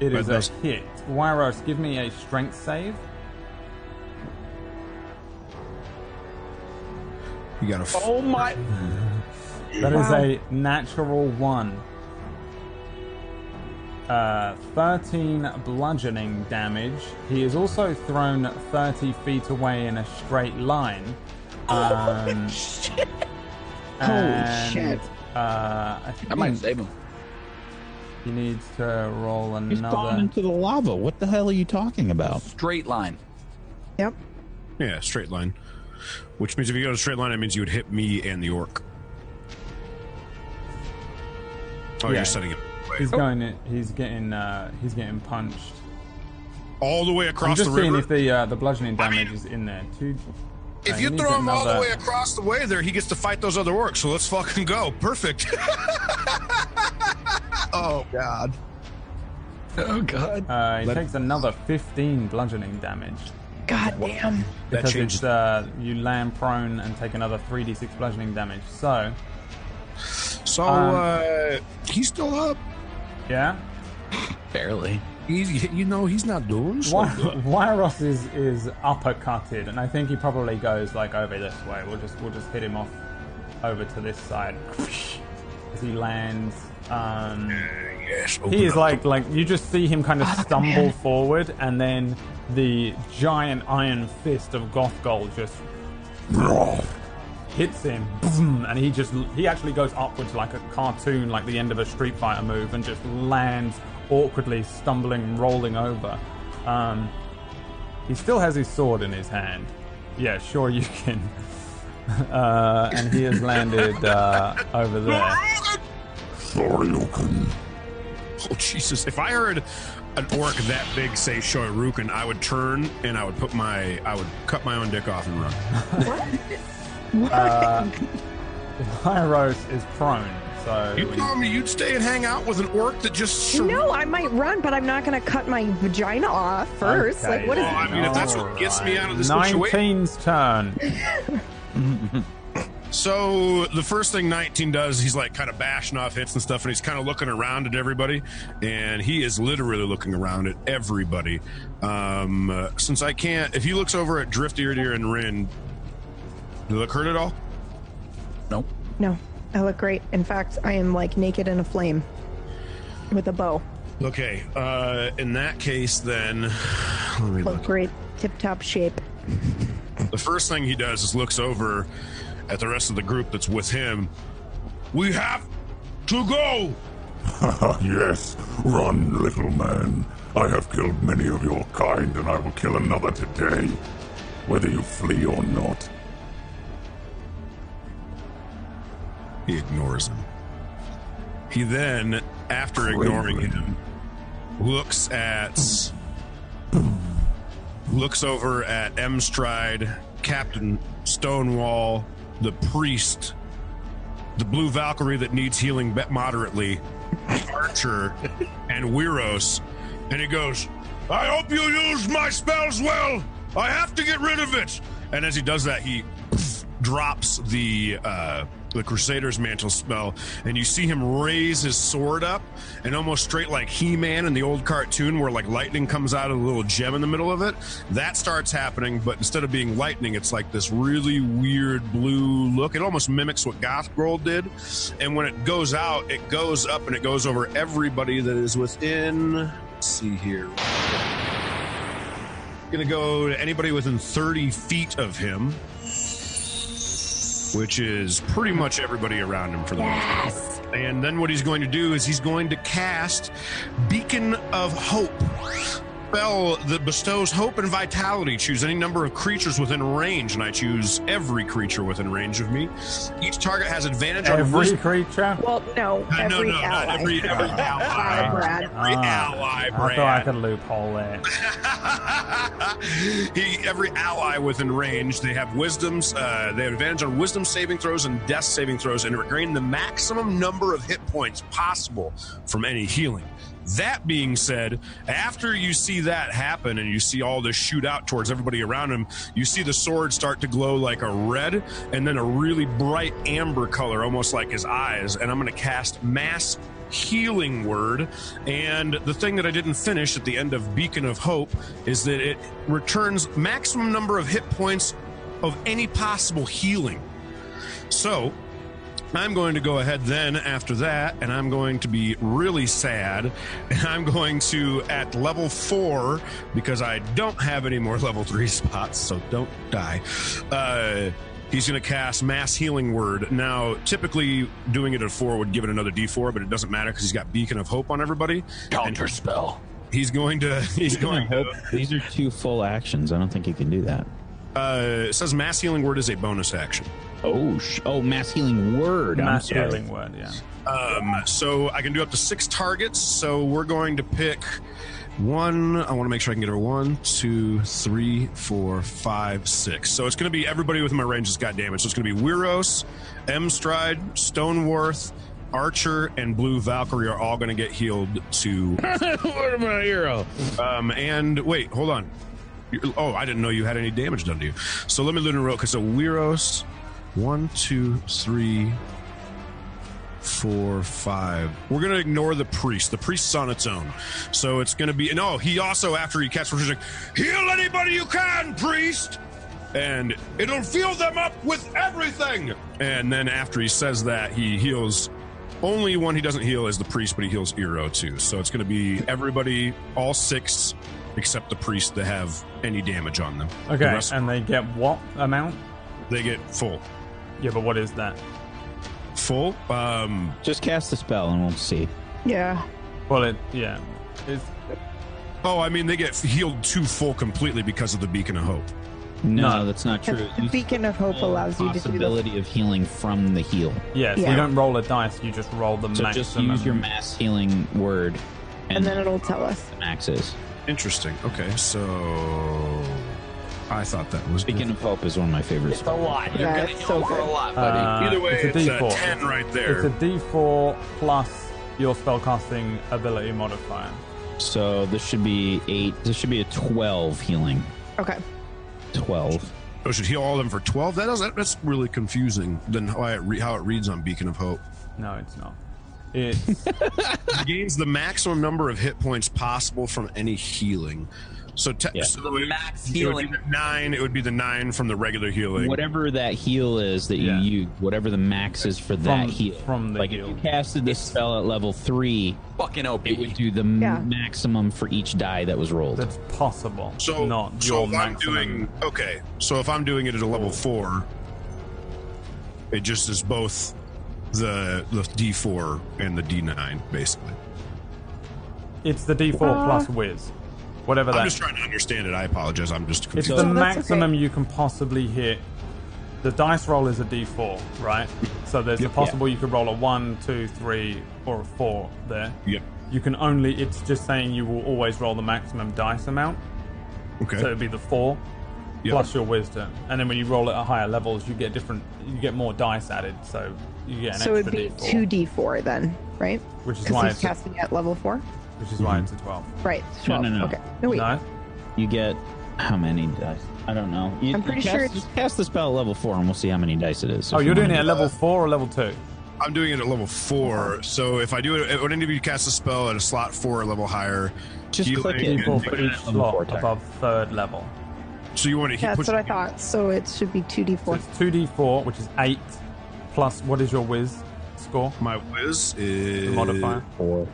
Speaker 2: It
Speaker 3: Well
Speaker 2: is
Speaker 3: done.
Speaker 2: a hit. Wyros, give me a strength save.
Speaker 3: You got a f-
Speaker 1: oh my.
Speaker 2: That is a natural one. Uh, 13 bludgeoning damage. He is also thrown 30 feet away in a straight line. Um,
Speaker 4: Holy
Speaker 2: and,
Speaker 4: shit.
Speaker 2: Uh, I think
Speaker 1: I might save him.
Speaker 2: he needs to roll
Speaker 5: He's gone
Speaker 2: another.
Speaker 5: into the lava. What the hell are you talking about?
Speaker 1: Straight line.
Speaker 4: Yep.
Speaker 3: yeah, straight line. which means if you go in a straight line, that means you would hit me and the orc. Oh,
Speaker 2: Yeah.
Speaker 3: you're setting it
Speaker 2: He's
Speaker 3: Oh.
Speaker 2: going. He's getting. Uh, he's getting punched.
Speaker 3: all the way
Speaker 2: I'm
Speaker 3: across the
Speaker 2: just seeing
Speaker 3: river.
Speaker 2: if the uh, the bludgeoning
Speaker 3: I mean-
Speaker 2: damage is in there. Two.
Speaker 3: If
Speaker 2: Okay,
Speaker 3: you
Speaker 2: he needs
Speaker 3: throw him all the
Speaker 2: another-
Speaker 3: way across the way there, he gets to fight those other orcs. So let's fucking go. Perfect. oh god.
Speaker 1: Oh god.
Speaker 2: Uh, he takes another 15 bludgeoning damage
Speaker 4: God damn.
Speaker 3: That
Speaker 2: because
Speaker 3: changes.
Speaker 2: it's uh, you land prone and take another 3d6 bludgeoning damage. So,
Speaker 3: So
Speaker 2: Um,
Speaker 3: uh, he's still up.
Speaker 2: yeah,
Speaker 1: Barely.
Speaker 3: He's, you know, he's not doing so
Speaker 2: Wy-
Speaker 3: good.
Speaker 2: Wyros is is uppercutted, and I think he probably goes like over this way. We'll just we'll just hit him off over to this side as he lands. Um,
Speaker 3: Yes,
Speaker 2: He
Speaker 3: open
Speaker 2: is
Speaker 3: up.
Speaker 2: like like you just see him kind of stumble forward, and then the giant iron fist of Gothgol just hits him, boom, and he just he actually goes upwards like a cartoon, like the end of a Street Fighter move, and just lands awkwardly, stumbling, rolling over. Um, he still has his sword in his hand. Yeah, sure you can. Uh, and he has landed uh, over there.
Speaker 6: Shoryuken.
Speaker 3: Oh Jesus! If I heard an orc that big say Shoryuken, I would turn and I would put my, I would cut my own dick off and run.
Speaker 2: Pyros is prone, so
Speaker 3: You told me you'd stay and hang out with an orc that just. Shor-
Speaker 4: No, I might run, but I'm not going to cut my vagina off first.
Speaker 2: Okay,
Speaker 4: Like, what is
Speaker 2: then.
Speaker 3: I mean, if that's what gets me out of this situation-
Speaker 2: 19's turn.
Speaker 3: So the first thing 19 does, he's like kind of bashing off hits and stuff, and he's kind of looking around at everybody, and he is literally looking around at everybody. Um, uh, since I can't, if he looks over at Drift Ear Deer and Rin, do they look hurt at all?
Speaker 1: Nope.
Speaker 4: No, I look great. In fact, I am like naked in a flame with a bow.
Speaker 3: Okay. Uh, in that case, then let me
Speaker 4: Look
Speaker 3: look.
Speaker 4: great, tip top shape.
Speaker 3: The first thing he does is looks over at the rest of the group that's with him. We have to go.
Speaker 6: Ah, yes, run, little man. I have killed many of your kind, and I will kill another today, whether you flee or not.
Speaker 3: He ignores him. He then, after ignoring him, looks at looks over at M Stride, Captain Stonewall, the priest, the blue Valkyrie that needs healing be- moderately, Archer, and Weiros, and he goes, "I hope you use my spells well. I have to get rid of it." And as he does that, he drops the uh, the Crusader's mantle spell, and you see him raise his sword up, and almost straight like He-Man in the old cartoon, where like lightning comes out of a little gem in the middle of it. That starts happening, but instead of being lightning, it's like this really weird blue look. It almost mimics what Goth Girl did, and when it goes out, it goes up and it goes over everybody that is within. Let's see here. Gonna go to anybody within 30 feet of him which is pretty much everybody around him for the most part. And then what he's going to do is he's going to cast Beacon of Hope. Spell that bestows hope and vitality. Choose any number of creatures within range, and I choose every creature within range of me. Each target has advantage on
Speaker 2: Every
Speaker 3: wisdom.
Speaker 2: creature.
Speaker 4: Well, no,
Speaker 3: Uh, no,
Speaker 4: every
Speaker 3: no,
Speaker 4: ally.
Speaker 3: not every, every
Speaker 4: Bye,
Speaker 3: ally.
Speaker 4: Brad.
Speaker 3: Every ally,
Speaker 2: Ah, I thought I
Speaker 3: Brad.
Speaker 2: could loophole it.
Speaker 3: he, every ally within range, they have wisdoms. Uh, they have advantage on wisdom saving throws and death saving throws, and regain the maximum number of hit points possible from any healing. That being said, after you see that happen and you see all this shoot out towards everybody around him, you see the sword start to glow like a red and then a really bright amber color, almost like his eyes. And I'm going to cast Mass healing word. And the thing that I didn't finish at the end of Beacon of Hope is that it returns maximum number of hit points of any possible healing. So I'm going to go ahead then after that, and I'm going to be really sad. And I'm going to, at level four, because I don't have any more level three spots, so don't die. Uh, he's going to cast Mass Healing Word. Now, typically doing it at four would give it another d4, but it doesn't matter because he's got Beacon of Hope on everybody.
Speaker 1: Counter spell.
Speaker 3: He's going to, he's
Speaker 5: I
Speaker 3: going
Speaker 5: hope
Speaker 3: to,
Speaker 5: these are two full actions. I don't think you can do that.
Speaker 3: Uh, it says mass healing word is a bonus action.
Speaker 5: Oh, sh- oh, mass healing word. I'm
Speaker 2: Mass
Speaker 5: sorry.
Speaker 2: healing word, yeah.
Speaker 3: Um, so I can do up to six targets. So we're going to pick one. I want to make sure I can get her one, two, three, four, five, six. So it's going to be everybody within my range that's got damage. So it's going to be Weiros, M Stride, Stoneworth, Archer, and Blue Valkyrie are all going to get healed to.
Speaker 5: Word of my hero.
Speaker 3: Um, and wait, hold on. You- Oh, I didn't know you had any damage done to you. So let me do it in a row. Because so Weiros, one, two, three, four, five. We're gonna ignore the priest. The priest's on its own, so it's gonna be. No, he also after he catches, he's like, heal anybody you can, priest, and it'll fill them up with everything. And then after he says that, he heals. Only one he doesn't heal is the priest, but he heals Eero too. So it's gonna be everybody, all six except the priest that have any damage on them. The
Speaker 2: Okay,
Speaker 3: rest-
Speaker 2: and they get what amount?
Speaker 3: they get full.
Speaker 2: Yeah, but what is that?
Speaker 3: Full. Um,
Speaker 5: Just cast a spell and we'll see.
Speaker 4: Yeah.
Speaker 2: Well, it yeah, it's
Speaker 3: oh, I mean, they get healed to full completely because of the beacon of hope.
Speaker 5: No,
Speaker 2: No.
Speaker 5: that's not
Speaker 4: The,
Speaker 5: true.
Speaker 4: the beacon of hope allows you to do the
Speaker 5: possibility of healing from the heal.
Speaker 2: yeah. So
Speaker 4: Yeah.
Speaker 2: you don't roll a dice; you just roll the
Speaker 5: So just
Speaker 2: maximum.
Speaker 5: use your mass healing word and,
Speaker 4: and then it'll tell us.
Speaker 5: maxes.
Speaker 3: Interesting. Okay, so I thought that was
Speaker 5: Beacon of Hope is one of my favorites.
Speaker 1: It's a lot. You're
Speaker 4: Yeah,
Speaker 1: gonna
Speaker 4: it's
Speaker 1: heal
Speaker 4: so
Speaker 1: for a
Speaker 4: good.
Speaker 1: lot, buddy.
Speaker 2: Uh,
Speaker 3: Either way, it's,
Speaker 2: a
Speaker 3: a,
Speaker 2: D4.
Speaker 3: ten right
Speaker 2: It's
Speaker 3: there.
Speaker 2: a D4 plus your spellcasting ability modifier.
Speaker 5: So this should be eight. This should be a twelve healing.
Speaker 4: Okay.
Speaker 3: So
Speaker 5: Twelve.
Speaker 3: it Oh, should heal all of them for twelve. That doesn't. That's really confusing. Than how it re- how it reads on Beacon of Hope.
Speaker 2: No, it's not. It's
Speaker 3: It gains the maximum number of hit points possible from any healing. So, te-
Speaker 5: Yeah.
Speaker 3: so
Speaker 1: The
Speaker 3: it-
Speaker 1: max
Speaker 3: it would be
Speaker 1: healing.
Speaker 3: the nine. It would be the nine from the regular healing.
Speaker 5: Whatever that heal is that you
Speaker 2: Yeah.
Speaker 5: use, whatever the max is for that heal.
Speaker 2: from the
Speaker 5: like
Speaker 2: heal.
Speaker 5: if you casted this spell at level three,
Speaker 1: Fucking OP.
Speaker 5: it would do the m-
Speaker 4: Yeah.
Speaker 5: maximum for each die that was rolled.
Speaker 2: that's possible.
Speaker 3: So
Speaker 2: not
Speaker 3: so
Speaker 2: your
Speaker 3: if I'm
Speaker 2: maximum.
Speaker 3: doing okay. So if I'm doing it at a level four, it just is both the the D four and the D nine basically.
Speaker 2: It's the D4
Speaker 4: Uh.
Speaker 2: plus whiz, whatever
Speaker 3: I'm
Speaker 2: that.
Speaker 3: just trying to understand it. I apologize. I'm just
Speaker 2: It's
Speaker 3: confused.
Speaker 2: the
Speaker 4: No, that's
Speaker 2: maximum
Speaker 4: okay.
Speaker 2: you can possibly hit. The dice roll is a D4, right? So there's a possible you could roll a one, two, three, or a four there.
Speaker 3: Yep.
Speaker 2: You can only. It's just saying you will always roll the maximum dice amount.
Speaker 3: Okay.
Speaker 2: So it'd be the four
Speaker 3: Yep.
Speaker 2: plus your wisdom, and then when you roll it at higher levels, you get different. You get more dice added, so you get an
Speaker 4: so it'd
Speaker 2: extra
Speaker 4: be
Speaker 2: D4,
Speaker 4: two D four then, right?
Speaker 2: Which is
Speaker 4: Because
Speaker 2: why
Speaker 4: he's
Speaker 2: it's a-
Speaker 4: casting at level four.
Speaker 2: which is why it's a twelve.
Speaker 4: Right. 12.
Speaker 5: no, no.
Speaker 4: Okay. No wait.
Speaker 2: No,
Speaker 5: You get how many dice? I don't know. You,
Speaker 4: I'm
Speaker 5: you
Speaker 4: pretty
Speaker 5: cast,
Speaker 4: sure it's-
Speaker 5: you cast the spell at level four, and we'll see how many dice it is.
Speaker 2: Oh,
Speaker 5: If
Speaker 2: you're
Speaker 5: you
Speaker 2: doing it
Speaker 5: wanna
Speaker 2: at level four or level two?
Speaker 3: I'm doing it at level four. So if I do it, when any of you cast a spell at a slot four or level higher,
Speaker 5: Just
Speaker 3: healing
Speaker 5: click it.
Speaker 3: and-
Speaker 2: People for each
Speaker 5: level four
Speaker 2: slot
Speaker 5: attack.
Speaker 2: above third level.
Speaker 3: So you want to
Speaker 4: Yeah,
Speaker 3: hit?
Speaker 4: that's
Speaker 3: push-
Speaker 4: what I thought. So it should be two D
Speaker 2: So
Speaker 4: four.
Speaker 2: it's two D four, which is eight plus what is your whiz score?
Speaker 3: My whiz is
Speaker 5: Uh,
Speaker 2: The modifier.
Speaker 5: Four.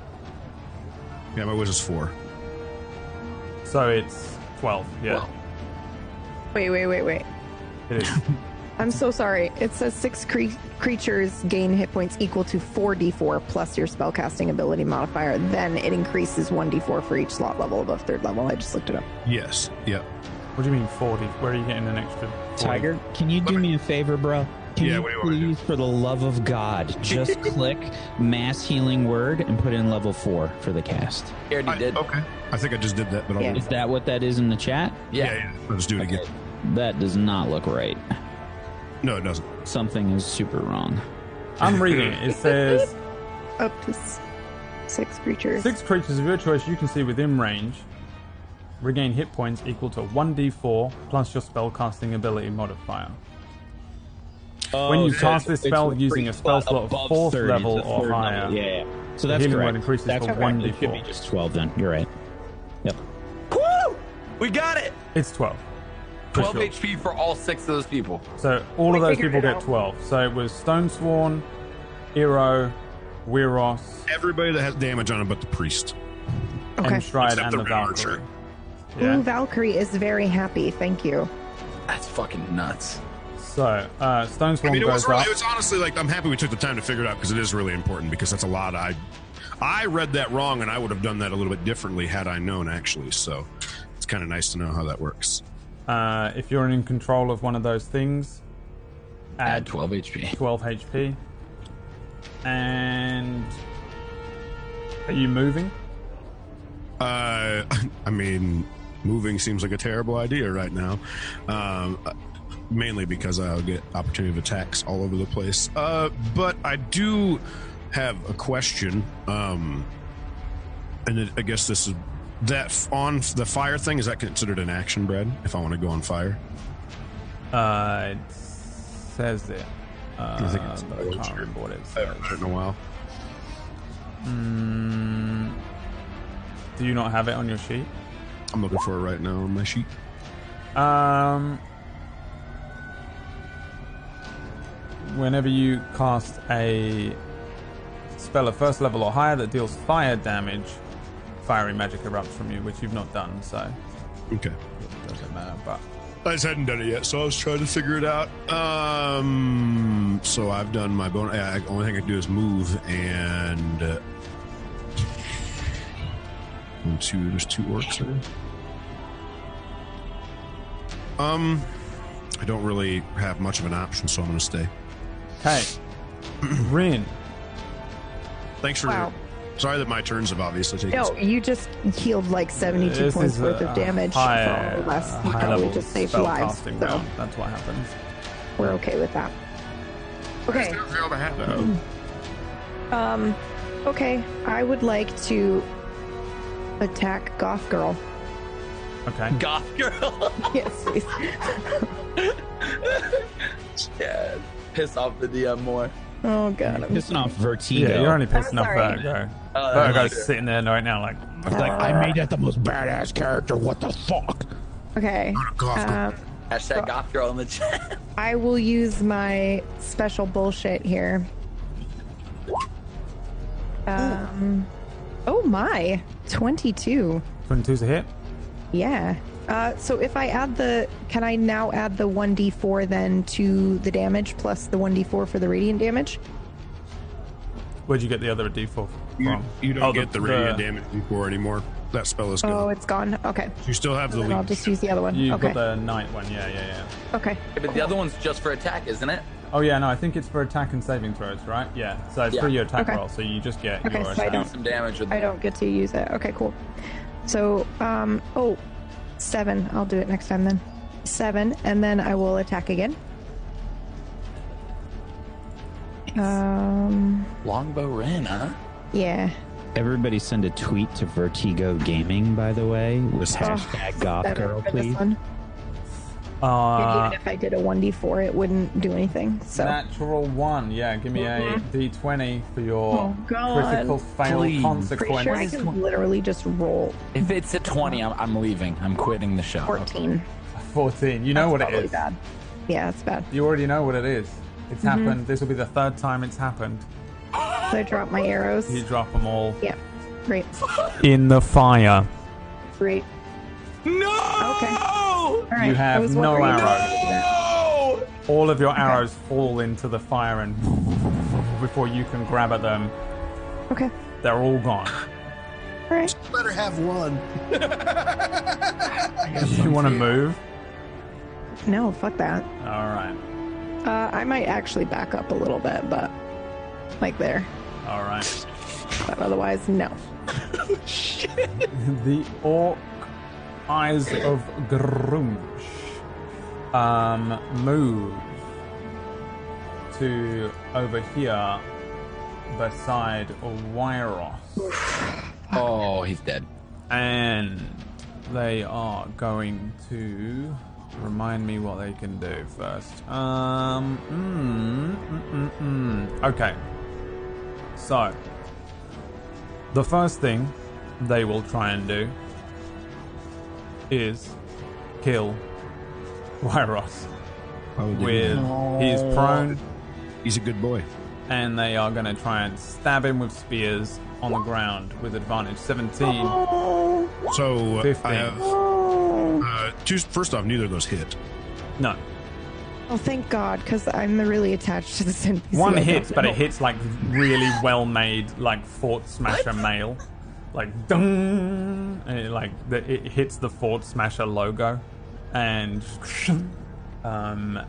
Speaker 3: Yeah, my whiz is four.
Speaker 2: So it's twelve. Yeah,
Speaker 4: Wait, wait, wait, wait.
Speaker 2: it is.
Speaker 4: I'm so sorry. It says six cre- creatures gain hit points equal to 4d4 plus your spellcasting ability modifier. Then it increases 1d4 for each slot level above third level. I just looked it up.
Speaker 3: Yes. Yep.
Speaker 2: What do you mean forty? Where are you getting an extra 40?
Speaker 5: Tiger, can you do me a favor, bro? Can
Speaker 3: Yeah,
Speaker 5: you
Speaker 3: what do you wanna do?
Speaker 5: please, for the love of God, just click mass healing word and put in level four for the cast?
Speaker 1: He already
Speaker 3: I,
Speaker 1: did.
Speaker 3: okay. I think I just did that, but I'll
Speaker 4: Yeah.
Speaker 3: do it.
Speaker 5: Is that what that is in the chat?
Speaker 3: Yeah,
Speaker 1: Yeah.
Speaker 3: yeah. Let's do it again.
Speaker 5: That does not look right.
Speaker 3: No, it doesn't.
Speaker 5: Something is super wrong.
Speaker 2: I'm reading it. It says
Speaker 4: Up to s- six creatures.
Speaker 2: Six creatures of your choice you can see within range regain hit points equal to 1d4 plus your spellcasting ability modifier. when
Speaker 5: Oh,
Speaker 2: you cast this spell using a spell slot of fourth level or higher.
Speaker 5: Yeah, yeah. So that's
Speaker 2: healing word
Speaker 5: correct.
Speaker 2: increases
Speaker 5: that's
Speaker 2: for
Speaker 5: correct. It should be
Speaker 2: 1d4.
Speaker 5: just 12 then. You're right. Yep.
Speaker 1: Woo! We got it.
Speaker 2: It's 12. for
Speaker 1: 12
Speaker 2: sure.
Speaker 1: HP for all six of those people.
Speaker 2: So all of
Speaker 4: We
Speaker 2: those
Speaker 4: figured
Speaker 2: people
Speaker 4: it
Speaker 2: get
Speaker 4: out.
Speaker 2: 12. So it was Stonesworn, Eero, Weiros,
Speaker 3: Everybody that has damage on him, but the priest.
Speaker 4: Okay.
Speaker 2: and Stride
Speaker 3: Except
Speaker 2: and
Speaker 3: the
Speaker 2: the
Speaker 3: Red
Speaker 2: Valkyrie.
Speaker 3: Archer.
Speaker 4: Blue
Speaker 2: Yeah.
Speaker 4: Valkyrie is very happy. Thank you.
Speaker 1: That's fucking nuts.
Speaker 2: So uh, Stonesworn
Speaker 3: I mean, it was
Speaker 2: goes
Speaker 3: really,
Speaker 2: up.
Speaker 3: it was honestly like I'm happy we took the time to figure it out because it is really important because that's a lot. I I read that wrong and I would have done that a little bit differently had I known actually. So it's kind of nice to know how that works.
Speaker 2: Uh, if you're in control of one of those things,
Speaker 1: Add
Speaker 2: add
Speaker 1: 12 HP.
Speaker 2: 12 HP. And are you moving?
Speaker 3: Uh, I mean, moving seems like a terrible idea right now. Um, mainly because I'll get opportunity of attacks all over the place. Uh, but I do have a question. Um, and it, I guess this is that f- on the fire thing. Is that considered an action, Brad? If I want to go on fire,
Speaker 2: Uh, it says it. Uh,
Speaker 3: think it's
Speaker 2: but I can't
Speaker 3: torture.
Speaker 2: remember what it
Speaker 3: I
Speaker 2: says.
Speaker 3: haven't read it in a while.
Speaker 2: Mm, do you not have it on your sheet?
Speaker 3: I'm looking for it right now on my sheet.
Speaker 2: Um, whenever you cast a spell of first level or higher that deals fire damage, fiery magic erupts from you, which you've not done, so
Speaker 3: Okay.
Speaker 2: it doesn't matter. But
Speaker 3: I just hadn't done it yet, so I was trying to figure it out. Um, so I've done my bonus. I, only thing I can do is move and. Uh, and two, there's two orcs there. Um, I don't really have much of an option, so I'm going to stay.
Speaker 2: hey, Rin,
Speaker 3: Thanks for.
Speaker 4: Wow.
Speaker 3: Sorry that my turns have obviously taken.
Speaker 4: No, you just healed like 72
Speaker 2: this
Speaker 4: points
Speaker 2: is
Speaker 4: worth
Speaker 2: a,
Speaker 4: of damage
Speaker 2: a high,
Speaker 4: from last
Speaker 2: a
Speaker 4: week.
Speaker 2: high
Speaker 4: We
Speaker 2: level
Speaker 4: just saved
Speaker 2: spell
Speaker 4: lives, so
Speaker 2: casting round. That's what happens.
Speaker 4: we're okay with that. Okay. Um, okay. I would like to attack Goth Girl.
Speaker 2: Okay.
Speaker 1: Goth girl.
Speaker 4: Yes, please.
Speaker 1: yeah. Piss off the DM more.
Speaker 4: Oh god, I'm
Speaker 5: Pissing off Vertigo.
Speaker 2: Yeah, you're only pissing off
Speaker 4: sorry.
Speaker 2: Vertigo.
Speaker 1: Oh, that's
Speaker 2: Vertigo's sitting there right now, like,
Speaker 8: Like, I made that the most badass character. What the fuck?
Speaker 4: okay. Um,
Speaker 1: Hashtag goth girl in the chat.
Speaker 4: I will use my special bullshit here. Um, oh my, 22.
Speaker 2: 22's a hit.
Speaker 4: Yeah. Uh, so if I add the, can I now add the 1d4 then to the damage plus the 1d4 for the radiant damage?
Speaker 2: Where'd you get the other D4 from?
Speaker 3: you, you don't
Speaker 2: Oh,
Speaker 3: get the, radiant damage before anymore. That spell is
Speaker 4: Oh,
Speaker 3: gone.
Speaker 4: it's gone. Okay.
Speaker 3: you still have the
Speaker 4: Then I'll
Speaker 3: lead.
Speaker 4: just use the other one.
Speaker 2: You've got
Speaker 4: okay.
Speaker 2: the night one, yeah, yeah, yeah.
Speaker 4: Okay.
Speaker 1: Yeah, but the other one's just for attack, isn't it?
Speaker 2: Oh yeah, no, I think it's for attack and saving throws, right? Yeah. So it's
Speaker 1: Yeah.
Speaker 2: for your attack
Speaker 4: Okay.
Speaker 2: roll, so you just get
Speaker 4: Okay,
Speaker 2: your
Speaker 4: so I
Speaker 2: attack.
Speaker 1: Do some damage with
Speaker 4: I don't get to use it. Okay, cool. So, um, oh, seven. I'll do it next time then. Seven, and then I will attack again. Um,
Speaker 1: Longbow Ren, huh?
Speaker 4: yeah.
Speaker 5: Everybody send a tweet to Vertigo Gaming, by the way, with hashtag goth
Speaker 4: Better
Speaker 5: girl,
Speaker 4: for this
Speaker 5: please.
Speaker 4: one.
Speaker 2: Uh,
Speaker 4: Even if I did a 1d4, it wouldn't do anything. So,
Speaker 2: natural one, yeah. Give me a d20 for your
Speaker 4: Mm-hmm. Oh, God.
Speaker 2: critical fail
Speaker 1: Please.
Speaker 4: pretty
Speaker 2: consequence.
Speaker 4: sure I can literally just roll
Speaker 1: If it's a 20, I'm, I'm leaving. I'm quitting the show.
Speaker 4: 14.
Speaker 2: 14. You know what it
Speaker 4: Probably
Speaker 2: is.
Speaker 4: bad. Mm-hmm. Yeah, it's bad.
Speaker 2: You already know what it is. It's happened. This will be the third time it's happened.
Speaker 4: So I drop my arrows.
Speaker 2: You drop them all
Speaker 4: Yeah, great,
Speaker 2: in the fire.
Speaker 4: great. No. Okay. All right.
Speaker 2: You
Speaker 4: I
Speaker 2: have
Speaker 4: was
Speaker 2: no
Speaker 4: wondering-
Speaker 2: arrows. All of your arrows fall into the fire, and before you can grab at them,
Speaker 4: Okay.
Speaker 2: they're all gone.
Speaker 4: All right.
Speaker 3: Better have one.
Speaker 2: You want to move?
Speaker 4: No, fuck that.
Speaker 2: All right.
Speaker 4: Uh, I might actually back up a little bit, but like there.
Speaker 2: All right.
Speaker 4: But otherwise, no.
Speaker 2: the orc eyes of Grunch um, move to over here beside Wyros,
Speaker 1: Oh, he's dead.
Speaker 2: and they are going to remind me what they can do first. Um, mm, mm, mm, mm. okay, so the first thing they will try and do is kill Wyros with he's prone
Speaker 3: He's a good boy.
Speaker 2: and they are going to try and stab him with spears on the ground with advantage 17
Speaker 3: So uh,
Speaker 2: 15.
Speaker 3: I have uh, two. First off, neither of those hit.
Speaker 2: no
Speaker 4: Oh, thank God, because I'm really attached to this NPC.
Speaker 2: one
Speaker 4: I
Speaker 2: hits
Speaker 4: don't
Speaker 2: but
Speaker 4: know.
Speaker 2: it hits like really well made like fort smasher mail like dung and it, like the, it hits the fort smasher logo and um,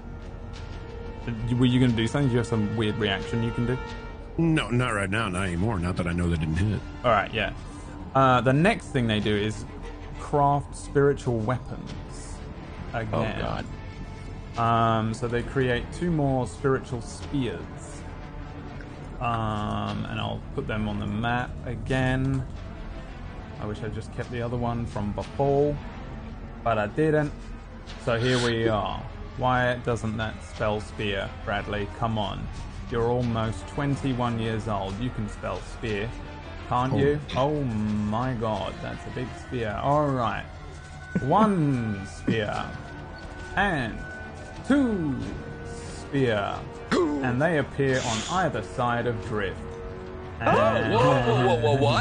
Speaker 2: were you going to do something? Do you have some weird reaction you can do?
Speaker 3: No, not right now, not anymore. Not that I know that didn't hit.
Speaker 2: All right, yeah. Uh, the next thing they do is craft spiritual weapons. Again.
Speaker 1: Oh god.
Speaker 2: Um, so they create two more spiritual spears. Um, and I'll put them on the map again. I wish I just kept the other one from before, but I didn't. So here we are. Why doesn't that spell spear, Bradley? Come on. You're almost 21 years old. You can spell spear, can't you? Oh my god, that's a big spear. Alright. One spear and two spear, and they appear on either side of Drift. And-
Speaker 1: Oh, Whoa, whoa, whoa, whoa,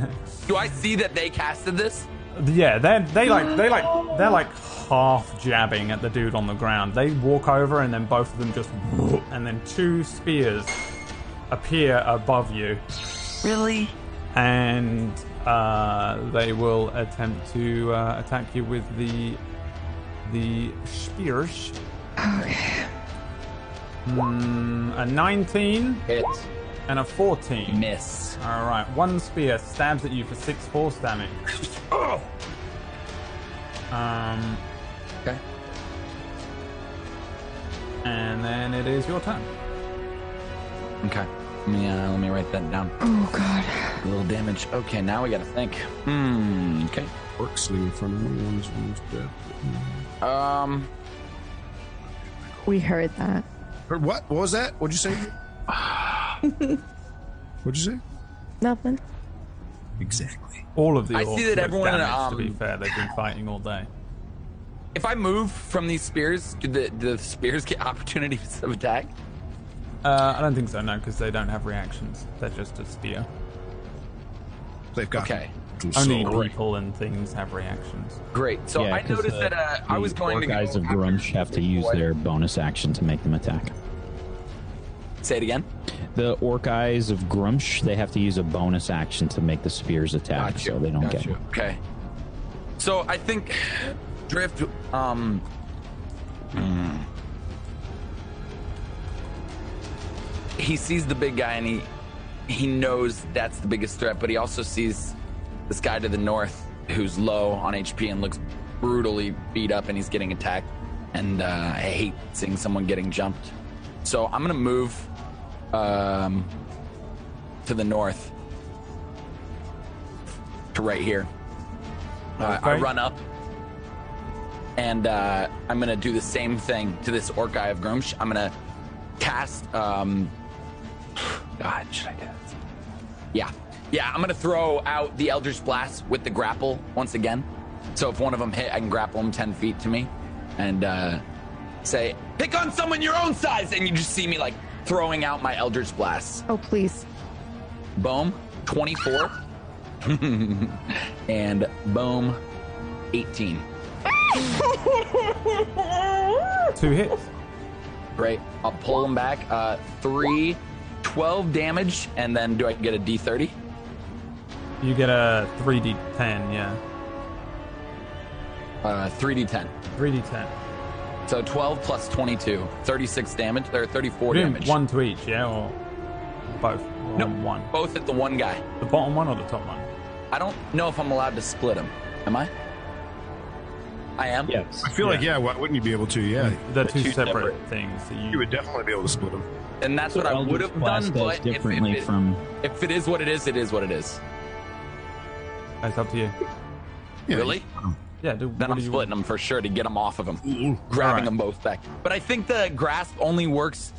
Speaker 1: what? Do I see that they casted this?
Speaker 2: Yeah, they they like they like they're like half jabbing at the dude on the ground. They walk over, and then both of them just, and then two spears appear above you,
Speaker 7: Really?
Speaker 2: and uh, they will attempt to uh, attack you with the the spears. Mm, a 19
Speaker 1: Hit.
Speaker 2: and a 14.
Speaker 1: Miss.
Speaker 2: All right, one spear stabs at you for six force damage. Um,
Speaker 1: Okay.
Speaker 2: and then it is your turn.
Speaker 1: Okay. Let me, uh, let me write that down.
Speaker 4: Oh god.
Speaker 1: A little damage. Okay, now we gotta think. Hmm. Okay.
Speaker 3: Orc sitting in front of me. One's, one's dead.
Speaker 1: Um.
Speaker 4: We heard that.
Speaker 3: Or What? What was that? What'd you say? What'd you say?
Speaker 4: Nothing.
Speaker 3: Exactly.
Speaker 2: All of the
Speaker 1: I
Speaker 2: orcs
Speaker 1: see that
Speaker 2: took
Speaker 1: everyone in,
Speaker 2: damage, to be
Speaker 1: um,
Speaker 2: fair, they've been fighting all day.
Speaker 1: If I move from these spears, do the do the spears get opportunities of attack?
Speaker 2: Uh, I don't think so, no, because they don't have reactions. They're just a spear.
Speaker 3: They've got
Speaker 1: Okay.
Speaker 2: Only
Speaker 3: So-
Speaker 2: people and things have reactions.
Speaker 1: Great. So
Speaker 5: Yeah,
Speaker 1: I
Speaker 5: 'cause,
Speaker 1: noticed that uh, I
Speaker 5: the
Speaker 1: was going to go
Speaker 5: orc Eyes of
Speaker 1: after
Speaker 5: Grumsh have to use
Speaker 1: what?
Speaker 5: their bonus action to make them attack.
Speaker 1: Say it again.
Speaker 5: The orc eyes of Grumsh, they have to use a bonus action to make the spears attack, so they don't
Speaker 1: Got
Speaker 5: get.
Speaker 1: you. Okay. So I think drift. Um. mm. He sees the big guy and he he knows that's the biggest threat, but he also sees this guy to the north who's low on HP and looks brutally beat up, and he's getting attacked. And uh, I hate seeing someone getting jumped, so I'm gonna move um, to the north to right here. Uh, I
Speaker 2: Okay.
Speaker 1: run up, and uh, I'm gonna do the same thing to this orc eye of Grumsh. I'm gonna cast. Um, God, should I do this? Yeah, yeah. I'm gonna throw out the Eldritch Blast with the grapple once again. So if one of them hit, I can grapple them ten feet to me, and uh, say, "Pick on someone your own size," and you just see me like throwing out my Eldritch Blast.
Speaker 4: Oh please.
Speaker 1: Boom, 24. and boom, 18.
Speaker 2: Two hits.
Speaker 1: Great. I'll pull them back. Uh, three, 12 damage, and then do I get a D30?
Speaker 2: You get a 3d10, yeah.
Speaker 1: Uh, 3D10.
Speaker 2: 3d10.
Speaker 1: So 12 plus 22, 36 damage, or 34
Speaker 2: We're doing
Speaker 1: damage.
Speaker 2: one to each, yeah, or both? Or
Speaker 1: no,
Speaker 2: one.
Speaker 1: Both at the one guy.
Speaker 2: The bottom one or the top one?
Speaker 1: I don't know if I'm allowed to split them. Am I? I am?
Speaker 5: Yes.
Speaker 3: I feel like yeah. Mm-hmm. Why wouldn't you be able to? Yeah,
Speaker 2: They're two,
Speaker 5: two
Speaker 2: separate, things. That you,
Speaker 3: you would definitely be able to split them.
Speaker 1: And that's what I
Speaker 5: Eldritch
Speaker 1: would have
Speaker 5: Blast
Speaker 1: done,
Speaker 5: does
Speaker 1: but if,
Speaker 5: differently
Speaker 1: if, it,
Speaker 5: from
Speaker 1: if it is what it is, it is what it is.
Speaker 2: It's up to you.
Speaker 3: Yeah.
Speaker 1: Really?
Speaker 2: Yeah, do,
Speaker 1: Then
Speaker 2: what
Speaker 1: I'm
Speaker 2: do you
Speaker 1: splitting them for sure to get them off of them, grabbing
Speaker 2: Alright.
Speaker 1: them both back. But I think the grasp only works.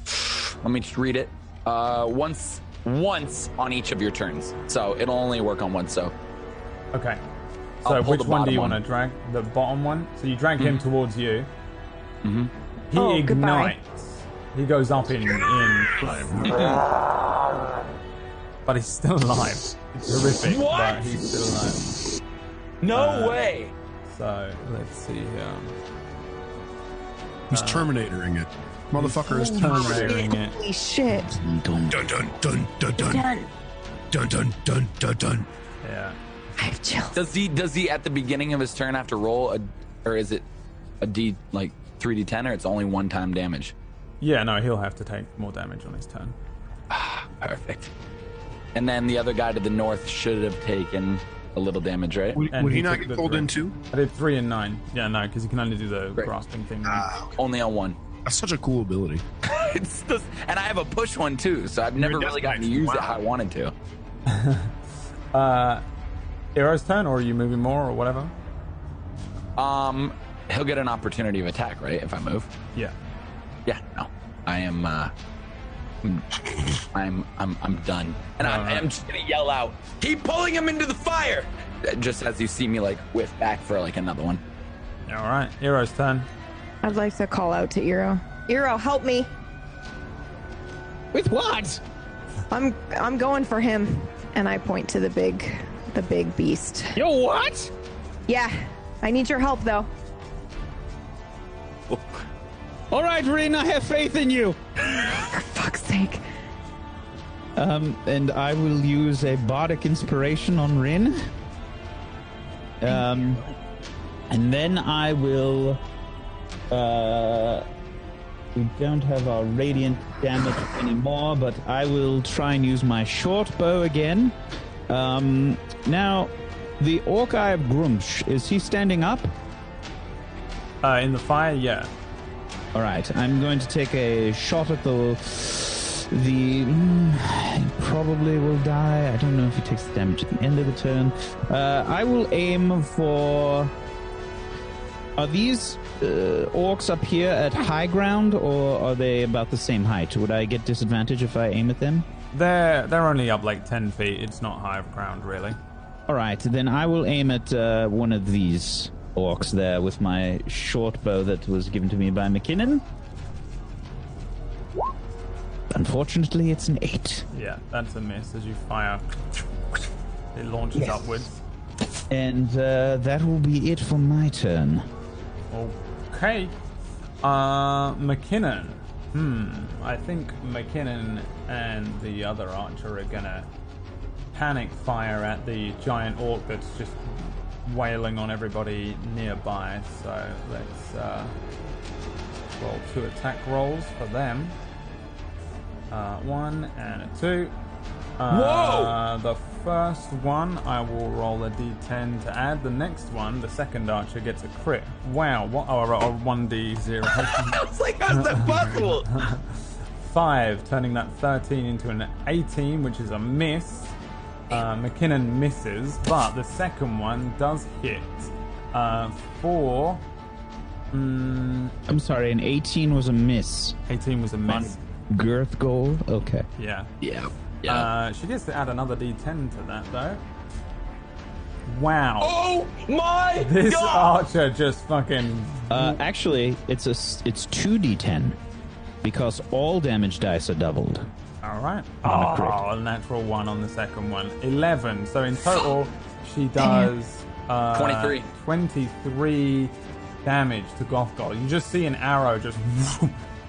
Speaker 1: Let me just read it. Uh, once, once on each of your turns, so it'll only work on one. So
Speaker 2: Okay.
Speaker 1: I'll
Speaker 2: So
Speaker 1: pull
Speaker 2: which
Speaker 1: the
Speaker 2: one do
Speaker 1: bottom
Speaker 2: you
Speaker 1: one.
Speaker 2: want to drag? The bottom one. So you drag him towards you. Mm-hmm. He
Speaker 4: Oh, goodbye.
Speaker 2: ignites. He goes up in in flame. but he's still alive. It's horrific,
Speaker 1: What?
Speaker 2: but he's still
Speaker 1: no
Speaker 2: Uh,
Speaker 1: way.
Speaker 2: alive. So let's see here.
Speaker 3: He's terminatoring it. Motherfucker is
Speaker 4: Mm-hmm.
Speaker 3: terminating.
Speaker 2: Terminating it.
Speaker 4: Holy shit.
Speaker 3: Dun dun dun dun dun
Speaker 7: Done.
Speaker 3: dun dun dun dun dun.
Speaker 2: Yeah.
Speaker 4: I've chilled.
Speaker 1: Does he? Does he at the beginning of his turn have to roll a, or is it a D like three D ten, or it's only one time damage?
Speaker 2: Yeah, no, he'll have to take more damage on his turn.
Speaker 1: Perfect. And then the other guy to the north should have taken a little damage, right?
Speaker 3: Would,
Speaker 2: And
Speaker 3: would he
Speaker 2: he
Speaker 3: not
Speaker 2: took
Speaker 3: get
Speaker 2: the
Speaker 3: pulled
Speaker 2: three.
Speaker 3: in too?
Speaker 2: I did three and nine. Yeah, no, because he can only do the
Speaker 1: Great. Ah,
Speaker 2: grasping thing.
Speaker 1: Only on one.
Speaker 3: That's such a cool ability.
Speaker 1: it's just, and I have a push one too, so I've never
Speaker 3: You're
Speaker 1: really gotten to
Speaker 3: definitely-
Speaker 1: use it
Speaker 3: wow.
Speaker 1: how I wanted to.
Speaker 2: Uh, Eero's turn, or are you moving more, or whatever?
Speaker 1: Um, he'll get an opportunity of attack, right? If I move.
Speaker 2: Yeah.
Speaker 1: Yeah. No. I am. uh I'm I'm I'm done, and I'm,
Speaker 2: Alright.
Speaker 1: I'm just gonna yell out, "Keep pulling him into the fire!" Uh, Just as you see me like whiff back for like another one.
Speaker 2: All right, Eero's turn.
Speaker 4: I'd like to call out to Eero. Eero, help me.
Speaker 5: With what?
Speaker 4: I'm I'm going for him. And I point to the big the big beast.
Speaker 5: Yo, what?
Speaker 4: Yeah. I need your help though.
Speaker 5: All right, Rin, I have faith in you.
Speaker 4: For fuck's sake.
Speaker 5: Um, and I will use a bardic inspiration on Rin. Um, and then I will. Uh, we don't have our radiant damage anymore, but I will try and use my short bow again. Um, now, the orc eye of Grumsh is he standing up?
Speaker 2: Uh, in the fire, yeah.
Speaker 5: All right, I'm going to take a shot at the the. mm, he probably will die. I don't know if he takes the damage at the end of the turn. Uh, I will aim for. Are these uh, orcs up here at high ground, or are they about the same height? Would I get disadvantage if I aim at them?
Speaker 2: They're they're only up like ten feet. It's not high ground really.
Speaker 5: All right, then I will aim at uh, one of these orcs there with my short bow that was given to me by McKinnon. Unfortunately, it's an eight,
Speaker 2: Yeah, that's a miss as you fire. It launches upwards.
Speaker 5: and uh, that will be it for my turn.
Speaker 2: Okay. Uh, McKinnon. Hmm. I think McKinnon and the other archer are gonna panic fire at the giant orc that's just wailing on everybody nearby. So let's uh, roll two attack rolls for them. Uh, one and a two. Uh, Whoa! The first one, I will roll a d10 to add. The next one, the second archer gets a crit. Wow! What? Oh, I rolled a one d0.
Speaker 1: I was like, "How's that possible?"
Speaker 2: Five, turning that 13 into an 18, which is a miss. Uh, McKinnon misses, but the second one does hit. Uh, four. Mm,
Speaker 5: I'm sorry, an 18 was a miss
Speaker 2: 18 was a
Speaker 5: on
Speaker 2: miss.
Speaker 5: girth goal. Okay.
Speaker 2: Yeah.
Speaker 1: yeah. Yeah.
Speaker 2: Uh, she gets to add another d10 to that, though. Wow.
Speaker 1: oh my
Speaker 2: This
Speaker 1: god!
Speaker 2: archer just fucking.
Speaker 5: Uh, actually, it's a s- it's two d10 because all damage dice are doubled.
Speaker 2: Alright.
Speaker 5: On a crit.
Speaker 2: Oh, a natural one on the second one. 11. So in total, she does. Uh,
Speaker 1: 23.
Speaker 2: 23 damage to Gothgol. You just see an arrow just.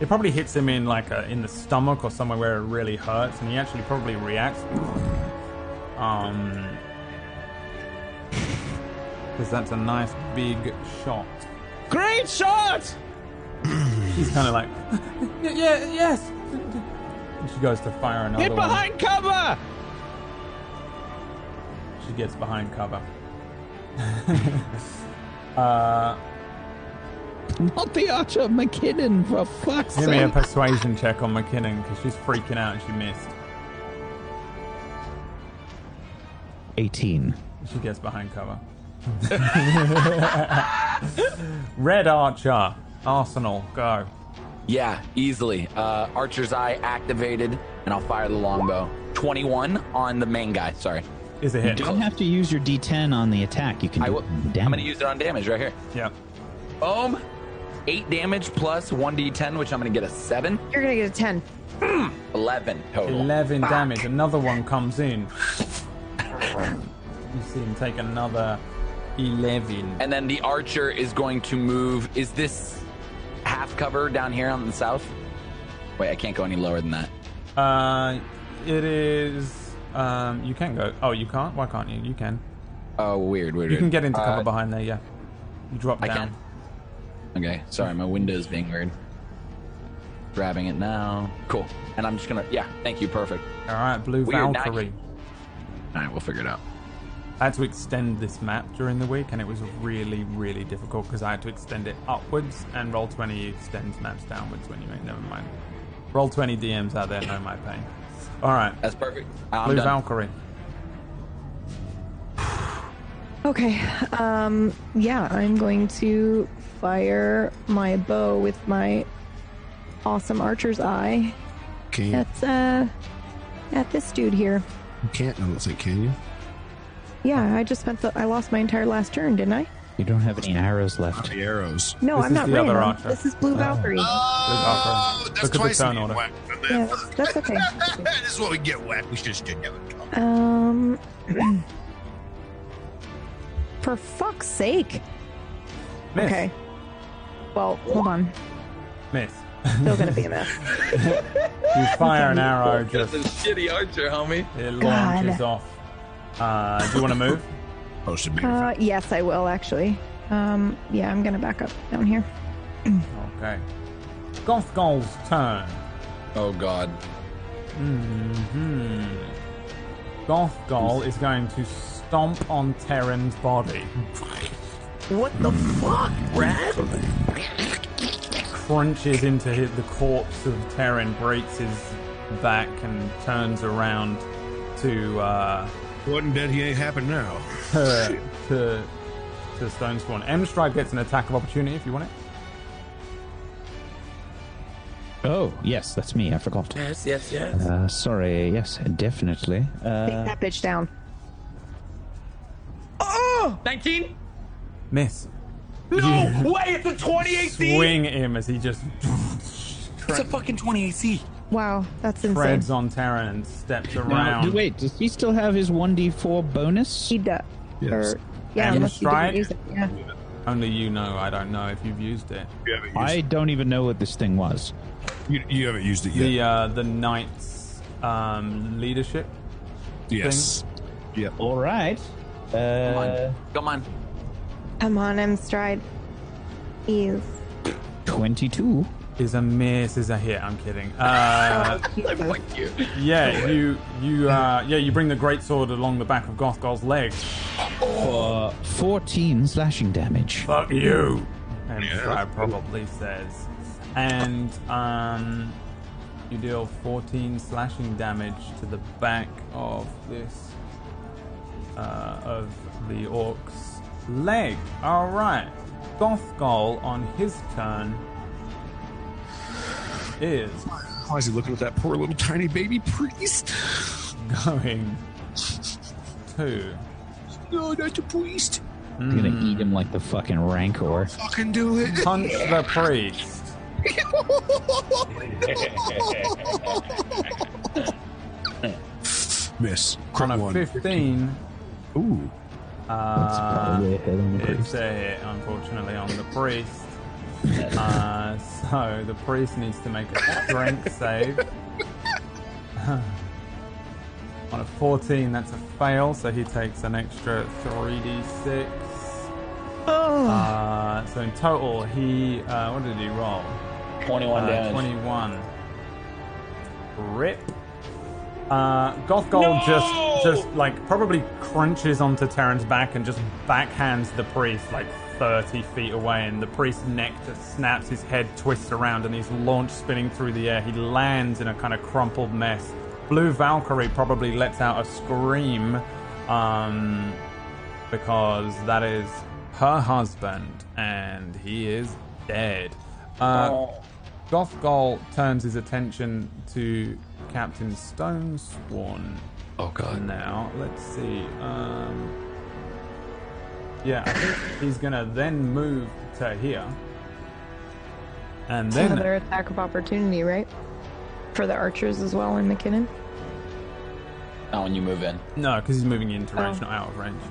Speaker 2: It probably hits him in like a, in the stomach or somewhere where it really hurts, and he actually probably reacts. Um, because that's a nice big shot.
Speaker 5: Great shot!
Speaker 2: He's kind of like, "Y- yeah, yes. And she goes to fire another
Speaker 5: Get behind cover!
Speaker 2: one. She gets behind cover. uh,
Speaker 5: Not the Archer McKinnon, for fuck's
Speaker 2: give me a
Speaker 5: sake.
Speaker 2: persuasion check on McKinnon because she's freaking out and she missed.
Speaker 5: 18.
Speaker 2: She gets behind cover. Red Archer, Arsenal, go.
Speaker 1: Yeah, easily. Uh, Archer's Eye activated, and I'll fire the longbow. 21 on the main guy. Sorry.
Speaker 2: Is a
Speaker 5: You
Speaker 2: hit.
Speaker 5: don't have to use your d10 on the attack. You can
Speaker 1: I
Speaker 5: do
Speaker 1: will,
Speaker 5: damage.
Speaker 1: I'm going to use it on damage right here.
Speaker 2: Yeah.
Speaker 1: Boom. 8 damage plus 1d10, which I'm going to get a 7.
Speaker 4: You're gonna get a ten.
Speaker 1: 11 total.
Speaker 2: 11 damage. Another one comes in. You see him take another 11.
Speaker 1: And then the archer is going to move. Is this half cover down here on the south? Wait, I can't go any lower than that.
Speaker 2: Uh, it is. Um, you can go. Oh, you can't. Why can't you? You can.
Speaker 1: Oh, weird, weird.
Speaker 2: You can get into cover
Speaker 1: Uh,
Speaker 2: behind there. Yeah. You drop
Speaker 1: I
Speaker 2: down.
Speaker 1: can. Okay, sorry, my window's being weird. Grabbing it now. Cool. And I'm just gonna. Yeah, thank you. Perfect.
Speaker 2: All right, Blue
Speaker 1: Weird, now I
Speaker 2: Valkyrie.
Speaker 1: All right, we'll figure it out.
Speaker 2: I had to extend this map during the week, and it was really, really difficult because I had to extend it upwards, and roll twenty extends maps downwards when you make. Never mind. Roll twenty DMs out there know my pain. All right,
Speaker 1: That's perfect. Ah, I'm
Speaker 2: Blue
Speaker 1: done.
Speaker 2: Valkyrie.
Speaker 4: Okay. Um, yeah, I'm going to fire my bow with my awesome archer's eye.
Speaker 3: Can you?
Speaker 4: That's uh, at this dude here.
Speaker 3: You can't. I don't think can you.
Speaker 4: Yeah, I just spent the. I lost my entire last turn, didn't I?
Speaker 5: You don't have any arrows left.
Speaker 3: The arrows.
Speaker 4: No,
Speaker 2: This
Speaker 4: I'm
Speaker 2: is
Speaker 4: not
Speaker 2: the other Oh.
Speaker 4: random.
Speaker 2: archer.
Speaker 4: This is Blue Valkyrie.
Speaker 2: Blue Valkyrie.
Speaker 3: Oh, that's
Speaker 2: Look at the
Speaker 3: twice
Speaker 2: turn
Speaker 3: we
Speaker 2: order.
Speaker 3: get whacked from
Speaker 4: yeah,
Speaker 3: that.
Speaker 4: that's, that's okay.
Speaker 3: this is what we get whacked. We should just get yellow.
Speaker 4: Um, for fuck's sake.
Speaker 2: Miss.
Speaker 4: Okay. Well, hold on.
Speaker 2: Miss.
Speaker 4: Still gonna be a mess.
Speaker 2: You fire an arrow, just
Speaker 1: That's a shitty archer, homie.
Speaker 2: it launches off. Uh, do you want to move?
Speaker 3: Supposed to be.
Speaker 4: Uh, yes, I will actually. Um, yeah, I'm gonna back up down here.
Speaker 2: Okay. Gothgol's turn.
Speaker 1: Oh god.
Speaker 2: Hmm. Gothgol is going to stomp on Terran's body,
Speaker 7: What the fuck, Brad?
Speaker 2: crunches into his, the corpse of Terran, breaks his back, and turns around to uh,
Speaker 3: Wasn't dead. He ain't happened now.
Speaker 2: to, to to Stone Spawn. M Stripe gets an attack of opportunity if you want it.
Speaker 5: Oh, yes, that's me. I forgot.
Speaker 7: Yes, yes, yes.
Speaker 5: Uh, sorry. Yes, definitely.
Speaker 4: Take
Speaker 5: Uh,
Speaker 4: that bitch down.
Speaker 7: Oh! 19?
Speaker 2: Miss.
Speaker 7: No way! It's a 20 AC!
Speaker 2: Swing him as he just
Speaker 7: It's a fucking 20 AC.
Speaker 4: Wow, that's insane.
Speaker 2: treads on Terran and steps
Speaker 5: now,
Speaker 2: around.
Speaker 5: do- wait, does he still have his 1d4 bonus?
Speaker 4: He does.
Speaker 3: Yes.
Speaker 4: Or, yeah,
Speaker 2: And
Speaker 4: unless you didn't
Speaker 2: strike.
Speaker 4: use it. Yeah.
Speaker 2: Only you know. I don't know if you've used it.
Speaker 3: You haven't used,
Speaker 5: I don't even know what this thing was.
Speaker 3: you, you haven't used it
Speaker 2: The
Speaker 3: yet.
Speaker 2: uh, the knight's um, leadership.
Speaker 3: yes. Yep.
Speaker 5: All right.
Speaker 1: Come on.
Speaker 5: Uh,
Speaker 1: Come on.
Speaker 4: Come on, M Stride. Ease.
Speaker 5: 22.
Speaker 2: Is a miss. Is a hit. I'm kidding. Uh,
Speaker 1: Fuck you.
Speaker 2: yeah, you you uh, yeah you bring the greatsword along the back of Gothgol's leg.
Speaker 5: 14 Uh, slashing damage.
Speaker 2: Fuck you. And Stride probably says, and um, you deal 14 slashing damage to the back of this uh, of the orc's leg. All right, Gothgol on his turn is
Speaker 3: Why is he looking at that poor little tiny baby priest?
Speaker 2: going to.
Speaker 3: No, not the priest.
Speaker 5: I'm gonna eat him like the fucking rancor.
Speaker 3: Fucking do it.
Speaker 2: punch the priest.
Speaker 3: Miss.
Speaker 2: On
Speaker 3: Crit
Speaker 2: a
Speaker 3: one.
Speaker 2: 15,
Speaker 3: Ooh.
Speaker 2: uh,
Speaker 5: probably a hit on the
Speaker 2: it's
Speaker 5: priest.
Speaker 2: a hit, unfortunately, on the priest. Uh, so the priest needs to make a strength save. on a 14, that's a fail, so he takes an extra 3d6.
Speaker 1: Oh.
Speaker 2: Uh, so in total, he. Uh, what did he roll?
Speaker 9: 21
Speaker 2: Uh,
Speaker 9: damage.
Speaker 2: 21. Rip. Uh, Gothgol just, just like probably crunches onto Terran's back and just backhands the priest like 30 feet away, and the priest's neck just snaps, his head twists around, and he's launched spinning through the air. He lands in a kind of crumpled mess. Blue Valkyrie probably lets out a scream um, because that is her husband, and he is dead. Uh, Gothgol turns his attention to Captain Stone Swan.
Speaker 1: Oh god.
Speaker 2: now. Let's see. Um, yeah, I think he's gonna then move to here, and then
Speaker 4: Another attack of opportunity, right? For the archers as well and McKinnon.
Speaker 1: Not when you move in.
Speaker 2: no, because he's moving into range,
Speaker 4: Oh.
Speaker 2: not out of range.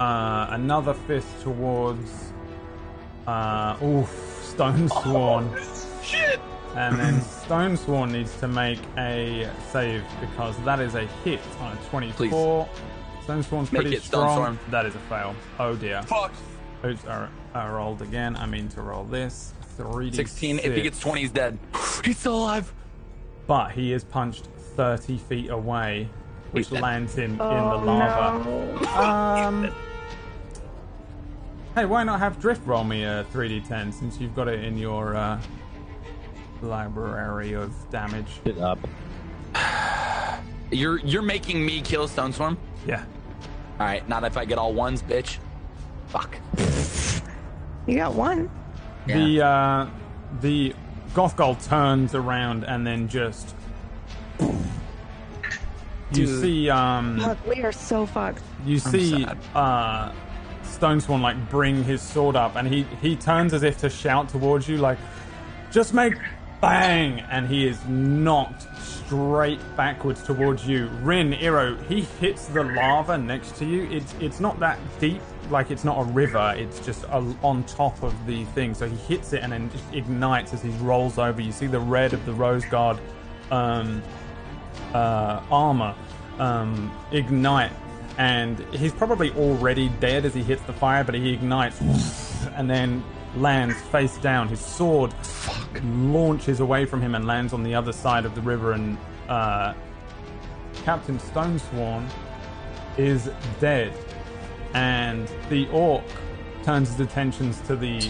Speaker 2: Uh, another fist towards. Uh, oof, Stone Swan.
Speaker 1: Shit.
Speaker 2: And then Stone Swan needs to make a save because that is a hit on a 24. Stone Swan's
Speaker 1: Make
Speaker 2: pretty
Speaker 1: it, Stone
Speaker 2: strong.
Speaker 1: Swan.
Speaker 2: That is a fail. Oh dear.
Speaker 1: Fuck.
Speaker 2: Oops, all right. I rolled again. I mean to roll this. 3
Speaker 1: 16. If he gets 20, he's dead. He's still alive.
Speaker 2: But he is punched 30 feet away, which
Speaker 1: He's dead.
Speaker 2: lands him in
Speaker 4: Oh,
Speaker 2: the lava.
Speaker 4: no.
Speaker 2: Um. Hey, why not have Drift roll me a 3d10 since you've got it in your uh, library of damage?
Speaker 5: It up.
Speaker 1: You're you're making me kill Stone Swarm.
Speaker 2: Yeah.
Speaker 1: All right, not if I get all ones, bitch. Fuck.
Speaker 4: You got one.
Speaker 2: The uh, the Gothgol turns around and then just. You
Speaker 1: Dude.
Speaker 2: see, um,
Speaker 4: Fuck, we are so fucked.
Speaker 2: you see
Speaker 1: sad.
Speaker 2: uh stone swan like bring his sword up and he he turns as if to shout towards you like just make bang and he is knocked straight backwards towards you rin iro he hits the lava next to you it's it's not that deep like it's not a river it's just a, on top of the thing so he hits it and then just ignites as he rolls over you see the red of the rose guard um uh, armor um, ignite, and he's probably already dead as he hits the fire, but he ignites and then lands face down. His sword launches away from him and lands on the other side of the river, and uh, Captain Stonesworn is dead. And the orc turns his attentions to the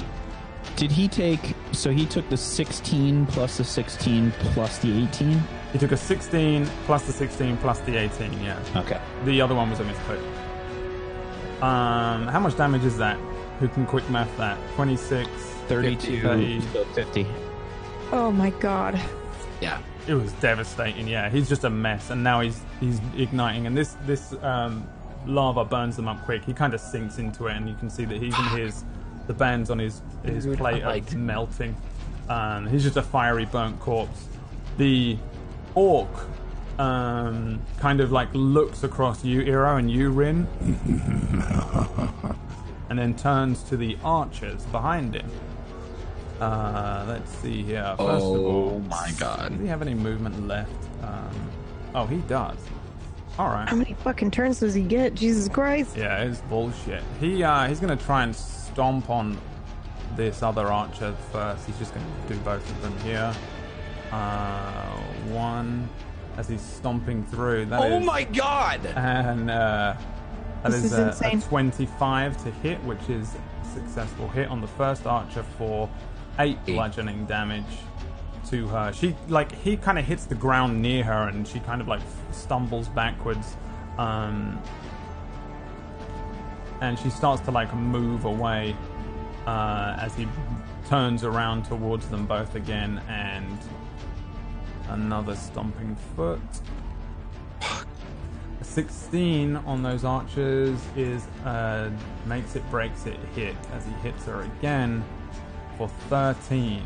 Speaker 5: Did he take? So he took the 16 plus the 16 plus the 18.
Speaker 2: he took a 16 plus the 16 plus the 18 yeah
Speaker 5: Okay.
Speaker 2: The other one was a misclick. Um, how much damage is that? Who can quick math that? 26.
Speaker 5: 32.
Speaker 2: 50.
Speaker 5: So 50.
Speaker 4: Oh my god.
Speaker 1: Yeah.
Speaker 2: It was devastating. Yeah, he's just a mess, and now he's he's igniting, and this this um, lava burns them up quick. He kind of sinks into it, and you can see that even his the bands on his his
Speaker 1: Dude,
Speaker 2: plate
Speaker 1: I
Speaker 2: are
Speaker 1: liked-
Speaker 2: melting. Um, he's just a fiery burnt corpse. The orc um, kind of like looks across you, Iro, and you, Rin, and then turns to the archers behind him. Uh, let's see here. First of all,
Speaker 1: Oh my
Speaker 2: does
Speaker 1: god.
Speaker 2: he have any movement left? Um, oh, he does. All
Speaker 4: How
Speaker 2: right.
Speaker 4: many fucking turns does he get? Jesus Christ.
Speaker 2: Yeah, it's bullshit. He uh, he's gonna try and stomp on this other archer first. He's just gonna do both of them here. Uh, one as he's stomping through. That
Speaker 1: Oh
Speaker 2: is-
Speaker 1: my god.
Speaker 2: And uh, that
Speaker 4: This
Speaker 2: is,
Speaker 4: is
Speaker 2: a- a,
Speaker 4: insane.
Speaker 2: 25 to hit, which is a successful hit on the first archer for eight bludgeoning damage to her. She like he kind of hits the ground near her, and she kind of like stumbles backwards, um, and she starts to like move away uh, as he turns around towards them both again, and another stomping foot. 16 on those archers is uh, makes it breaks it hit as he hits her again for 13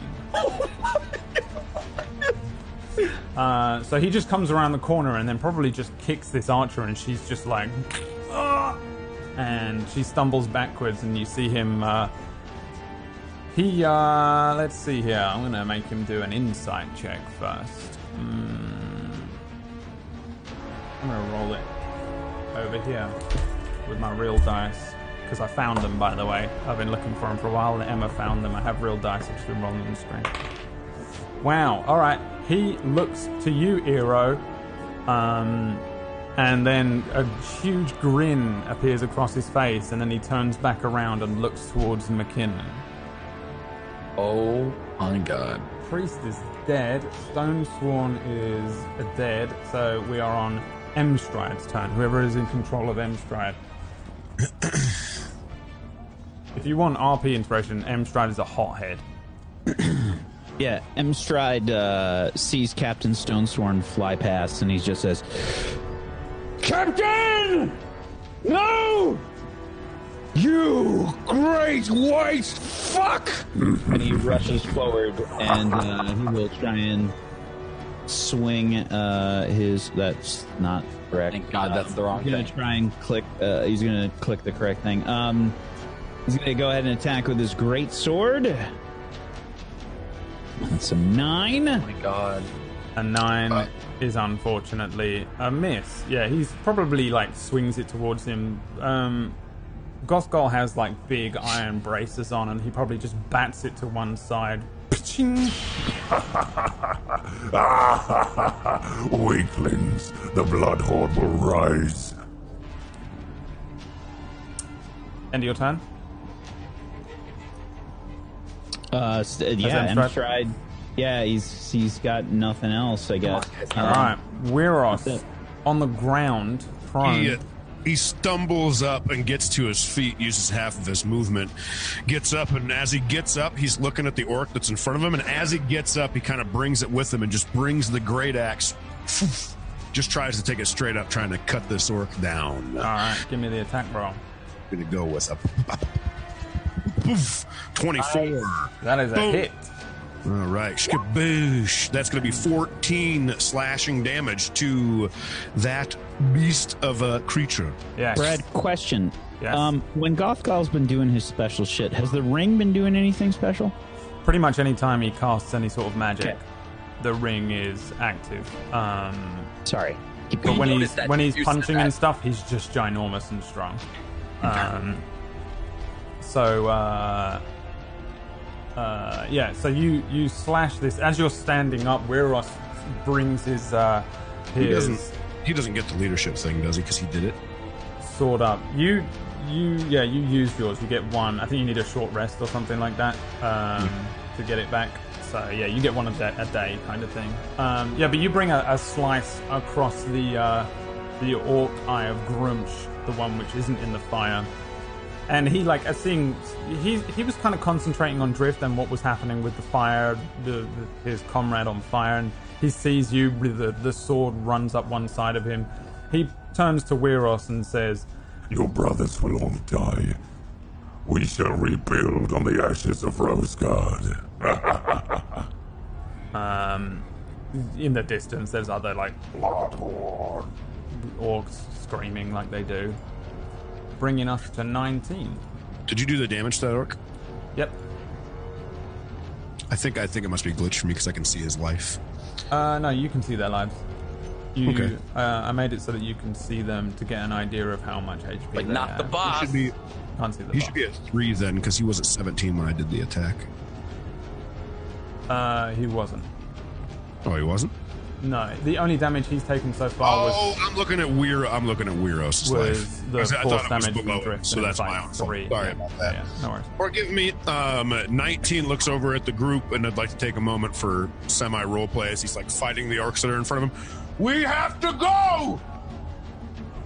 Speaker 2: uh, so he just comes around the corner and then probably just kicks this archer and she's just like "Ah!" and she stumbles backwards and you see him uh, he uh, let's see here i'm gonna make him do an insight check first Hmm. I'm gonna roll it over here with my real dice because I found them. By the way, I've been looking for them for a while, and Emma found them. I have real dice. I've just been rolling on the screen. Wow. All right. He looks to you, Eero, um, and then a huge grin appears across his face, and then he turns back around and looks towards McKinnon.
Speaker 1: Oh my god.
Speaker 2: Priest is dead. Stone Sworn is dead. So we are on M Stride's turn. Whoever is in control of M Stride. if you want RP inspiration, M Stride is a hothead.
Speaker 5: Yeah, M Stride uh, sees Captain Stonesworn fly past, and he just says,
Speaker 8: Captain! No! You great white fuck!
Speaker 5: and he rushes forward, and uh, he will try and swing uh, his. That's not correct.
Speaker 1: Thank God,
Speaker 5: Uh,
Speaker 1: that's the wrong
Speaker 5: He's gonna
Speaker 1: thing.
Speaker 5: try and click. Uh, he's gonna click the correct thing. Um, he's gonna go ahead and attack with his great sword. That's a nine.
Speaker 1: my god.
Speaker 2: A nine is unfortunately a miss. Yeah, he's probably like swings it towards him. Um, Gothgol has like big iron braces on, and he probably just bats it to one side. Pching!
Speaker 6: Weaklings, the Blood Horde will rise.
Speaker 2: End of your turn.
Speaker 5: Uh, st- yeah,
Speaker 2: As
Speaker 5: M
Speaker 2: Amstrad?
Speaker 5: stride. Yeah, he's he's got nothing else, I guess. Um,
Speaker 2: All right, Weiros
Speaker 5: it.
Speaker 2: on the ground, prone.
Speaker 3: He, uh, he stumbles up and gets to his feet, uses half of his movement, gets up, and as he gets up, he's looking at the orc that's in front of him. And as he gets up, he kind of brings it with him and just brings the great axe. Just tries to take it straight up, trying to cut this orc down.
Speaker 2: All right, give me the attack roll.
Speaker 3: gonna go with a poof, 24.
Speaker 2: That is a
Speaker 3: Boom.
Speaker 2: hit.
Speaker 3: All right, skaboosh. That's gonna be 14 slashing damage to that beast of a creature.
Speaker 2: Yes.
Speaker 5: Brad, question.
Speaker 2: Yes.
Speaker 5: Um, when Gothgal's been doing his special shit, has the ring been doing anything special?
Speaker 2: Pretty much any time he casts any sort of magic,
Speaker 5: Okay.
Speaker 2: the ring is active. Um,
Speaker 5: Sorry. Keep
Speaker 2: but
Speaker 5: going.
Speaker 2: when
Speaker 1: noticed
Speaker 2: he's
Speaker 1: that
Speaker 2: when he's
Speaker 1: you said
Speaker 2: punching
Speaker 1: that.
Speaker 2: and stuff, he's just ginormous and strong. Um, so uh, uh, yeah, so you you slash this as you're standing up. Weiros brings his uh,
Speaker 3: He
Speaker 2: his
Speaker 3: doesn't he doesn't get the leadership thing, does he? Because he did it.
Speaker 2: sword up. You you yeah you used yours. You get one. I think you need a short rest or something like that um, to get it back. So yeah, you get one of that a day kind of thing. Um, yeah, but you bring a, a slice across the uh, the orc eye of Grumsh, the one which isn't in the fire. And he like as seeing he he was kind of concentrating on drift and what was happening with the fire, the, the his comrade on fire, and he sees you with the, the sword runs up one side of him. He turns to Weiros and says,
Speaker 6: Your brothers will all die. We shall rebuild on the ashes of Rosegard.
Speaker 2: um, in the distance there's other like
Speaker 6: Blood Horde.
Speaker 2: orcs screaming like they do bringing us to 19
Speaker 3: Did you do the damage to that orc?
Speaker 2: yep
Speaker 3: I think I think it must be a glitch for me because I can see his life.
Speaker 2: uh, no you can see their lives you,
Speaker 3: Okay.
Speaker 2: uh, I made it so that you can see them to get an idea of how much HP.
Speaker 1: But
Speaker 2: they
Speaker 1: not
Speaker 2: have.
Speaker 1: the boss.
Speaker 3: Should be
Speaker 2: Can't see the
Speaker 3: he
Speaker 2: boss.
Speaker 3: should be at three then because he was at 17 when I did the attack.
Speaker 2: Uh, he wasn't.
Speaker 3: Oh, he wasn't.
Speaker 2: No, the only damage he's taken so far
Speaker 3: Oh,
Speaker 2: was
Speaker 3: I'm looking at Weir. I'm looking at Weiros'
Speaker 2: was
Speaker 3: life.
Speaker 2: the
Speaker 3: I said- I
Speaker 2: force
Speaker 3: thought it was
Speaker 2: damage
Speaker 3: below
Speaker 2: from
Speaker 3: it,
Speaker 2: drift.
Speaker 3: so
Speaker 2: and
Speaker 3: that's
Speaker 2: it's
Speaker 3: my
Speaker 2: like
Speaker 3: own
Speaker 2: three.
Speaker 3: fault. Sorry
Speaker 2: Yeah,
Speaker 3: about that.
Speaker 2: Yeah, no worries.
Speaker 3: Forgive me. Um, 19 looks over at the group, and I'd like to take a moment for semi role play as he's like fighting the orcs that are in front of him. We have to go!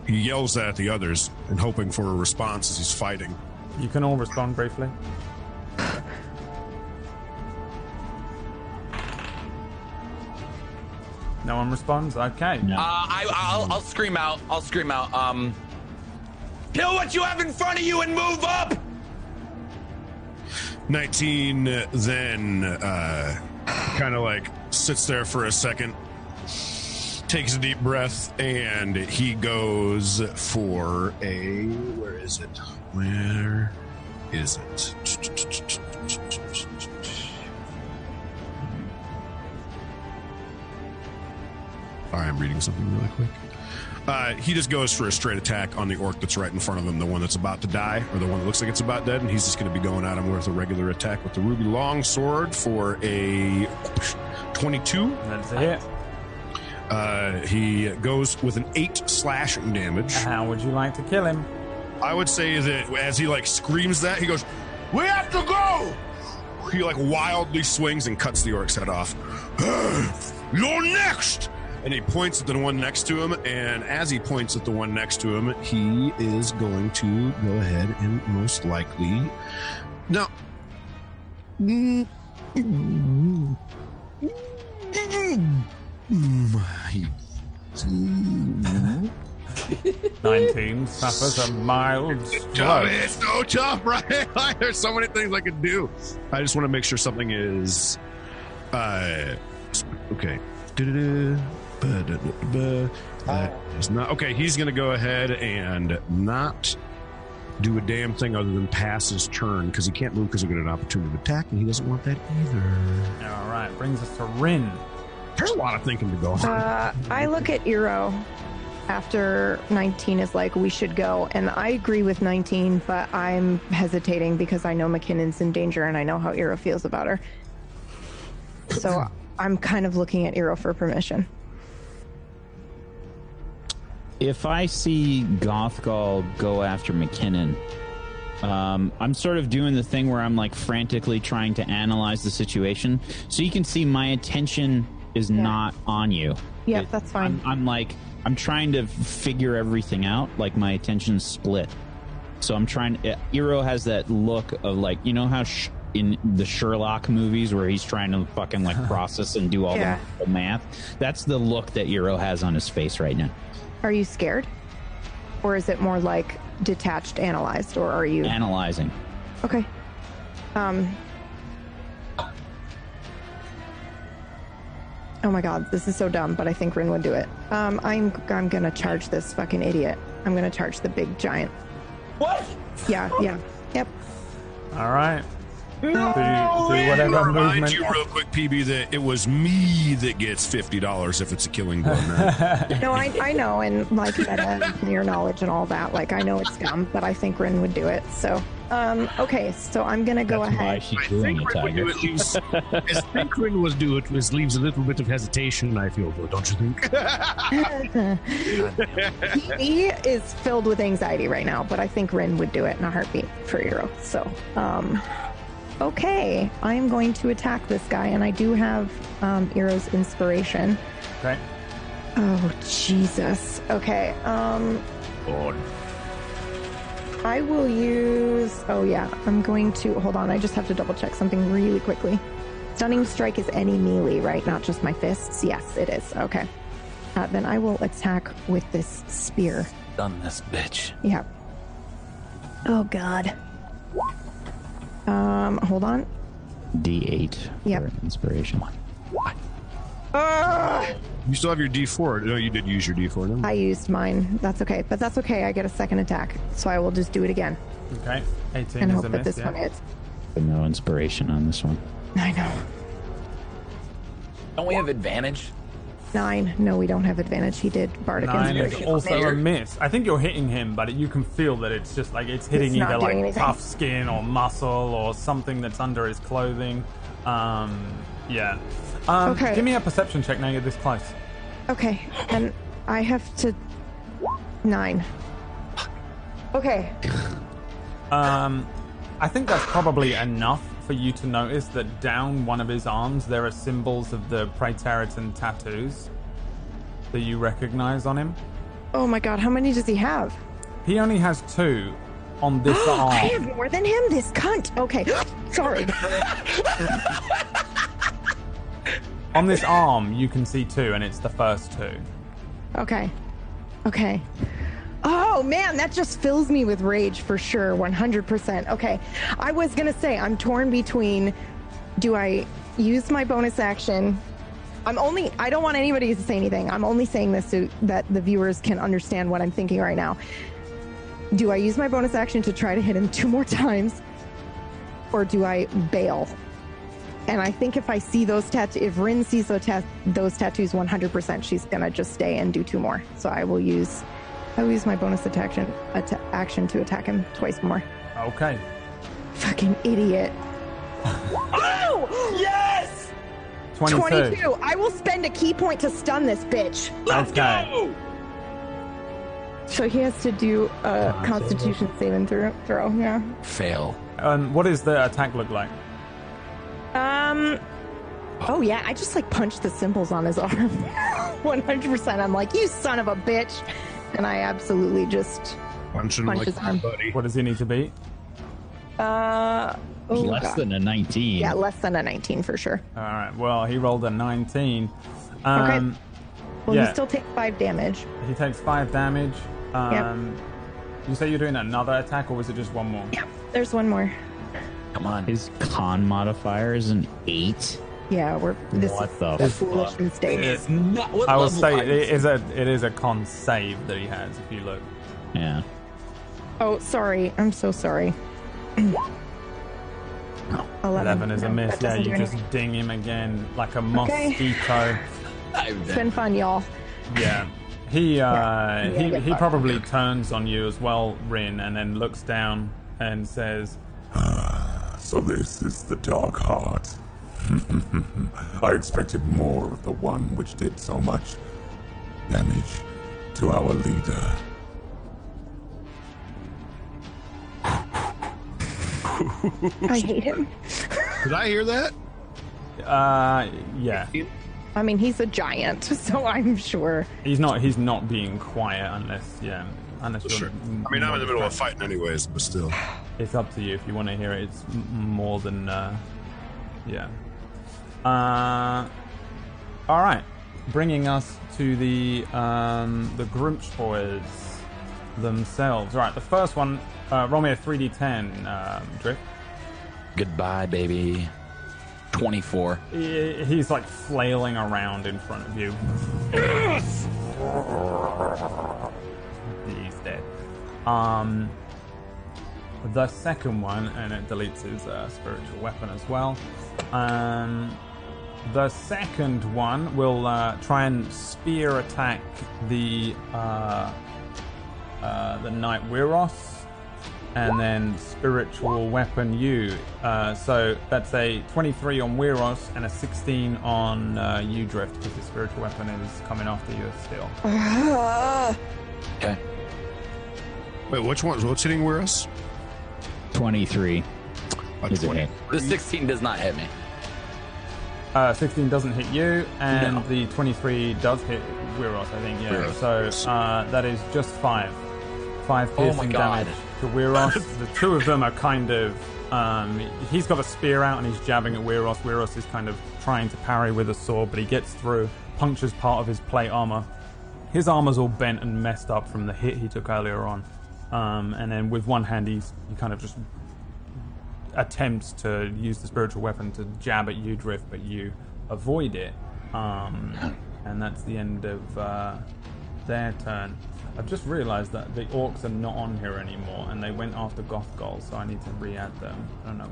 Speaker 3: He yells that at the others and hoping for a response as he's fighting.
Speaker 2: You can all respond briefly. No one responds. Okay.
Speaker 1: Uh, I, I'll, I'll scream out. I'll scream out. Um, kill what you have in front of you and move up.
Speaker 3: 19 uh, then uh, kind of like sits there for a second, takes a deep breath, and he goes for a. Where is it? Where is it? Sorry, I'm reading something really quick. Uh, he just goes for a straight attack on the orc that's right in front of him, the one that's about to die, or the one that looks like it's about dead, and he's just going to be going at him with a regular attack with the ruby longsword for a 22.
Speaker 2: That's a hit.
Speaker 3: Uh, he goes with an 8 slashing damage.
Speaker 2: How would you like to kill him?
Speaker 3: I would say that as he like screams that, he goes, "We have to go!" He like wildly swings and cuts the orc's head off. You're next. And he points at the one next to him, and as he points at the one next to him, he is going to go ahead and most likely. Now, Mm. Mm. Mm. Mm.
Speaker 2: 19 suffers a mild
Speaker 3: Job
Speaker 2: stroke.
Speaker 3: is so tough, right? There's so many things I can do. I just want to make sure something is. Uh, okay. Du-du-du, ba-da-da-da-ba. That is not okay. He's going to go ahead and not do a damn thing other than pass his turn because he can't move because he'll get an opportunity to attack, and he doesn't want that either.
Speaker 2: All right, brings us to Rin.
Speaker 3: There's a lot of thinking to go on.
Speaker 4: Uh, I look at Eero after 19 is like, we should go. And I agree with 19, but I'm hesitating because I know McKinnon's in danger and I know how Iro feels about her. So I'm kind of looking at Iro for permission.
Speaker 5: if I see Gothgall go after McKinnon, um, I'm sort of doing the thing where I'm like frantically trying to analyze the situation. So you can see my attention is not on you.
Speaker 4: Yeah, that's fine.
Speaker 5: I'm, I'm like, I'm trying to figure everything out. Like my attention's split. So I'm trying. uh, Iro has that look of like, you know how sh- in the Sherlock movies where he's trying to fucking like process and do all
Speaker 4: Yeah.
Speaker 5: the math. That's the look that Iro has on his face right now.
Speaker 4: Are you scared? Or is it more like detached, analyzed? Or are you.
Speaker 5: Analyzing.
Speaker 4: Okay. Um. Oh my god, this is so dumb, but I think Rin would do it. Um, I'm I'm gonna charge this fucking idiot. I'm gonna charge the big giant. What? Yeah, yeah, yep.
Speaker 2: All right. Do, do whatever
Speaker 3: Remind
Speaker 2: movement.
Speaker 3: you real quick, PB, that it was me that gets fifty dollars if it's a killing blow. man.
Speaker 4: No, I, I know, and like meta and your knowledge and all that. Like I know it's dumb, but I think Rin would do it. So, um, okay, so I'm gonna go ahead.
Speaker 5: she's
Speaker 9: I think Rin would do it leaves. I think Rin would do it was leaves a little bit of hesitation. I feel though, don't you think?
Speaker 4: he is filled with anxiety right now, but I think Rin would do it in a heartbeat for Euro. So, um, okay, I am going to attack this guy, and I do have um, Euro's inspiration.
Speaker 2: Okay.
Speaker 4: Oh Jesus! Okay, um, I will use. Oh yeah, I'm going to hold on. I just have to double check something really quickly. Stunning strike is any melee, right? Not just my fists. Yes, it is. Okay. Uh, then I will attack with this spear.
Speaker 1: Done this, bitch.
Speaker 4: Yeah. Oh God. Um, hold on.
Speaker 5: D8 for
Speaker 4: Yep.
Speaker 5: inspiration.
Speaker 3: you still have your D four. No, you did use your D four.
Speaker 4: I used mine. That's okay, but that's okay. I get a second attack, so I will just do it again
Speaker 2: Okay. 18
Speaker 4: and
Speaker 2: is
Speaker 4: hope
Speaker 2: a
Speaker 4: that
Speaker 2: miss.
Speaker 4: this
Speaker 2: yeah.
Speaker 4: one hits.
Speaker 5: But no inspiration on this one.
Speaker 4: I know.
Speaker 1: Don't we have advantage?
Speaker 4: Nine. No, we don't have advantage. He did bardic
Speaker 2: Nine is
Speaker 4: inspiration.
Speaker 2: also a miss. I think you're hitting him, but you can feel that it's just like it's hitting
Speaker 4: It's not
Speaker 2: either like
Speaker 4: doing anything.
Speaker 2: tough skin or muscle or something that's under his clothing. Um, yeah. Um,
Speaker 4: Okay.
Speaker 2: Give me a perception check now you're this close.
Speaker 4: Okay, and I have to nine. Okay.
Speaker 2: Um, I think that's probably enough for you to notice that down one of his arms there are symbols of the Praetoritan tattoos that you recognize on him.
Speaker 4: Oh my God, how many does he have?
Speaker 2: He only has two on this arm.
Speaker 4: I have more than him. This cunt. Okay. Sorry.
Speaker 2: On this arm, you can see two, and it's the first two.
Speaker 4: Okay. Okay. Oh man, that just fills me with rage for sure, 100%. Okay. I was going to say I'm torn between do I use my bonus action? I'm only I don't want anybody to say anything. I'm only saying this so that the viewers can understand what I'm thinking right now. Do I use my bonus action to try to hit him two more times or do I bail? And I think if I see those tattoos, if Rin sees those, tat- those tattoos 100%, she's gonna just stay and do two more. So I will use, I will use my bonus attack atta- action to attack him twice more.
Speaker 2: Okay.
Speaker 4: Fucking idiot. oh! Yes!
Speaker 2: 22.
Speaker 4: 22. I will spend a key point to stun this bitch.
Speaker 2: okay.
Speaker 4: So he has to do a constitution saving throw, throw, yeah.
Speaker 1: Fail.
Speaker 2: Um, what does the attack look like?
Speaker 4: Um. Oh yeah, I just like punched the symbols on his arm. One hundred percent. I'm like, you son of a bitch, and I absolutely just.
Speaker 3: Punching
Speaker 4: Punch
Speaker 3: like
Speaker 4: his arm.
Speaker 3: buddy.
Speaker 2: What does he need to beat?
Speaker 4: Uh. Oh,
Speaker 5: Less
Speaker 4: God.
Speaker 5: than a 19.
Speaker 4: Yeah, less than a nineteen for sure.
Speaker 2: All right. Well, he rolled a 19. Um,
Speaker 4: Okay. Well,
Speaker 2: yeah.
Speaker 4: you still take five damage.
Speaker 2: He takes five damage. Um, You say you're doing another attack, or was it just one more?
Speaker 4: Yeah. There's one more.
Speaker 1: Come on.
Speaker 5: His con modifier is an 8.
Speaker 4: Yeah, we're. This
Speaker 5: What
Speaker 4: is
Speaker 5: the
Speaker 4: a
Speaker 5: fuck?
Speaker 4: foolish mistake.
Speaker 1: It's not. What
Speaker 2: I will
Speaker 1: level
Speaker 2: say
Speaker 1: are
Speaker 2: it
Speaker 1: you?
Speaker 2: is a it is a con save that he has. If you look,
Speaker 5: Yeah.
Speaker 4: Oh, sorry. I'm so sorry. Eleven.
Speaker 2: eleven is a
Speaker 4: No,
Speaker 2: miss.
Speaker 4: that
Speaker 2: Yeah,
Speaker 4: doesn't do
Speaker 2: you just
Speaker 4: anything.
Speaker 2: ding him again like a
Speaker 4: Okay.
Speaker 2: mosquito.
Speaker 1: I've
Speaker 4: It's been
Speaker 1: been-
Speaker 4: fun, y'all.
Speaker 2: yeah, He uh, he he probably turns on you as well, Rin, and then looks down and says,
Speaker 6: So this is the Dark Heart. I expected more of the one which did so much damage to our leader.
Speaker 4: I hate him.
Speaker 3: Did I hear that?
Speaker 2: uh, "Yeah,
Speaker 4: I mean, he's a giant, so I'm sure.
Speaker 2: he's not he's not being quiet unless yeah unless
Speaker 3: Sure.
Speaker 2: you're
Speaker 3: I mean, I'm in the middle of a fight, anyways, but still.
Speaker 2: It's up to you if you want to hear it. It's m- more than uh, yeah. Uh, all right, bringing us to the um, the Grunch boys themselves. All right, the first one, uh, roll me a three d ten, um, Drift.
Speaker 1: Goodbye, baby. 24.
Speaker 2: He- He's like flailing around in front of you. He's dead. Um, the second one, and it deletes his uh, spiritual weapon as well. Um, the second one will uh, try and spear attack the uh, uh, the Knight Wiros, and then spiritual weapon you. Uh, so that's a 23 on Wiros and a 16 on uh, you drift because the spiritual weapon is coming after you still.
Speaker 1: Okay.
Speaker 3: Wait, which one? What's hitting Whereas?
Speaker 5: 23.
Speaker 3: A
Speaker 5: Is it
Speaker 3: 20.
Speaker 5: hit?
Speaker 1: The 16 does not hit me.
Speaker 2: Uh, 16 doesn't hit you, and
Speaker 1: No.
Speaker 2: the 23 does hit Wiros, I think. Yeah.
Speaker 3: Wiros, yes.
Speaker 2: So uh, that is just five, five
Speaker 1: Oh my
Speaker 2: piercing
Speaker 1: God.
Speaker 2: damage to Wiros. the two of them are kind of. Um, he's got a spear out and he's jabbing at Wiros. Wiros is kind of trying to parry with a sword, but he gets through, punctures part of his plate armor. His armor's all bent and messed up from the hit he took earlier on. Um, and then with one hand, he's, he kind of just attempts to use the spiritual weapon to jab at you, Drift, but you avoid it. Um, and that's the end of uh, their turn. I've just realised that the orcs are not on here anymore, and they went after Gothgol, so I need to re-add them. I don't know.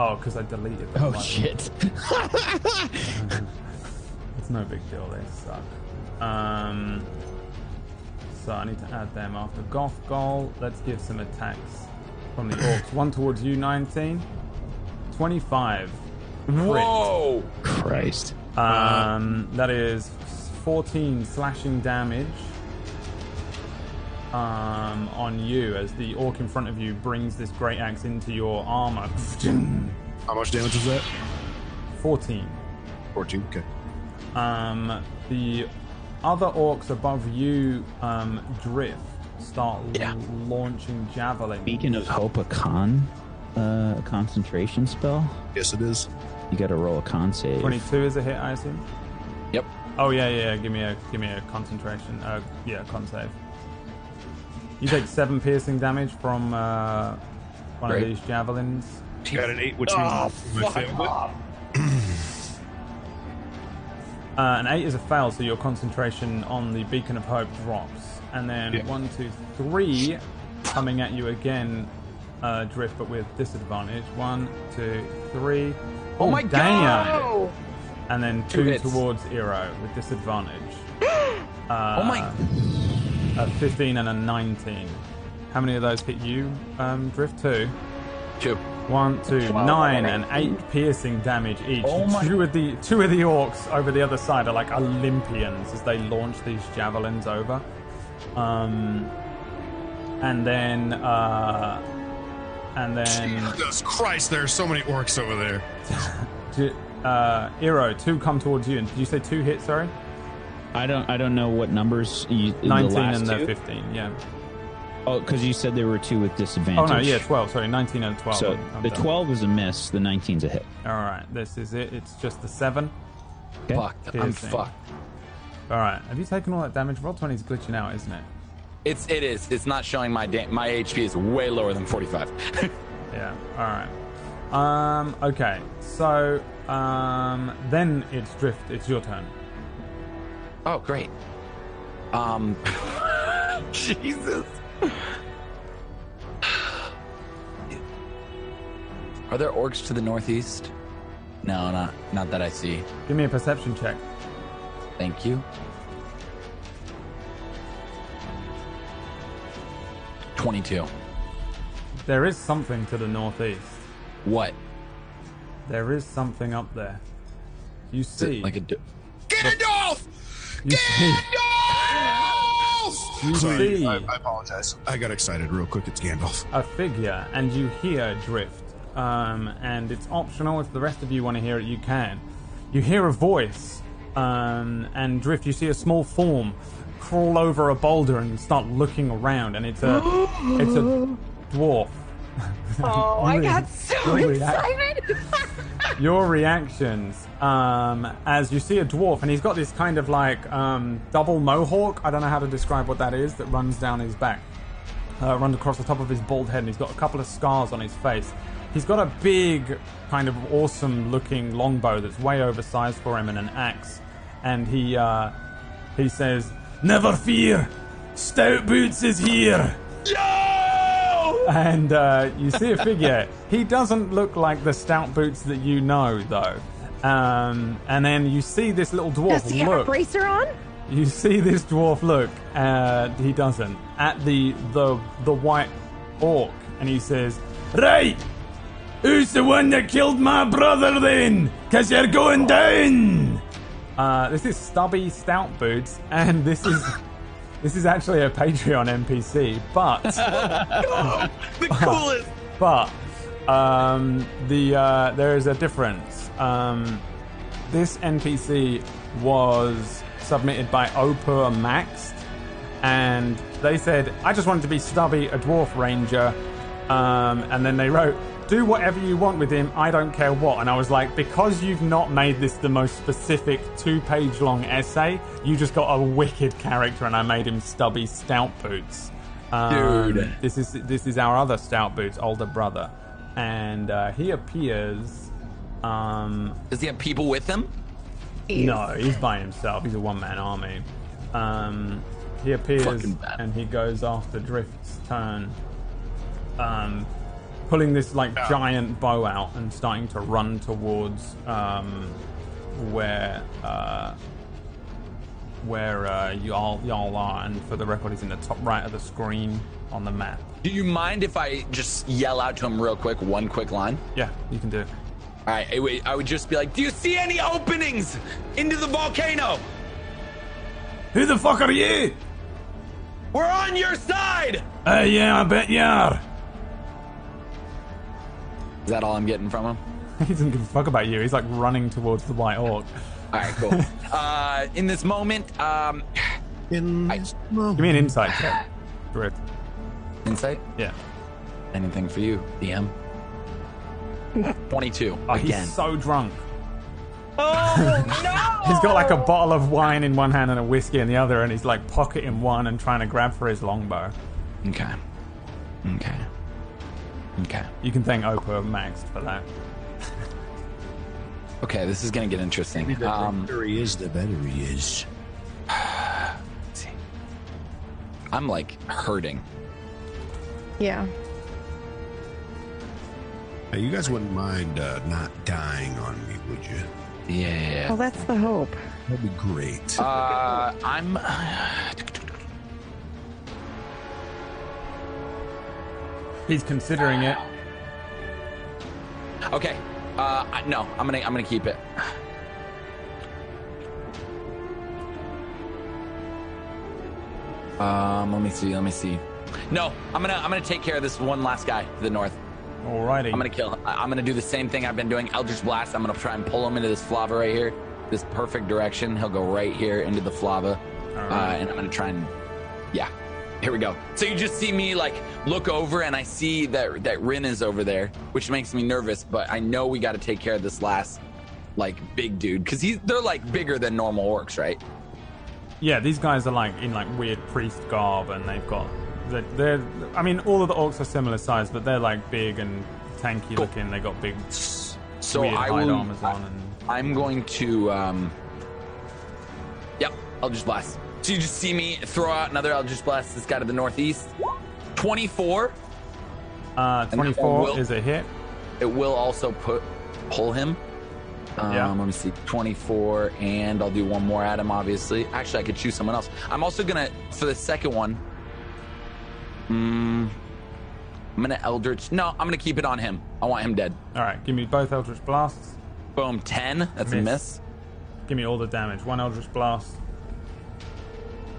Speaker 2: Oh, because I deleted them.
Speaker 5: Oh,
Speaker 2: right?
Speaker 5: shit.
Speaker 2: It's no big deal. They suck. Um, so I need to add them after Gothgol. Let's give some attacks from the orcs. One towards you, 19. 25. Crit.
Speaker 1: Whoa!
Speaker 5: Christ.
Speaker 2: Um, that is 14 slashing damage um, on you as the orc in front of you brings this great axe into your armor.
Speaker 3: How much damage was that?
Speaker 2: 14.
Speaker 3: 14. Okay.
Speaker 2: Um, the other orcs above you um, drift, start
Speaker 1: Yeah.
Speaker 2: launching javelins.
Speaker 5: Beacon of Hope, a con, uh, a concentration spell.
Speaker 3: Yes, it is.
Speaker 5: You got to roll a con save.
Speaker 2: 22 is a hit, I assume.
Speaker 1: Yep.
Speaker 2: Oh yeah, yeah. yeah, Give me a give me a concentration. Uh, yeah, con save. You take seven piercing damage from uh, one
Speaker 1: Great.
Speaker 2: of these javelins.
Speaker 3: He got an 8, which means. my favorite.
Speaker 2: Uh, an eight is a fail, so your concentration on the beacon of hope drops. And then one, two, three, coming at you again, uh, drift, but with disadvantage. One, two, three.
Speaker 1: Oh my
Speaker 2: damn.
Speaker 1: God!
Speaker 2: And then
Speaker 1: Two
Speaker 2: two
Speaker 1: hits.
Speaker 2: towards Ero with disadvantage.
Speaker 1: Oh my.
Speaker 2: A 15 and a 19. How many of those hit you, um, Drift? Two.
Speaker 1: Two.
Speaker 2: One, two, nine, and eight piercing damage each.
Speaker 1: Oh my-
Speaker 2: Two of the two of the orcs over the other side are like Olympians as they launch these javelins over. Um, and then, uh, and then,
Speaker 3: Jesus Christ, there are so many orcs over there.
Speaker 2: t- uh, Iro, two come towards you. And did you say two hits? Sorry,
Speaker 5: I don't. I don't know what numbers. You, the
Speaker 2: nineteen
Speaker 5: last
Speaker 2: and the
Speaker 5: two?
Speaker 2: fifteen. Yeah.
Speaker 5: Oh, because you said there were two with
Speaker 2: Oh
Speaker 5: disadvantage.
Speaker 2: no, yeah, twelve. Sorry, nineteen and twelve.
Speaker 5: So
Speaker 2: I'm- I'm
Speaker 5: the
Speaker 2: done.
Speaker 5: twelve is a miss. The 19's a hit.
Speaker 2: All right, this is it. It's just the seven.
Speaker 5: Okay?
Speaker 1: Fucked. I'm
Speaker 2: Piercing.
Speaker 1: fucked.
Speaker 2: All right. Have you taken all that damage? Roll twenty is glitching out, isn't it?
Speaker 1: It's it is. It's not showing my da- my HP is way lower than 45.
Speaker 2: Yeah. All right. Um. Okay. So. Um. Then it's drift. It's your turn.
Speaker 1: oh great. Um. Jesus. Are there orcs to the northeast? No, not not that I see.
Speaker 2: Give me a perception check.
Speaker 1: Thank you. 22.
Speaker 2: There is something to the northeast.
Speaker 1: What?
Speaker 2: There is something up there. You
Speaker 1: Is it
Speaker 2: see,
Speaker 1: like a d-
Speaker 3: Get it off!
Speaker 2: you see,
Speaker 3: Gandalf!
Speaker 2: you
Speaker 3: Sorry,
Speaker 2: see
Speaker 3: I, I apologize. I got excited real quick. It's Gandalf.
Speaker 2: a figure, and you hear drift. Um, and it's optional if the rest of you want to hear it, you can. You hear a voice, um, and drift. You see a small form crawl over a boulder and start looking around, and it's a it's a dwarf.
Speaker 4: Oh, I
Speaker 2: Really?
Speaker 4: got so
Speaker 2: Really?
Speaker 4: excited.
Speaker 2: your reactions um, as you see a dwarf and he's got this kind of like um, double mohawk i don't know how to describe what that is that runs down his back uh, runs across the top of his bald head and he's got a couple of scars on his face he's got a big kind of awesome looking longbow that's way oversized for him and an axe and he uh, he says never fear stout boots is here and uh, you see a figure. he doesn't look like the stout boots that you know, though. Um, and then you see this little dwarf
Speaker 4: Does he have a
Speaker 2: look.
Speaker 4: bracer on?
Speaker 2: you see this dwarf look. Uh, he doesn't at the the the white orc, and he says, "Right, who's the one that killed my brother? Then, cause you're going down." Uh, this is stubby stout boots, and this is this is actually a Patreon NPC, but.
Speaker 1: The coolest!
Speaker 2: but um, the uh, there is a difference. Um, this NPC was submitted by Opa Maxed, and they said, "I just wanted to be stubby, a dwarf ranger," um, and then they wrote. Do whatever you want with him. I don't care what. And I was like, because you've not made this the most specific two-page-long essay, you just got a wicked character, and I made him stubby stout boots. Um,
Speaker 1: Dude.
Speaker 2: this is this is our other stout boots older brother, and uh, he appears. Um,
Speaker 1: Does he have people with him?
Speaker 2: no, he's by himself. He's a one man army. Um, he appears
Speaker 1: Fucking bad.
Speaker 2: and he goes after Drift's turn, um, pulling this like giant bow out and starting to run towards um, where uh, where uh, y'all y'all are. And for the record, he's in the top right of the screen on the map.
Speaker 1: Do you mind if I just yell out to him real quick, one quick line?
Speaker 2: Yeah, you can do it.
Speaker 1: All right, I would- I would just be like, "Do you see any openings into the volcano?
Speaker 2: Who the fuck are you?
Speaker 1: We're on your side."
Speaker 2: Uh, yeah, I bet you are.
Speaker 1: Is that all I'm getting from him?
Speaker 2: He doesn't give a fuck about you. He's like running towards the white
Speaker 1: All
Speaker 2: orc.
Speaker 1: right, cool. uh, in this moment, um,
Speaker 3: In
Speaker 1: I-
Speaker 2: Give me an insight check. Drift.
Speaker 1: insight.
Speaker 2: Yeah.
Speaker 1: Anything for you, DM? Twenty-two
Speaker 2: Oh,
Speaker 1: again.
Speaker 2: he's so drunk. Oh no! he's got like a bottle of wine in one hand and a whiskey in the other, and he's like pocketing one and trying to grab for his longbow.
Speaker 1: okay. Okay. Okay.
Speaker 2: You can thank Oprah Max for that.
Speaker 1: Okay. This is gonna get interesting. Um,
Speaker 9: better he is, the better he is.
Speaker 1: let's see. I'm like hurting.
Speaker 4: Yeah.
Speaker 3: Hey, you guys wouldn't mind uh, not dying on me, would you?
Speaker 4: Well,
Speaker 1: Yeah.
Speaker 4: that's the hope.
Speaker 3: That'd be great.
Speaker 1: Uh, I'm.
Speaker 2: He's considering it.
Speaker 1: Okay. Uh, I, no, I'm gonna I'm gonna keep it. Um, let me see. Let me see. No, I'm gonna I'm gonna take care of this one last guy to the north.
Speaker 2: Alrighty.
Speaker 1: I'm gonna kill him. I- I'm gonna do the same thing I've been doing. Eldritch Blast. I'm gonna try and pull him into this flava right here. This perfect direction. He'll go right here into the flava. Uh, and I'm gonna try and yeah. Here we go. So you just see me like look over and I see that that Rin is over there, which makes me nervous, but I know we gotta take care of this last like big dude. Cause he's they're like bigger than normal orcs, right?
Speaker 2: Yeah, these guys are like in like weird priest garb, and they've got they're, they're I mean, all of the orcs are similar size, but they're like big and tanky looking. They got big
Speaker 1: So
Speaker 2: weird
Speaker 1: I
Speaker 2: hide
Speaker 1: will
Speaker 2: armors on and.
Speaker 1: I'm going to. Um, yep, Eldritch Blast. So you just see me throw out another Eldritch Blast. This guy to the northeast. 24.
Speaker 2: Uh,
Speaker 1: that one
Speaker 2: 24
Speaker 1: will-
Speaker 2: is a hit.
Speaker 1: It will also put pull him. Um,
Speaker 2: Yeah.
Speaker 1: Let me see. 24. And I'll do one more at him, obviously. Actually, I could choose someone else. I'm also going to, for the second one, mm, I'm gonna Eldritch. No, I'm gonna keep it on him. I want him dead.
Speaker 2: All right, give me both Eldritch Blasts.
Speaker 1: Boom, ten. That's a
Speaker 2: Miss.
Speaker 1: miss.
Speaker 2: Give me all the damage. One Eldritch Blast.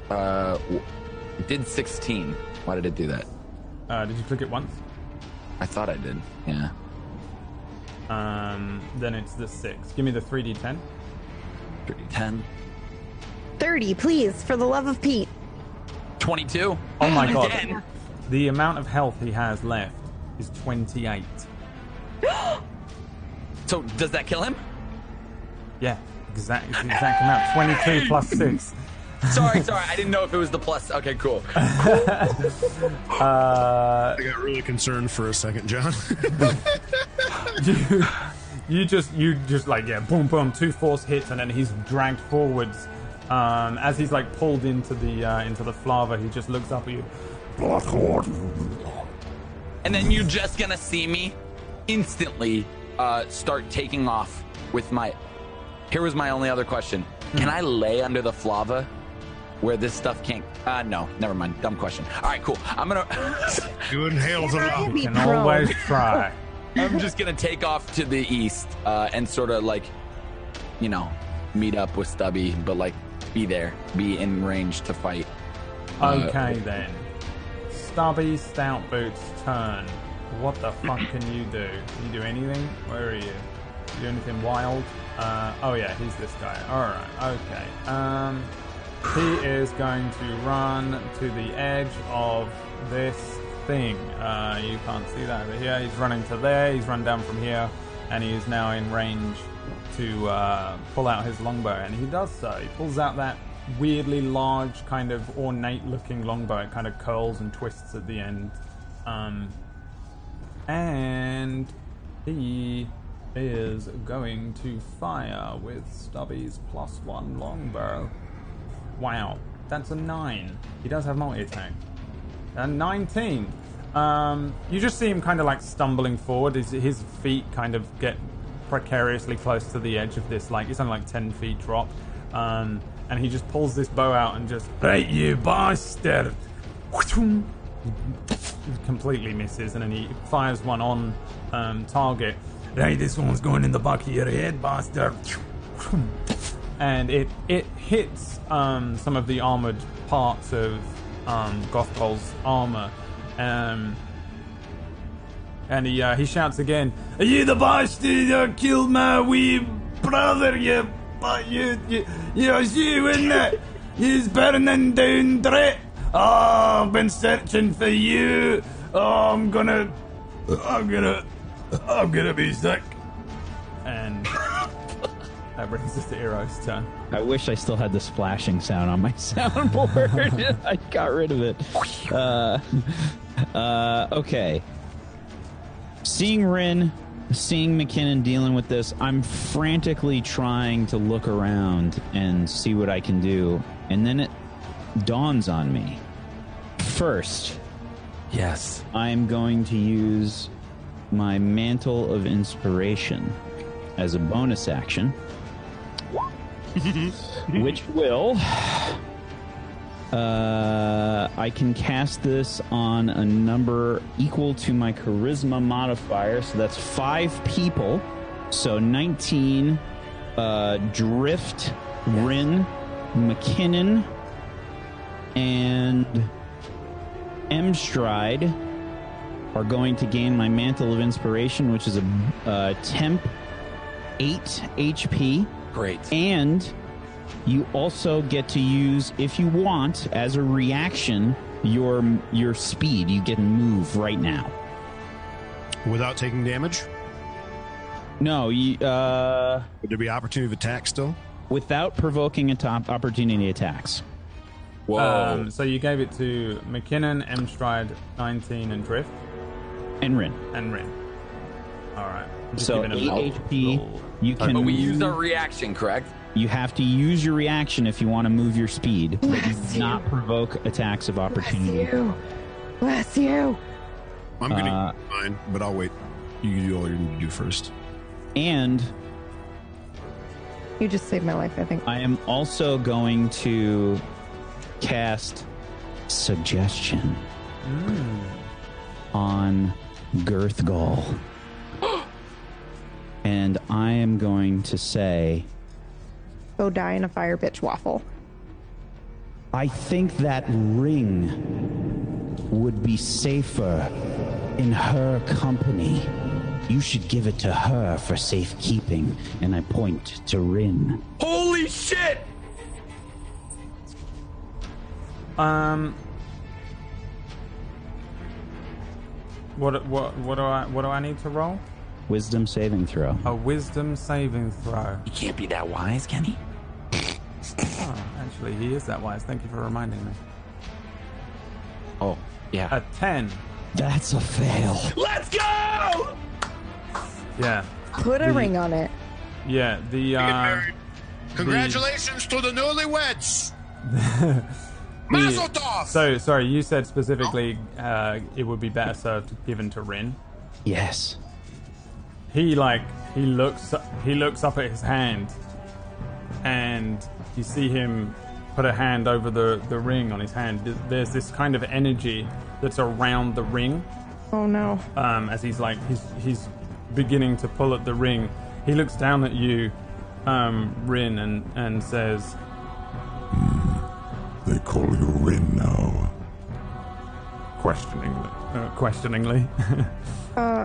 Speaker 1: Uh, w- it did sixteen. Why did it do that?
Speaker 2: Uh, did you click it once?
Speaker 1: I thought I did. Yeah.
Speaker 2: Um, then it's the six. Give me the 3d10.
Speaker 1: Three, Ten.
Speaker 4: 30, please, for the love of Pete.
Speaker 1: Twenty-two.
Speaker 2: Oh my
Speaker 1: I'm
Speaker 2: god.
Speaker 1: dead.
Speaker 2: The amount of health he has left is 28.
Speaker 1: So does that kill him?
Speaker 2: Yeah, exact, it's the exact amount. 22 plus 6.
Speaker 1: Sorry, sorry. I didn't know if it was the plus. Okay, cool.
Speaker 2: Uh,
Speaker 3: I got really concerned for a second, John.
Speaker 2: you, you just, you just like, yeah, boom, boom, two force hits, and then he's dragged forwards. Um, as he's like pulled into the uh, into the flava, he just looks up at you.
Speaker 6: Bloodhorn.
Speaker 1: and then you're just gonna see me instantly uh, start taking off with my. Here was my only other question:
Speaker 2: Hmm.
Speaker 1: Can I lay under the flava where this stuff can't? Uh, no, never mind. Dumb question. All right, cool. I'm gonna.
Speaker 3: you inhale the
Speaker 4: Can I
Speaker 3: lava.
Speaker 4: be
Speaker 2: Can
Speaker 4: prone?
Speaker 2: always try.
Speaker 1: I'm just gonna take off to the east uh, and sort of like, you know, meet up with Stubby, but like be there, be in range to fight.
Speaker 2: Okay then. Stubby Stout Boots turn. What the fuck can you do? Can you do anything? Where are you? Do anything wild? Uh, oh yeah, he's this guy. Alright, okay. Um, he is going to run to the edge of this thing. Uh, you can't see that over here. He's running to there, he's run down from here, and he is now in range to uh, pull out his longbow, and he does so. He pulls out that weirdly large, kind of ornate-looking longbow. It kind of curls and twists at the end, um, and he is going to fire with Stubby's plus one longbow. Wow, that's a nine. He does have multi-attack. And 19. Um, you just see him kind of like stumbling forward. His, his feet kind of get precariously close to the edge of this, like, it's only like 10 feet drop. Um, and he just pulls this bow out and just, Hey, you bastard! Completely misses, and then he fires one on um, target. Hey, this one's going in the back of your head, bastard! and it it hits um, some of the armored parts of um, Gothpol's armor. Um, and he uh, he shouts again, "Are you the bastard that killed my wee brother? You, but you, you, you, it's you, isn't it? You's burning down Dret. Oh, I've been searching for you. Oh, I'm gonna, I'm gonna, I'm gonna be sick." And that brings us to Ero's turn.
Speaker 5: I wish I still had the splashing sound on my soundboard. I got rid of it. Uh, uh, okay. Seeing Rin, seeing McKinnon dealing with this, I'm frantically trying to look around and see what I can do. And then it dawns on me. First,
Speaker 1: Yes.
Speaker 5: I'm going to use my Mantle of Inspiration as a bonus action, which will. Uh, I can cast this on a number equal to my charisma modifier, so that's five people. So 19, uh, Drift, Rin, McKinnon, and M Stride are going to gain my Mantle of Inspiration, which is a uh, temp 8 HP.
Speaker 1: Great.
Speaker 5: And you also get to use, if you want, as a reaction, your your speed. You get move right now.
Speaker 3: Without taking damage?
Speaker 5: No, you, uh,
Speaker 3: Would there be opportunity of attack still?
Speaker 5: without provoking a top opportunity attacks.
Speaker 1: Whoa.
Speaker 2: Um, so you gave it to McKinnon, M Stride, 19, and Drift,
Speaker 5: And Rin.
Speaker 2: and Rin. All right. I'm just
Speaker 5: So E
Speaker 2: giving
Speaker 5: 8
Speaker 2: them all
Speaker 5: HP.
Speaker 2: little-
Speaker 5: You can.
Speaker 1: but we used our reaction, correct?
Speaker 5: You have to use your reaction if you want to move your speed, but you do not provoke attacks of
Speaker 4: Bless
Speaker 5: opportunity.
Speaker 4: you. Bless you.
Speaker 3: I'm going to
Speaker 5: Uh,
Speaker 3: mine, but I'll wait. You do all you need to do first.
Speaker 5: And
Speaker 4: You just saved my life, I think.
Speaker 5: I am also going to cast suggestion on Girthgall. and I am going to say,
Speaker 4: Go die in a fire pitch waffle.
Speaker 5: I think that ring would be safer in her company. You should give it to her for safekeeping. And I point to Rin.
Speaker 1: Holy shit!
Speaker 2: Um. What what what do I what do I need to roll?
Speaker 5: Wisdom saving throw.
Speaker 2: A wisdom saving throw.
Speaker 1: He can't be that wise, can he?
Speaker 2: Oh, actually, he is that wise. Thank you for reminding me.
Speaker 1: Oh, yeah.
Speaker 2: A ten.
Speaker 5: That's a fail.
Speaker 1: Let's go!
Speaker 2: Yeah,
Speaker 4: Put a ring on it.
Speaker 2: yeah. The uh,
Speaker 3: Congratulations to the newlyweds.
Speaker 2: the-
Speaker 3: Mazel tov!
Speaker 2: So sorry, you said specifically uh, it would be better served given to Rin.
Speaker 5: Yes.
Speaker 2: he like he looks he looks up at his hand and you see him put a hand over the the ring on his hand Th- there's this kind of energy that's around the ring
Speaker 4: Oh no.
Speaker 2: um, as he's like he's he's beginning to pull at the ring he looks down at you um, Rin and and says
Speaker 6: They call you Rin now.
Speaker 2: questioningly uh, questioningly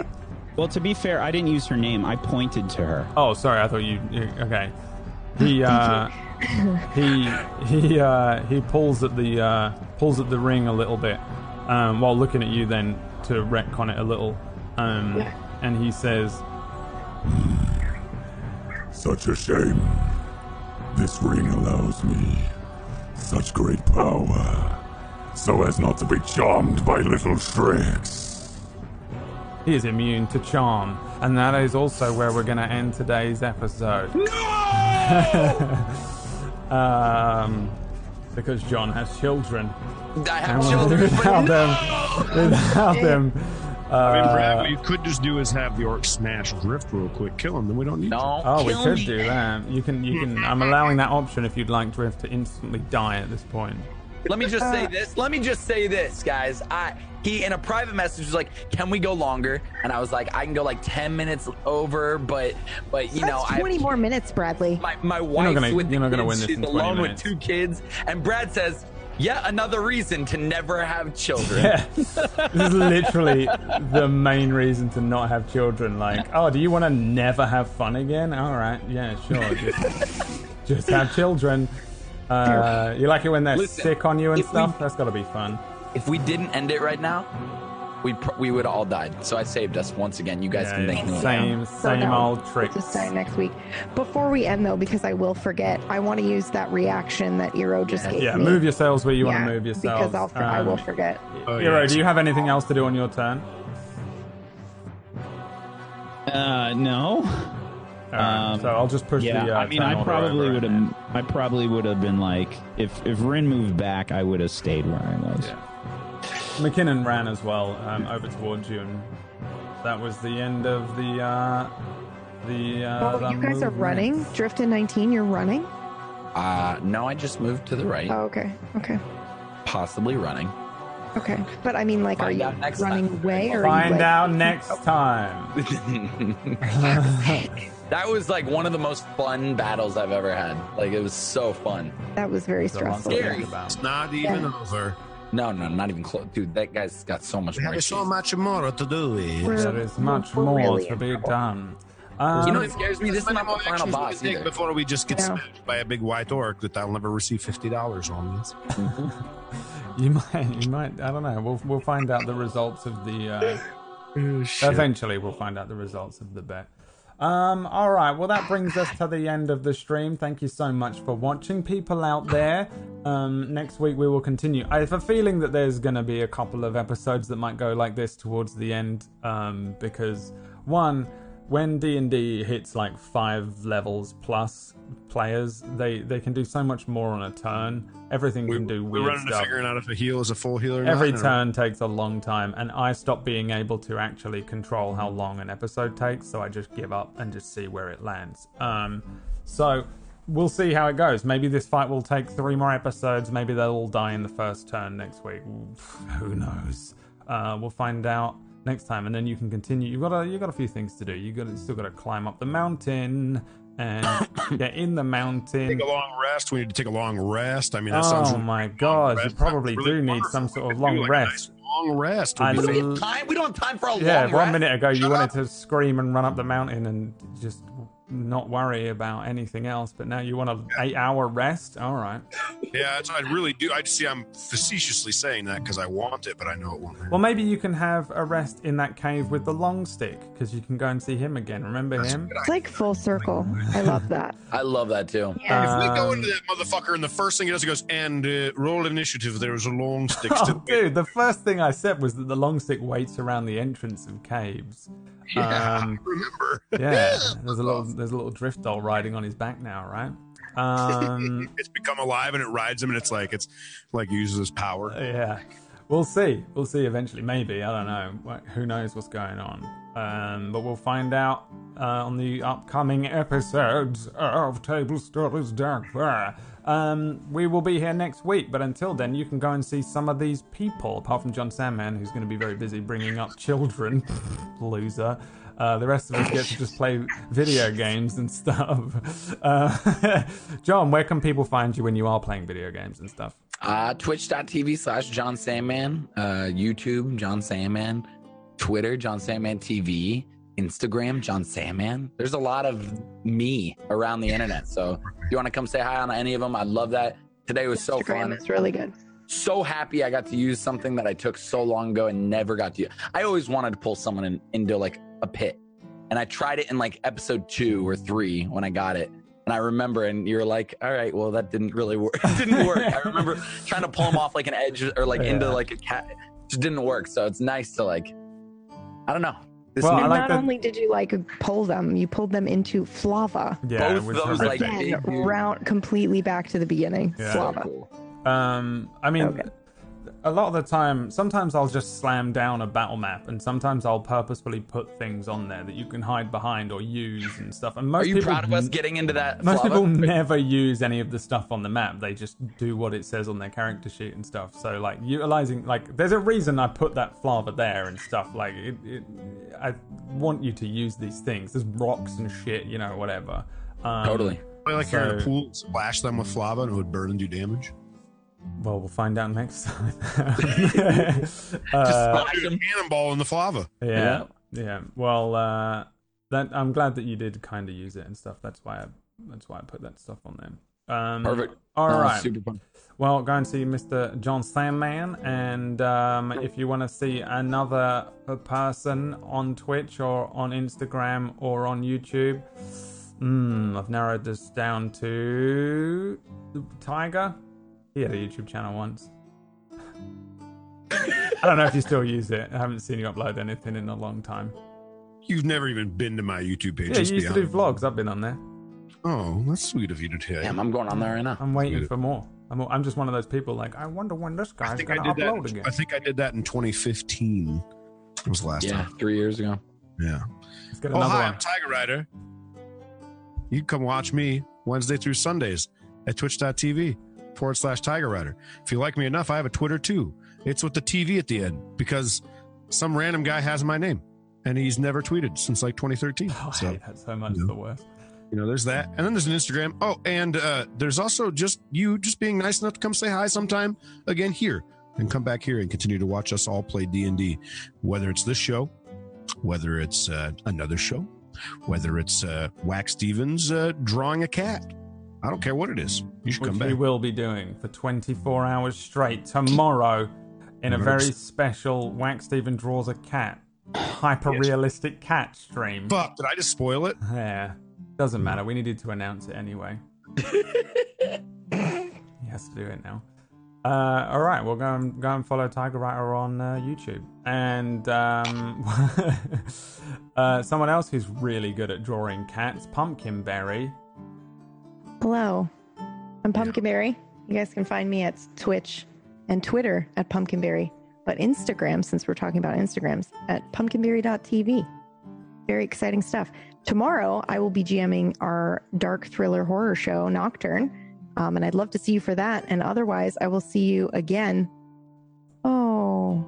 Speaker 5: Well, to be fair, I didn't use her name. I pointed to her.
Speaker 2: Oh, sorry. I thought you. you- Okay. He uh, he he uh, he pulls at the uh, pulls at the ring a little bit um, while looking at you. Then to retcon it a little, um, and he says,
Speaker 6: Such a shame. This ring allows me such great power, so as not to be charmed by little shreds.
Speaker 2: "He is immune to charm," and that is also where we're going to end today's episode. No. um, because John has children.
Speaker 1: I have children. But
Speaker 2: without them, without them.
Speaker 3: I mean, Brad, what you could just do is have the orc smash drift real quick, kill him. Then we don't need.
Speaker 1: no.
Speaker 2: Oh, we
Speaker 1: kill
Speaker 2: could
Speaker 1: me.
Speaker 2: do that. You can, you can. I'm allowing that option if you'd like Drift to instantly die at this point.
Speaker 1: Let me just say this. Let me just say this, guys. I he in a private message was like, "Can we go longer?" And I was like, "I can go like ten minutes over, but but you know,
Speaker 4: That's 20
Speaker 1: I
Speaker 4: more minutes, Bradley.
Speaker 1: my my wife
Speaker 2: gonna-
Speaker 1: with
Speaker 2: you're
Speaker 1: the
Speaker 2: not gonna
Speaker 1: kids,
Speaker 2: win this
Speaker 1: she's
Speaker 2: in 20
Speaker 1: alone with
Speaker 2: minutes.
Speaker 1: two kids." And Brad says, "Yet another reason to never have children."
Speaker 2: this is literally the main reason to not have children. Like, oh, do you want to never have fun again? All right, yeah, sure. Just, just have children. Uh, you like it when they're
Speaker 1: Listen,
Speaker 2: sick on you and
Speaker 1: if we-
Speaker 2: stuff? That's got to be fun.
Speaker 1: If we didn't end it right now, we pr- we would have all died. So I saved us once again. You guys
Speaker 2: Yeah,
Speaker 1: can
Speaker 2: yeah,
Speaker 1: thank me. later.
Speaker 2: same,
Speaker 4: So
Speaker 2: same
Speaker 4: down.
Speaker 2: old trick.
Speaker 4: Just die next week. Before we end, though, because I will forget, I want to use that reaction that Eero just gave
Speaker 2: Yeah,
Speaker 4: me.
Speaker 2: move yourselves where you want
Speaker 4: Yeah,
Speaker 2: to move yourselves.
Speaker 4: Because I'll, for- I will
Speaker 2: Um,
Speaker 4: forget.
Speaker 3: Oh,
Speaker 2: Hero,
Speaker 3: yeah.
Speaker 2: do you have anything else to do on your turn?
Speaker 5: Uh, no.
Speaker 2: All right,
Speaker 5: Um,
Speaker 2: so I'll just push
Speaker 5: Yeah,
Speaker 2: the. Uh,
Speaker 5: I mean,
Speaker 2: turn
Speaker 5: I
Speaker 2: order
Speaker 5: probably
Speaker 2: over
Speaker 5: would
Speaker 2: it.
Speaker 5: have. I probably would have been like, if if Rin moved back, I would have stayed where I was.
Speaker 2: McKinnon ran as well um, over towards you, and that was the end of the uh, the. Uh,
Speaker 4: Oh,
Speaker 2: the
Speaker 4: you guys are
Speaker 2: movement.
Speaker 4: running? Drift in 19, you're running?
Speaker 1: Uh, no, I just moved to the right,
Speaker 4: Oh, okay. Okay.
Speaker 1: possibly running.
Speaker 4: Okay. But I mean, like, are
Speaker 1: Find
Speaker 4: you
Speaker 1: out next
Speaker 4: running
Speaker 1: time.
Speaker 4: away or are you,
Speaker 2: Find
Speaker 4: like-
Speaker 2: out next time.
Speaker 1: That was like one of the most fun battles I've ever had. Like it was so fun.
Speaker 4: That was very
Speaker 2: There's a lot to
Speaker 4: stressful.
Speaker 2: think
Speaker 1: Scary.
Speaker 2: about.
Speaker 3: It's not even over.
Speaker 1: No, no, not even close, dude. That guy's got so much
Speaker 3: We
Speaker 1: more.
Speaker 3: have so
Speaker 1: issues.
Speaker 3: much more to do.
Speaker 4: We're-
Speaker 2: There is much
Speaker 4: we're
Speaker 2: more
Speaker 4: really
Speaker 2: to
Speaker 4: in
Speaker 2: be
Speaker 4: trouble.
Speaker 2: done.
Speaker 1: You know
Speaker 2: Um,
Speaker 1: what scares me? This is
Speaker 3: Many
Speaker 1: not
Speaker 3: more
Speaker 1: the final
Speaker 3: actions we
Speaker 1: boss
Speaker 3: can take
Speaker 1: either.
Speaker 3: Before we just get
Speaker 4: Yeah.
Speaker 3: smashed by a big white orc that I'll never receive fifty dollars on this.
Speaker 2: you might, you might. I don't know. We'll we'll find out the results of the. Uh, Eventually, we'll find out the results of the bet. Um, all right. Well, that brings us to the end of the stream. Thank you so much for watching, people out there. Um, next week we will continue. I have a feeling that there's going to be a couple of episodes that might go like this towards the end, um, because one, when D and D hits like five levels plus players, they they can do so much more on a turn. Everything can do
Speaker 3: We're
Speaker 2: weird
Speaker 3: running to
Speaker 2: stuff
Speaker 3: figuring out if a heal is a full healer. or
Speaker 2: every
Speaker 3: not, or-
Speaker 2: turn takes a long time and i stop being able to actually control how long an episode takes so i just give up and just see where it lands um so we'll see how it goes. Maybe this fight will take three more episodes. Maybe they'll all die in the first turn next week. Who knows? Uh, we'll find out next time, and then you can continue. You've got a you've got a few things to do. You got you still got to climb up the mountain and get in the mountain.
Speaker 3: Take a long rest. We need to take a long rest. I mean, that sounds.
Speaker 2: Oh my god! You probably do need some sort of long
Speaker 3: like a
Speaker 2: rest.
Speaker 3: Long rest.
Speaker 2: I
Speaker 3: would be
Speaker 2: love-
Speaker 3: fantastic.
Speaker 2: L-
Speaker 1: Time? We don't have time for a
Speaker 2: Yeah,
Speaker 1: long
Speaker 2: one
Speaker 1: rest.
Speaker 2: minute ago you wanted to scream and run up the mountain and just not worry about anything else, but now you want an eight-hour rest. All right.
Speaker 3: yeah, it's, I really do. I see. I'm facetiously saying that because I want it, but I know it won't.
Speaker 2: Well, maybe you can have a rest in that cave with the long stick because you can go and see him again. Remember him?
Speaker 4: It's like full circle. I love that.
Speaker 1: I love that too.
Speaker 4: Yes.
Speaker 3: If we go into that motherfucker, and the first thing he does, he goes and uh, roll initiative. There was a long stick.
Speaker 2: Oh,
Speaker 3: to
Speaker 2: dude, the first thing I said was that the long stick waits around the entrance of caves.
Speaker 3: Yeah,
Speaker 2: Um,
Speaker 3: remember?
Speaker 2: yeah, there's a little there's a little drift doll riding on his back now, right? Um,
Speaker 3: it's become alive and it rides him, and it's like it's like uses his power.
Speaker 2: yeah, we'll see. We'll see eventually. Maybe I don't know. Like, Who knows what's going on? Um, but we'll find out uh, on the upcoming episodes of Table Stories Dark Fire. Um, we will be here next week, but until then, you can go and see some of these people. Apart from John Sandman, who's going to be very busy bringing up children, loser. Uh, the rest of us get to just play video games and stuff. Uh, John, where can people find you when you are playing video games and stuff?
Speaker 1: Uh, Twitch.tv slash John Sandman, uh, YouTube, John Sandman, Twitter, John Sandman TV, Instagram, John Sandman. There's a lot of me around the internet. So if you want to come say hi on any of them, I'd love that. Today was so
Speaker 4: Instagram
Speaker 1: fun.
Speaker 4: is really good.
Speaker 1: So happy I got to use something that I took so long ago and never got to use. I always wanted to pull someone in, into like a pit. And I tried it in like episode two or three when I got it. And I remember, and you were like, all right, well, that didn't really work. It didn't work. I remember trying to pull them off like an edge or like into
Speaker 2: Yeah.
Speaker 1: like a cat. It just didn't work. So it's nice to like, I don't know. This
Speaker 2: Well,
Speaker 1: new,
Speaker 2: Oh, I
Speaker 4: And
Speaker 2: like
Speaker 4: not
Speaker 2: that-
Speaker 4: only did you like pull them, you pulled them into Flava.
Speaker 2: Yeah,
Speaker 1: Both
Speaker 2: with
Speaker 1: those,
Speaker 2: her-
Speaker 1: like,
Speaker 4: Again,
Speaker 1: big dude.
Speaker 4: round completely back to the beginning.
Speaker 2: Yeah.
Speaker 1: so
Speaker 4: Flava.
Speaker 1: cool.
Speaker 2: Um, I mean,
Speaker 4: Okay.
Speaker 2: a lot of the time, sometimes I'll just slam down a battle map, and sometimes I'll purposefully put things on there that you can hide behind or use and stuff. And most
Speaker 1: Are you
Speaker 2: people,
Speaker 1: proud of us getting into that?
Speaker 2: Most
Speaker 1: flava?
Speaker 2: people never use any of the stuff on the map. They just do what it says on their character sheet and stuff. So, like, utilizing like, there's a reason I put that flava there and stuff. Like, it, it, I want you to use these things. There's rocks and shit, you know, whatever. Um,
Speaker 1: Totally.
Speaker 3: I like here in a
Speaker 2: So-
Speaker 3: pool, splash them with lava, and it would burn and do damage.
Speaker 2: Well, we'll find out next time.
Speaker 3: Just
Speaker 2: Uh,
Speaker 3: splash a cannonball in the flava.
Speaker 2: Yeah. Yeah. Well, uh, that I'm glad that you did kind of use it and stuff. That's why I that's why I put that stuff on there. Um,
Speaker 1: Perfect.
Speaker 2: All
Speaker 1: No,
Speaker 2: right.
Speaker 1: Super fun.
Speaker 2: Well, go and see Mr. John Sandman, and um, if you want to see another person on Twitch or on Instagram or on YouTube, mm, I've narrowed this down to Tiger. He had a YouTube channel once. I don't know if you still use it. I haven't seen you upload anything in a long time.
Speaker 3: You've never even been to my YouTube page.
Speaker 2: Yeah,
Speaker 3: let's
Speaker 2: you
Speaker 3: be
Speaker 2: used to do
Speaker 3: honest.
Speaker 2: vlogs. I've been on there.
Speaker 3: Oh, that's sweet of you to tell.
Speaker 1: Damn, I'm going on there right now.
Speaker 2: I'm waiting
Speaker 3: Sweet.
Speaker 2: for more. I'm, I'm just one of those people like, I wonder when this
Speaker 3: I
Speaker 2: guy's
Speaker 3: think I
Speaker 2: going to
Speaker 3: did
Speaker 2: upload
Speaker 3: that.
Speaker 2: again.
Speaker 3: I think I did that in 2015. It was the last
Speaker 1: Yeah,
Speaker 3: time.
Speaker 1: three years ago.
Speaker 3: Yeah.
Speaker 2: Let's get
Speaker 3: Oh,
Speaker 2: another
Speaker 3: hi,
Speaker 2: one.
Speaker 3: I'm Tiger Rider. You can come watch me Wednesday through Sundays at twitch.tv forward slash Tiger Rider. If you like me enough, I have a Twitter too. It's with the TV at the end because some random guy has my name and he's never tweeted since like 2013.
Speaker 2: Oh, I
Speaker 3: So,
Speaker 2: hate that so much.
Speaker 3: you know.
Speaker 2: The worst.
Speaker 3: you know, there's that. And then there's an Instagram. Oh, and uh, there's also just you just being nice enough to come say hi sometime again here and come back here and continue to watch us all play D&D, whether it's this show, whether it's uh, another show, whether it's uh, Wack Stevens uh, drawing a cat. I don't care what it is. You should
Speaker 2: Which
Speaker 3: come
Speaker 2: we
Speaker 3: back.
Speaker 2: will be doing for 24 hours straight tomorrow in a very special Wax Steven Draws a Cat hyper realistic cat stream.
Speaker 3: Fuck, Mm. did I just spoil it?
Speaker 2: yeah. Doesn't matter. We needed to announce it anyway. he has to do it now. Uh, all right, well, go and go and follow Tiger Writer on uh, YouTube, and um, uh, someone else who's really good at drawing cats, Pumpkin Berry.
Speaker 4: Hello. I'm Pumpkinberry. You guys can find me at Twitch and Twitter at Pumpkinberry, but Instagram, since we're talking about Instagrams, at pumpkinberry.tv. Very exciting stuff. tomorrow I will be GMing our dark thriller horror show, Nocturne. Um, and I'd love to see you for that. And otherwise, I will see you again. Oh,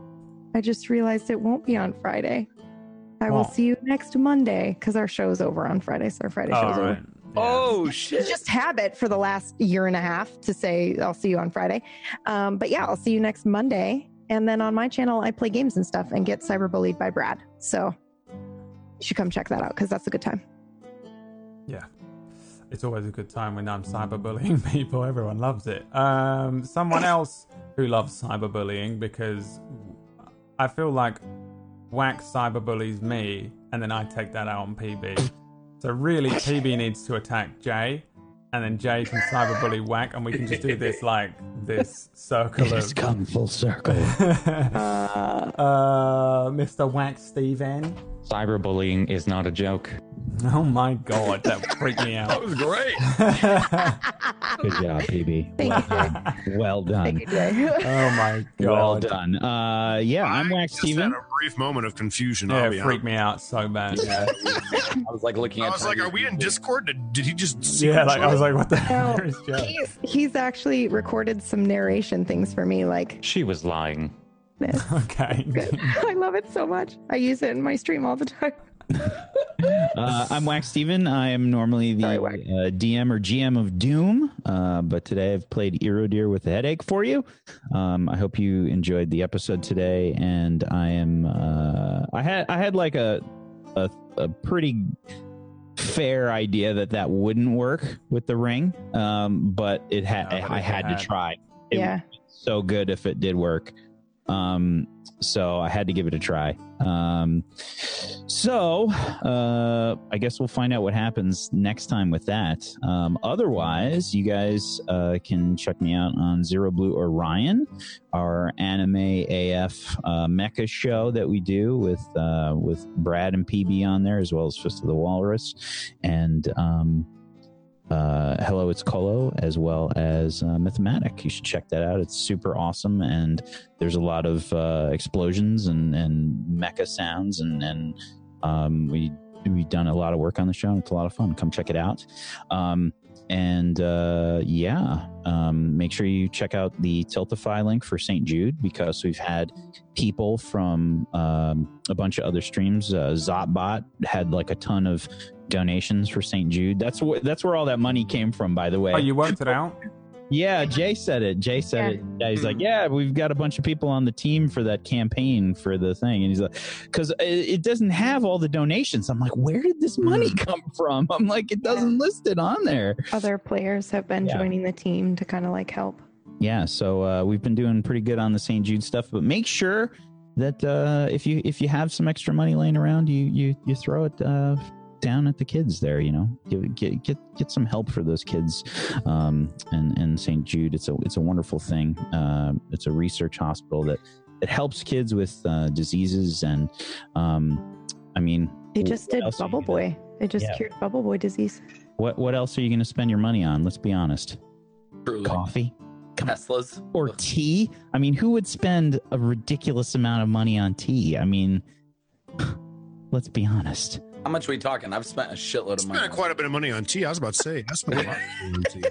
Speaker 4: I just realized it won't be on Friday. I will
Speaker 2: Oh.
Speaker 4: see you next Monday because our show's over on Friday. So our Friday show's
Speaker 2: All
Speaker 4: over.
Speaker 2: right.
Speaker 1: Oh shit!
Speaker 4: It's just habit for the
Speaker 5: Mm-hmm.
Speaker 4: last year and a half to say I'll see you on Friday. Um, but yeah, I'll see you next Monday. And then on my channel, I play games and stuff and get cyberbullied by Brad. So you should come check that out because that's a good time.
Speaker 2: Yeah. It's always a good time when I'm cyberbullying people. Everyone loves it. Um, someone else who loves cyberbullying because I feel like Wax cyberbullies me and then I take that out on PB. So really, PB needs to attack Jay and then Jay can cyberbully Whack and we can just do this like this circle of.
Speaker 8: come full circle.
Speaker 2: Uh, Mr. Wax Steven.
Speaker 5: Cyberbullying is not a joke.
Speaker 2: Oh my god, that freaked me out.
Speaker 1: That was great.
Speaker 5: Good job, PB.
Speaker 4: Thank
Speaker 5: well
Speaker 4: you.
Speaker 5: done. Well done.
Speaker 4: Thank you, Jay.
Speaker 2: Oh my god.
Speaker 5: Well done. Uh, yeah, I'm Wax
Speaker 3: just had
Speaker 5: Steven.
Speaker 3: a brief moment of confusion.
Speaker 2: Yeah,
Speaker 3: I'll
Speaker 2: it
Speaker 3: be honest.
Speaker 2: freaked me out so bad. Yeah,
Speaker 1: I was like looking
Speaker 3: I
Speaker 1: at.
Speaker 3: was like, "Are we in Discord? Did, did he just?"
Speaker 2: yeah like I was like, what the
Speaker 4: No,
Speaker 2: hell is Joe?
Speaker 4: he's, he's actually recorded some narration things for me like
Speaker 5: She was lying.
Speaker 4: this.
Speaker 2: Okay.
Speaker 4: I love it so much. I use it in my stream all the time.
Speaker 5: Uh, I'm Wax Steven. I am normally the
Speaker 4: Sorry,
Speaker 5: uh,
Speaker 4: Wax.
Speaker 5: DM or GM of Doom, uh, but today I've played Erodeer with a headache for you. Um, I hope you enjoyed the episode today, and I am uh, I had I had like a, a a pretty fair idea that that wouldn't work with the ring, um, but it had
Speaker 2: No, but
Speaker 5: I
Speaker 2: it
Speaker 5: had to
Speaker 2: had.
Speaker 5: try. It
Speaker 4: yeah.
Speaker 5: so good if it did work. Um, so I had to give it a try. Um, so uh, I guess we'll find out what happens next time with that. Um, otherwise, you guys uh, can check me out on Zero Blue Orion, our anime AF uh, mecha show that we do with uh, with Brad and PB on there, as well as Fist of the Walrus, and um, uh, Hello, it's Colo, as well as uh, Mythmatic. You should check that out. It's super awesome, and there's a lot of uh, explosions and, and mecha sounds, and, and um, we we've done a lot of work on the show. and It's a lot of fun. Come check it out. Um, and uh, yeah, um, make sure you check out the Tiltify link for St. Jude because we've had people from um, a bunch of other streams. Uh, Zotbot had like a ton of donations for St. Jude. That's wh- that's where all that money came from, by the way.
Speaker 2: Oh, you worked it out?
Speaker 5: yeah, Jay said it. Jay said it. Yeah, he's like, yeah, we've got a bunch of people on the team for that campaign for the thing, and he's like, because it, it doesn't have all the donations. I'm like, where did this money come from? I'm like, it doesn't list it on there.
Speaker 4: Other players have been
Speaker 5: Yeah.
Speaker 4: joining the team to kind of like help.
Speaker 5: yeah so uh, we've been doing pretty good on the st jude stuff but make sure that uh, if you if you have some extra money laying around you you you throw it uh, down at the kids there you know get get get, get some help for those kids um, and and st jude it's a it's a wonderful thing Um it's a research hospital that it helps kids with uh, diseases and um, i mean
Speaker 4: They just
Speaker 5: what
Speaker 4: did
Speaker 5: else are you
Speaker 4: Bubble
Speaker 5: gonna-
Speaker 4: Boy. They just
Speaker 5: Yeah.
Speaker 4: cured Bubble Boy disease.
Speaker 5: what what else are you going to spend your money on let's be honest
Speaker 1: Truly.
Speaker 5: coffee
Speaker 1: Teslas.
Speaker 5: or tea. I mean, who would spend a ridiculous amount of money on tea? I mean, let's be honest.
Speaker 1: How much are we talking? I've spent a shitload of money.
Speaker 3: Spent quite a bit of money on tea. I was about to say, I spent a lot of money on tea.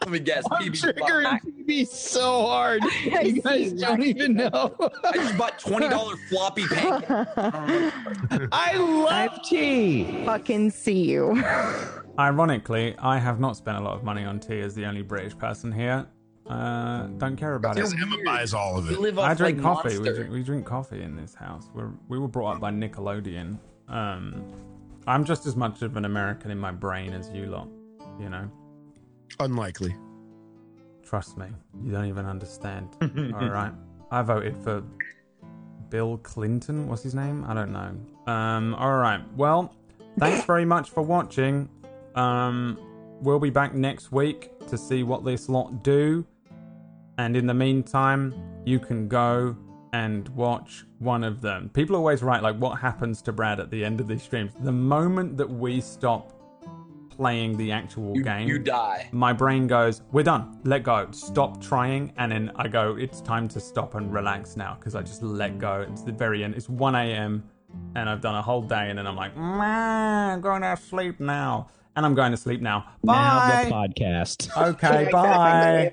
Speaker 1: Let me guess. PB bought,
Speaker 5: PB so hard.
Speaker 4: You guys don't
Speaker 5: even know.
Speaker 1: I just bought twenty dollar floppy pancakes.
Speaker 5: I love tea.
Speaker 4: Fucking see you.
Speaker 2: Ironically, I have not spent a lot of money on tea as the only British person here. Uh, don't care about it.
Speaker 3: Because Emma buys all of
Speaker 1: We
Speaker 3: it.
Speaker 1: live off
Speaker 2: I
Speaker 1: like
Speaker 2: drink coffee. We
Speaker 1: Monster.
Speaker 2: drink, we drink coffee in this house. We're, we were brought up by Nickelodeon. Um, I'm just as much of an American in my brain as you lot. You know,
Speaker 3: Unlikely.
Speaker 2: trust me. You don't even understand. All right. I voted for Bill Clinton. What's his name? I don't know. Um, all right. Well, thanks very much for watching. Um, we'll be back next week to see what this lot do. And in the meantime, you can go and watch one of them. People always write, like, what happens to Brad at the end of these streams? The moment that we stop playing the actual
Speaker 1: You,
Speaker 2: game,
Speaker 1: you die.
Speaker 2: my brain goes, "We're done. Let go. Stop trying." And then I go, "It's time to stop and relax now," because I just let go. It's the very end. It's 1 a.m. and I've done a whole day, and then I'm like, "Meh, I'm going to sleep now, and I'm going to sleep now.
Speaker 5: Now the
Speaker 2: Bye.
Speaker 5: podcast.
Speaker 2: Okay,
Speaker 4: Bye.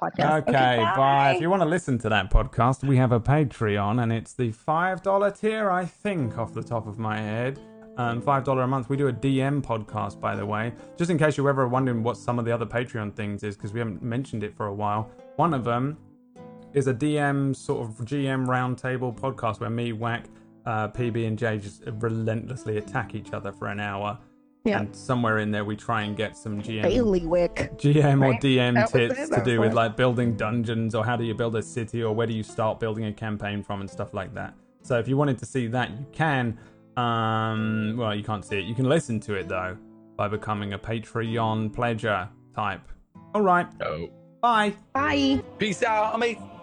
Speaker 2: bye. Okay, bye. If you want to listen to that podcast, we have a Patreon, and it's the five dollar tier, I think, off the top of my head. Um, five dollar a month. We do a DM podcast, by the way, just in case you're ever wondering what some of the other Patreon things is, because we haven't mentioned it for a while. One of them is a DM sort of GM roundtable podcast where me, Whack, uh, PB, and J just relentlessly attack each other for an hour.
Speaker 4: Yeah.
Speaker 2: And somewhere in there, we try and get some GM
Speaker 4: Bailiwick.
Speaker 2: GM or
Speaker 4: Right?
Speaker 2: DM
Speaker 4: That was it,
Speaker 2: tips
Speaker 4: that
Speaker 2: to do
Speaker 4: was
Speaker 2: with
Speaker 4: it.
Speaker 2: like building dungeons or how do you build a city or where do you start building a campaign from and stuff like that. So if you wanted to see that, you can. Um, well, you can't see it. You can listen to it though by becoming a Patreon pledger type. All right.
Speaker 1: Oh.
Speaker 2: Bye.
Speaker 4: Bye.
Speaker 1: Peace out, homie.